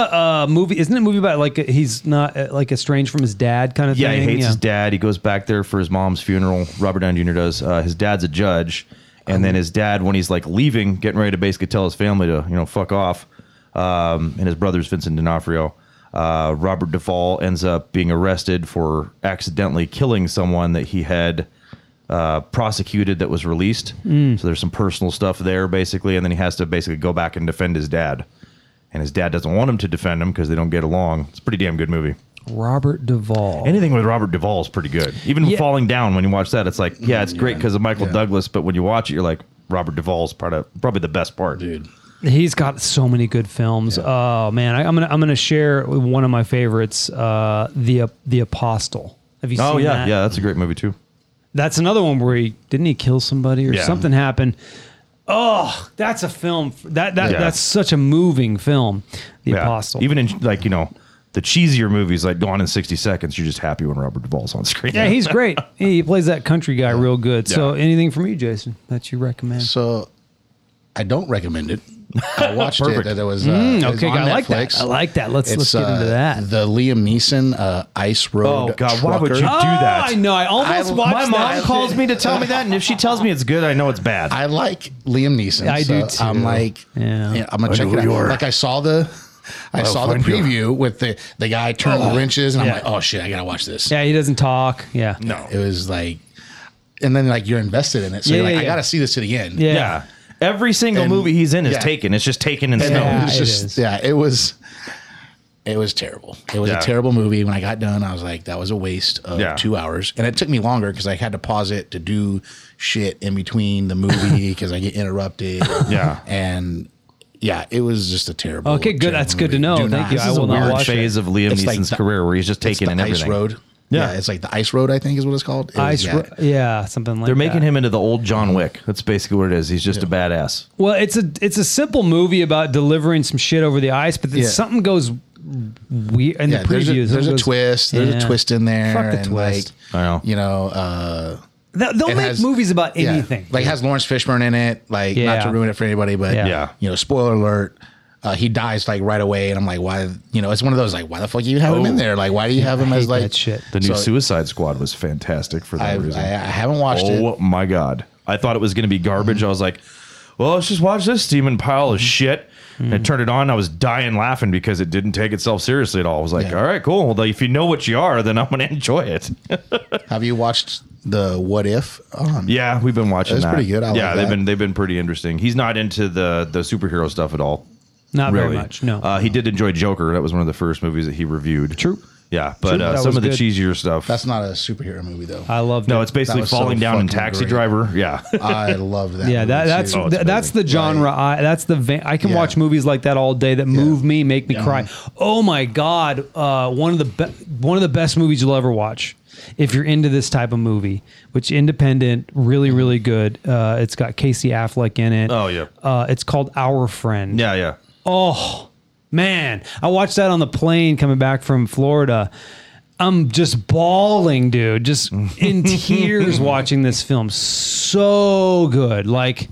Speaker 1: a movie, isn't it? A movie about like he's not uh, like estranged from his dad kind of
Speaker 2: Yeah,
Speaker 1: thing.
Speaker 2: he hates his dad. He goes back there for his mom's funeral. Robert Downey Jr. does. Uh, his dad's a judge, and then his dad, when he's like leaving, getting ready to basically tell his family to you know fuck off, um, and his brother's Vincent D'Onofrio. Uh, Robert Duvall ends up being arrested for accidentally killing someone that he had uh, prosecuted that was released. So there's some personal stuff there, basically, and then he has to basically go back and defend his dad. And his dad doesn't want him to defend him because they don't get along. It's a pretty damn good movie.
Speaker 1: Robert Duvall.
Speaker 2: Anything with Robert Duvall is pretty good. Even
Speaker 1: Yeah.
Speaker 2: Falling Down, when you watch that, it's like, yeah,
Speaker 3: Mm-hmm.
Speaker 2: it's great because of Michael Douglas, but when you watch it, you're like, Robert Duvall's part of probably the best part. Dude.
Speaker 1: He's got so many good films. Oh man, I, I'm gonna I'm gonna share one of my favorites, uh, the the Apostle. Have you
Speaker 2: Oh
Speaker 1: seen
Speaker 2: yeah,
Speaker 1: that?
Speaker 2: yeah, that's a great movie too.
Speaker 1: That's another one where he didn't he kill somebody or
Speaker 2: Yeah.
Speaker 1: something happened. Oh, that's a film. That that
Speaker 2: Yeah.
Speaker 1: that's such a moving film. The
Speaker 2: Yeah.
Speaker 1: Apostle.
Speaker 2: Even in like, you know, the cheesier movies like Gone in 60 Seconds, you're just happy when Robert Duvall's on screen.
Speaker 1: yeah, he's
Speaker 3: [LAUGHS]
Speaker 1: great. he plays that country guy real good. So anything from you, Jason, that you recommend?
Speaker 3: So I don't recommend it. I watched it.
Speaker 2: Perfect.
Speaker 3: That it was uh, it was
Speaker 1: Mm, okay,
Speaker 3: on
Speaker 1: I like that.
Speaker 3: Netflix.
Speaker 1: I like that. Let's- let's get into
Speaker 3: uh,
Speaker 1: that.
Speaker 3: The Liam Neeson uh, Ice Road.
Speaker 2: Oh, God, why
Speaker 3: Trucker.
Speaker 2: would you-
Speaker 1: oh,
Speaker 2: do that.
Speaker 1: I know. I almost
Speaker 3: I-
Speaker 1: watched
Speaker 2: My
Speaker 3: my
Speaker 1: that.
Speaker 2: mom calls me to tell me that, and if she tells me it's good, I know it's bad.
Speaker 3: I like Liam Neeson.
Speaker 1: I do
Speaker 3: so I'm
Speaker 1: too.
Speaker 3: like,
Speaker 1: Yeah.
Speaker 3: yeah, I'm gonna check
Speaker 2: know
Speaker 3: it out.
Speaker 2: you are. Oh,
Speaker 3: Like I saw the, I saw the
Speaker 2: find you.
Speaker 3: preview with the the guy turning the wrenches, and
Speaker 1: Yeah.
Speaker 3: I'm like, oh shit, I gotta watch this.
Speaker 1: Yeah, he doesn't talk. Yeah.
Speaker 3: No, it was like, and then like you're invested in it, so
Speaker 1: Yeah,
Speaker 3: you're like,
Speaker 1: yeah,
Speaker 3: I
Speaker 1: yeah.
Speaker 3: gotta see this to the end.
Speaker 1: Yeah.
Speaker 2: yeah. Every single
Speaker 3: And-
Speaker 2: movie he's in is
Speaker 3: yeah.
Speaker 2: taken. It's just taken and
Speaker 3: And
Speaker 1: Yeah,
Speaker 3: it
Speaker 2: stoned.
Speaker 3: was
Speaker 1: it
Speaker 3: just,
Speaker 1: is.
Speaker 3: yeah, it was, it was terrible. It was
Speaker 2: Yeah.
Speaker 3: a terrible movie. When I got done, I was like, that was a waste of
Speaker 2: Yeah.
Speaker 3: two hours, and it took me longer because I had to pause it to do shit in between the movie because I get interrupted.
Speaker 2: Yeah.
Speaker 3: and. Yeah, it was just a terrible.
Speaker 1: Okay, good.
Speaker 3: terrible
Speaker 1: That's good to
Speaker 3: movie.
Speaker 1: know.
Speaker 3: Do
Speaker 1: Thank
Speaker 3: not-
Speaker 1: you.
Speaker 3: This
Speaker 1: I
Speaker 3: is
Speaker 1: will
Speaker 3: a
Speaker 1: not
Speaker 3: weird
Speaker 2: Weird
Speaker 1: watch it.
Speaker 2: phase of Liam
Speaker 3: It's like
Speaker 2: Neeson's
Speaker 3: the-
Speaker 2: career where he's just
Speaker 3: It's
Speaker 2: taken and
Speaker 3: the Ice
Speaker 2: everything.
Speaker 3: Road.
Speaker 2: Yeah.
Speaker 3: Yeah. it's like the Ice Road. I think is what it's called. It was-
Speaker 1: Ice,
Speaker 3: yeah.
Speaker 1: yeah. yeah, something like
Speaker 2: They're
Speaker 1: that.
Speaker 2: making him into the old John Wick. That's basically what it is. He's just a badass.
Speaker 1: Well, it's a it's a simple movie about delivering some shit over the ice, but then
Speaker 3: Yeah.
Speaker 1: something goes weird in
Speaker 3: Yeah,
Speaker 1: the
Speaker 3: there's
Speaker 1: previews.
Speaker 3: a, there's
Speaker 1: something
Speaker 3: a
Speaker 1: goes-
Speaker 3: twist. There's
Speaker 1: Yeah.
Speaker 3: a twist in there.
Speaker 1: Fuck the
Speaker 3: and
Speaker 1: twist.
Speaker 3: Like,
Speaker 2: I know.
Speaker 3: You know, uh,
Speaker 1: They'll, they'll
Speaker 3: it
Speaker 1: make
Speaker 3: has-
Speaker 1: movies about
Speaker 3: yeah,
Speaker 1: anything.
Speaker 3: Like it has Lawrence Fishburne in it. Like not
Speaker 1: Yeah.
Speaker 3: to ruin it for anybody, but
Speaker 1: Yeah.
Speaker 2: Yeah.
Speaker 3: you know, spoiler alert. Uh, he dies like right away, and I'm like, why? You know, it's one of those like, why the fuck you have him in there? Like, why do you have him as
Speaker 1: Oh. hate
Speaker 3: like
Speaker 1: that shit.
Speaker 2: The new
Speaker 3: So-
Speaker 2: Suicide Squad was fantastic for that
Speaker 3: I, I,
Speaker 2: reason.
Speaker 3: I haven't watched it.
Speaker 2: oh my god! I thought it was going to be garbage. I was like, "Well, let's just watch this steaming pile
Speaker 3: Mm-hmm.
Speaker 2: of shit." And I turned it on. I was dying laughing because it didn't take itself seriously at all. I was like,
Speaker 3: Yeah.
Speaker 2: "All right, cool. Well, if you know what you are, then I'm going to enjoy it." [LAUGHS]
Speaker 3: Have you watched the What If? Um,
Speaker 2: yeah, we've been watching.
Speaker 3: That's
Speaker 2: that.
Speaker 3: pretty good. I like
Speaker 2: yeah, they've
Speaker 3: that.
Speaker 2: been they've been pretty interesting. He's not into the the superhero stuff at all.
Speaker 1: Not
Speaker 2: really.
Speaker 1: very much. No.
Speaker 2: uh, he did enjoy Joker. That was one of the first movies that he reviewed.
Speaker 1: True.
Speaker 2: Yeah, but
Speaker 1: True,
Speaker 2: uh,
Speaker 1: that
Speaker 2: some
Speaker 1: was
Speaker 2: of the
Speaker 1: good.
Speaker 2: cheesier stuff.
Speaker 3: That's not a superhero movie though.
Speaker 1: I love
Speaker 2: no, it's basically
Speaker 3: was so
Speaker 2: falling down in
Speaker 3: fucking
Speaker 2: Taxi
Speaker 3: great.
Speaker 2: Driver. [LAUGHS] Yeah,
Speaker 3: I love that.
Speaker 1: Yeah, that,
Speaker 3: movie,
Speaker 1: that's
Speaker 3: too.
Speaker 2: Oh, it's
Speaker 1: th- that's the genre. I, that's the vein. I can
Speaker 3: Yeah.
Speaker 1: watch movies like that all day that move me, make me cry. Oh my god, uh, one of the be- one of the best movies you'll ever watch if you're into this type of movie, which independent, really really good. Uh, it's got Casey Affleck in it.
Speaker 2: Oh, yeah.
Speaker 1: Uh, it's called Our Friend. [LAUGHS]
Speaker 2: yeah, yeah.
Speaker 1: Oh man, I watched that on the plane coming back from Florida. I'm just bawling, dude, just
Speaker 2: [LAUGHS]
Speaker 1: in tears watching this film. So good, like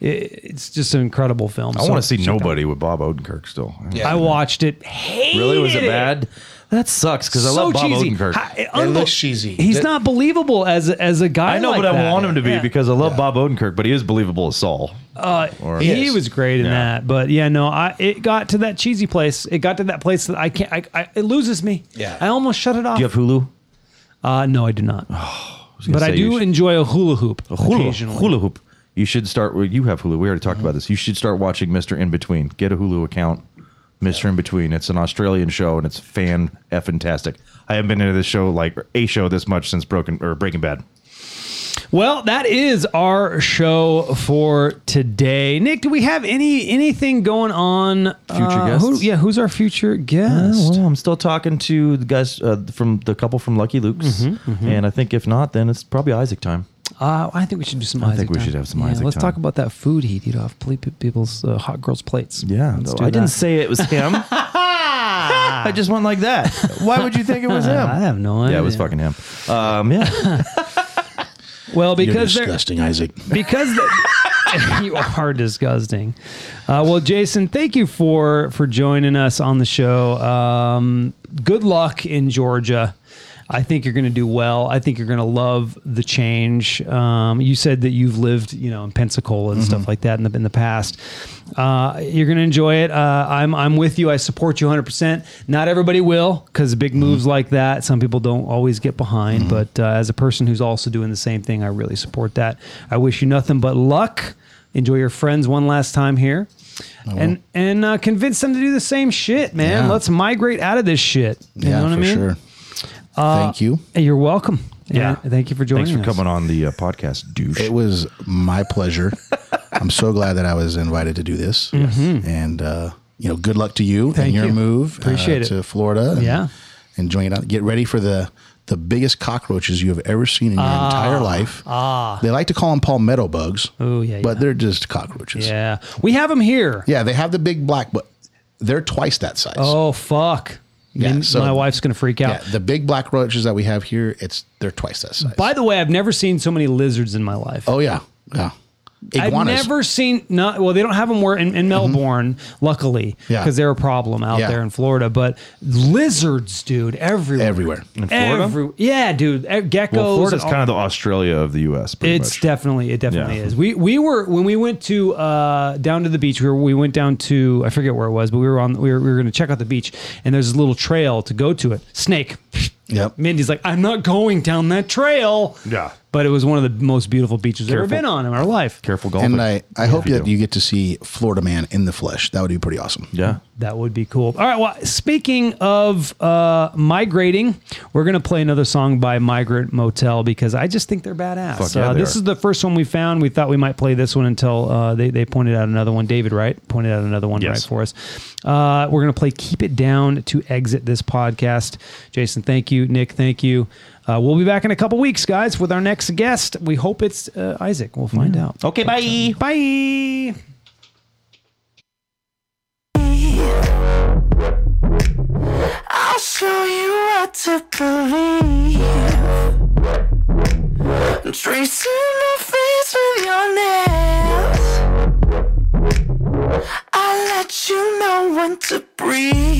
Speaker 1: it, it's just an incredible film.
Speaker 2: I want to see nobody with Bob Odenkirk still.
Speaker 1: I watched it. Hated
Speaker 2: Really, was it bad? That sucks because I
Speaker 1: so
Speaker 2: love Bob
Speaker 1: cheesy.
Speaker 2: Odenkirk.
Speaker 1: Hi-
Speaker 3: It
Speaker 1: unbe-
Speaker 3: looks cheesy.
Speaker 1: He's
Speaker 3: That-
Speaker 1: not believable as as a guy.
Speaker 2: I know,
Speaker 1: like
Speaker 2: but I
Speaker 1: that.
Speaker 2: want him to be
Speaker 1: Yeah.
Speaker 2: because I love Bob Odenkirk, but he is believable as Saul.
Speaker 1: Uh, he
Speaker 3: Yes.
Speaker 1: was great in
Speaker 2: Yeah.
Speaker 1: that, but yeah, no, I it got to that cheesy place. It got to that place that I can't. I, I it loses me.
Speaker 3: Yeah.
Speaker 1: I almost shut it off.
Speaker 2: Do you have Hulu?
Speaker 1: Uh, no, I do not.
Speaker 2: Oh,
Speaker 1: but I
Speaker 2: say you
Speaker 1: do
Speaker 2: should-
Speaker 1: enjoy a hula hoop
Speaker 2: Hulu,
Speaker 1: occasionally.
Speaker 2: Hulu hoop. You should start. Well, you have Hulu. We already talked about this. You should start watching Mister In Between. Get a Hulu account, Mister In Between. It's an Australian show and it's fan fantastic. I haven't been into this show like a show this much since Broken or Breaking Bad.
Speaker 1: Well, that is our show for today. Nick, do we have any anything going on?
Speaker 2: Future
Speaker 1: uh, who-
Speaker 2: guests?
Speaker 1: yeah, who's our future
Speaker 2: Oh,
Speaker 1: guest?
Speaker 2: well, I'm still talking Mm-hmm, to the guys uh, from the couple from Lucky Luke's, and I think if not, then it's probably Isaac time.
Speaker 1: Uh, I think we should do some. I Isaac
Speaker 2: think we
Speaker 1: time.
Speaker 2: should have some
Speaker 1: yeah,
Speaker 2: Isaac
Speaker 1: Let's
Speaker 2: time.
Speaker 1: talk about that food he'd eat off ple- people's uh, hot girls' plates. let's do
Speaker 2: I didn't
Speaker 1: that.
Speaker 2: say it was [LAUGHS] him. I just went like that. Why would you think it was him? [LAUGHS]
Speaker 1: I have no idea.
Speaker 2: yeah, it was fucking him. Um, [LAUGHS] yeah,
Speaker 1: Well,
Speaker 3: You're
Speaker 1: because they're,
Speaker 3: disgusting, Isaac.
Speaker 1: because the- [LAUGHS] you are disgusting. Uh, well, Jason, thank you for for joining us on the show. Um, good luck in Georgia. I think you're going to do well. I think you're going to love the change. Um, you said that you've lived, you know, in Pensacola and stuff like that in the in the past. Uh, you're going to enjoy it. Uh, I'm I'm with you. I support you 100. percent Not everybody will because big
Speaker 3: Mm-hmm.
Speaker 1: moves like that, some people don't always get behind. But uh, as a person who's also doing the same thing, I really support that. I wish you nothing but luck. Enjoy your friends one last time here, and and uh, convince them to do the same shit, man.
Speaker 3: Yeah.
Speaker 1: Let's migrate out of this shit. You
Speaker 3: yeah,
Speaker 1: know what
Speaker 3: for
Speaker 1: I mean? Uh,
Speaker 3: sure. Thank you.
Speaker 1: Hey, You're welcome.
Speaker 2: Yeah.
Speaker 1: And thank you for joining
Speaker 2: thanks for
Speaker 1: us.
Speaker 2: coming on the uh, podcast, douche.
Speaker 3: It was my pleasure. I'm so glad that I was invited to do this. And uh, you know, good luck to you
Speaker 1: Mm-hmm. Thank
Speaker 3: and your
Speaker 1: you.
Speaker 3: move
Speaker 1: Appreciate
Speaker 3: uh,
Speaker 1: it.
Speaker 3: to Florida. And,
Speaker 1: Yeah.
Speaker 3: and join it out. Get ready for the the biggest cockroaches you have ever seen in your entire life. Ah, they like to call them palmetto bugs.
Speaker 1: Oh, yeah,
Speaker 3: but
Speaker 1: yeah.
Speaker 3: they're just cockroaches.
Speaker 1: Yeah, we have them here.
Speaker 3: Yeah, they have the big black, but they're twice that size.
Speaker 1: Oh fuck.
Speaker 3: Yeah,
Speaker 1: Me-
Speaker 3: so-
Speaker 1: my wife's gonna freak out.
Speaker 3: yeah. The big black roaches that we have here, it's they're twice that size.
Speaker 1: By the way, I've never seen so many lizards in my life.
Speaker 3: oh yeah, yeah.
Speaker 1: I've
Speaker 3: Iguanas. Mm-hmm.
Speaker 1: never seen not well. They don't have them where in, in Melbourne, luckily,
Speaker 3: Yeah.
Speaker 1: because they're a problem out
Speaker 3: Yeah.
Speaker 1: there in Florida. But lizards, dude, everywhere,
Speaker 3: Everywhere. In
Speaker 2: Florida?
Speaker 1: Every- yeah, dude, e- geckos.
Speaker 2: well, Florida's
Speaker 1: all-
Speaker 2: kind of the Australia of the U.S. pretty
Speaker 1: It's
Speaker 2: much.
Speaker 1: definitely it definitely
Speaker 2: Yeah.
Speaker 1: is. We we were when we went to uh, down to the beach. We were, we went down to I forget where it was, but we were on we were, we were going to check out the beach, and there's this little trail to go to it. Snake.
Speaker 3: Yep.
Speaker 1: Mindy's like, I'm not going down that trail.
Speaker 2: Yeah.
Speaker 1: But it was one of the most beautiful beaches I've ever
Speaker 2: Careful.
Speaker 1: been on in our life.
Speaker 2: Careful golfing.
Speaker 3: And I, I
Speaker 2: Yeah,
Speaker 3: hope
Speaker 2: if you
Speaker 3: that
Speaker 2: do.
Speaker 3: you get to see Florida Man in the flesh. That would be pretty awesome.
Speaker 2: Yeah.
Speaker 1: That would be cool. All right. Well, speaking of uh, migrating, we're going to play another song by Migrant Motel because I just think they're badass.
Speaker 2: Fuck yeah,
Speaker 1: uh,
Speaker 2: they
Speaker 1: this
Speaker 2: are.
Speaker 1: is the first one we found. We thought we might play this one until uh, they, they pointed out another one. David Wright pointed out another one
Speaker 2: Yes.
Speaker 1: right for us. Uh, we're going to play Keep It Down to exit this podcast. Jason, thank you. Nick, thank you. Uh, we'll be back in a couple weeks, guys, with our next guest. We hope it's uh, Isaac. We'll find out.
Speaker 2: Mm. Okay, bye.
Speaker 1: Bye.
Speaker 6: I'll show you what to believe. Tracing my face with your nails. I'll let you know when to breathe.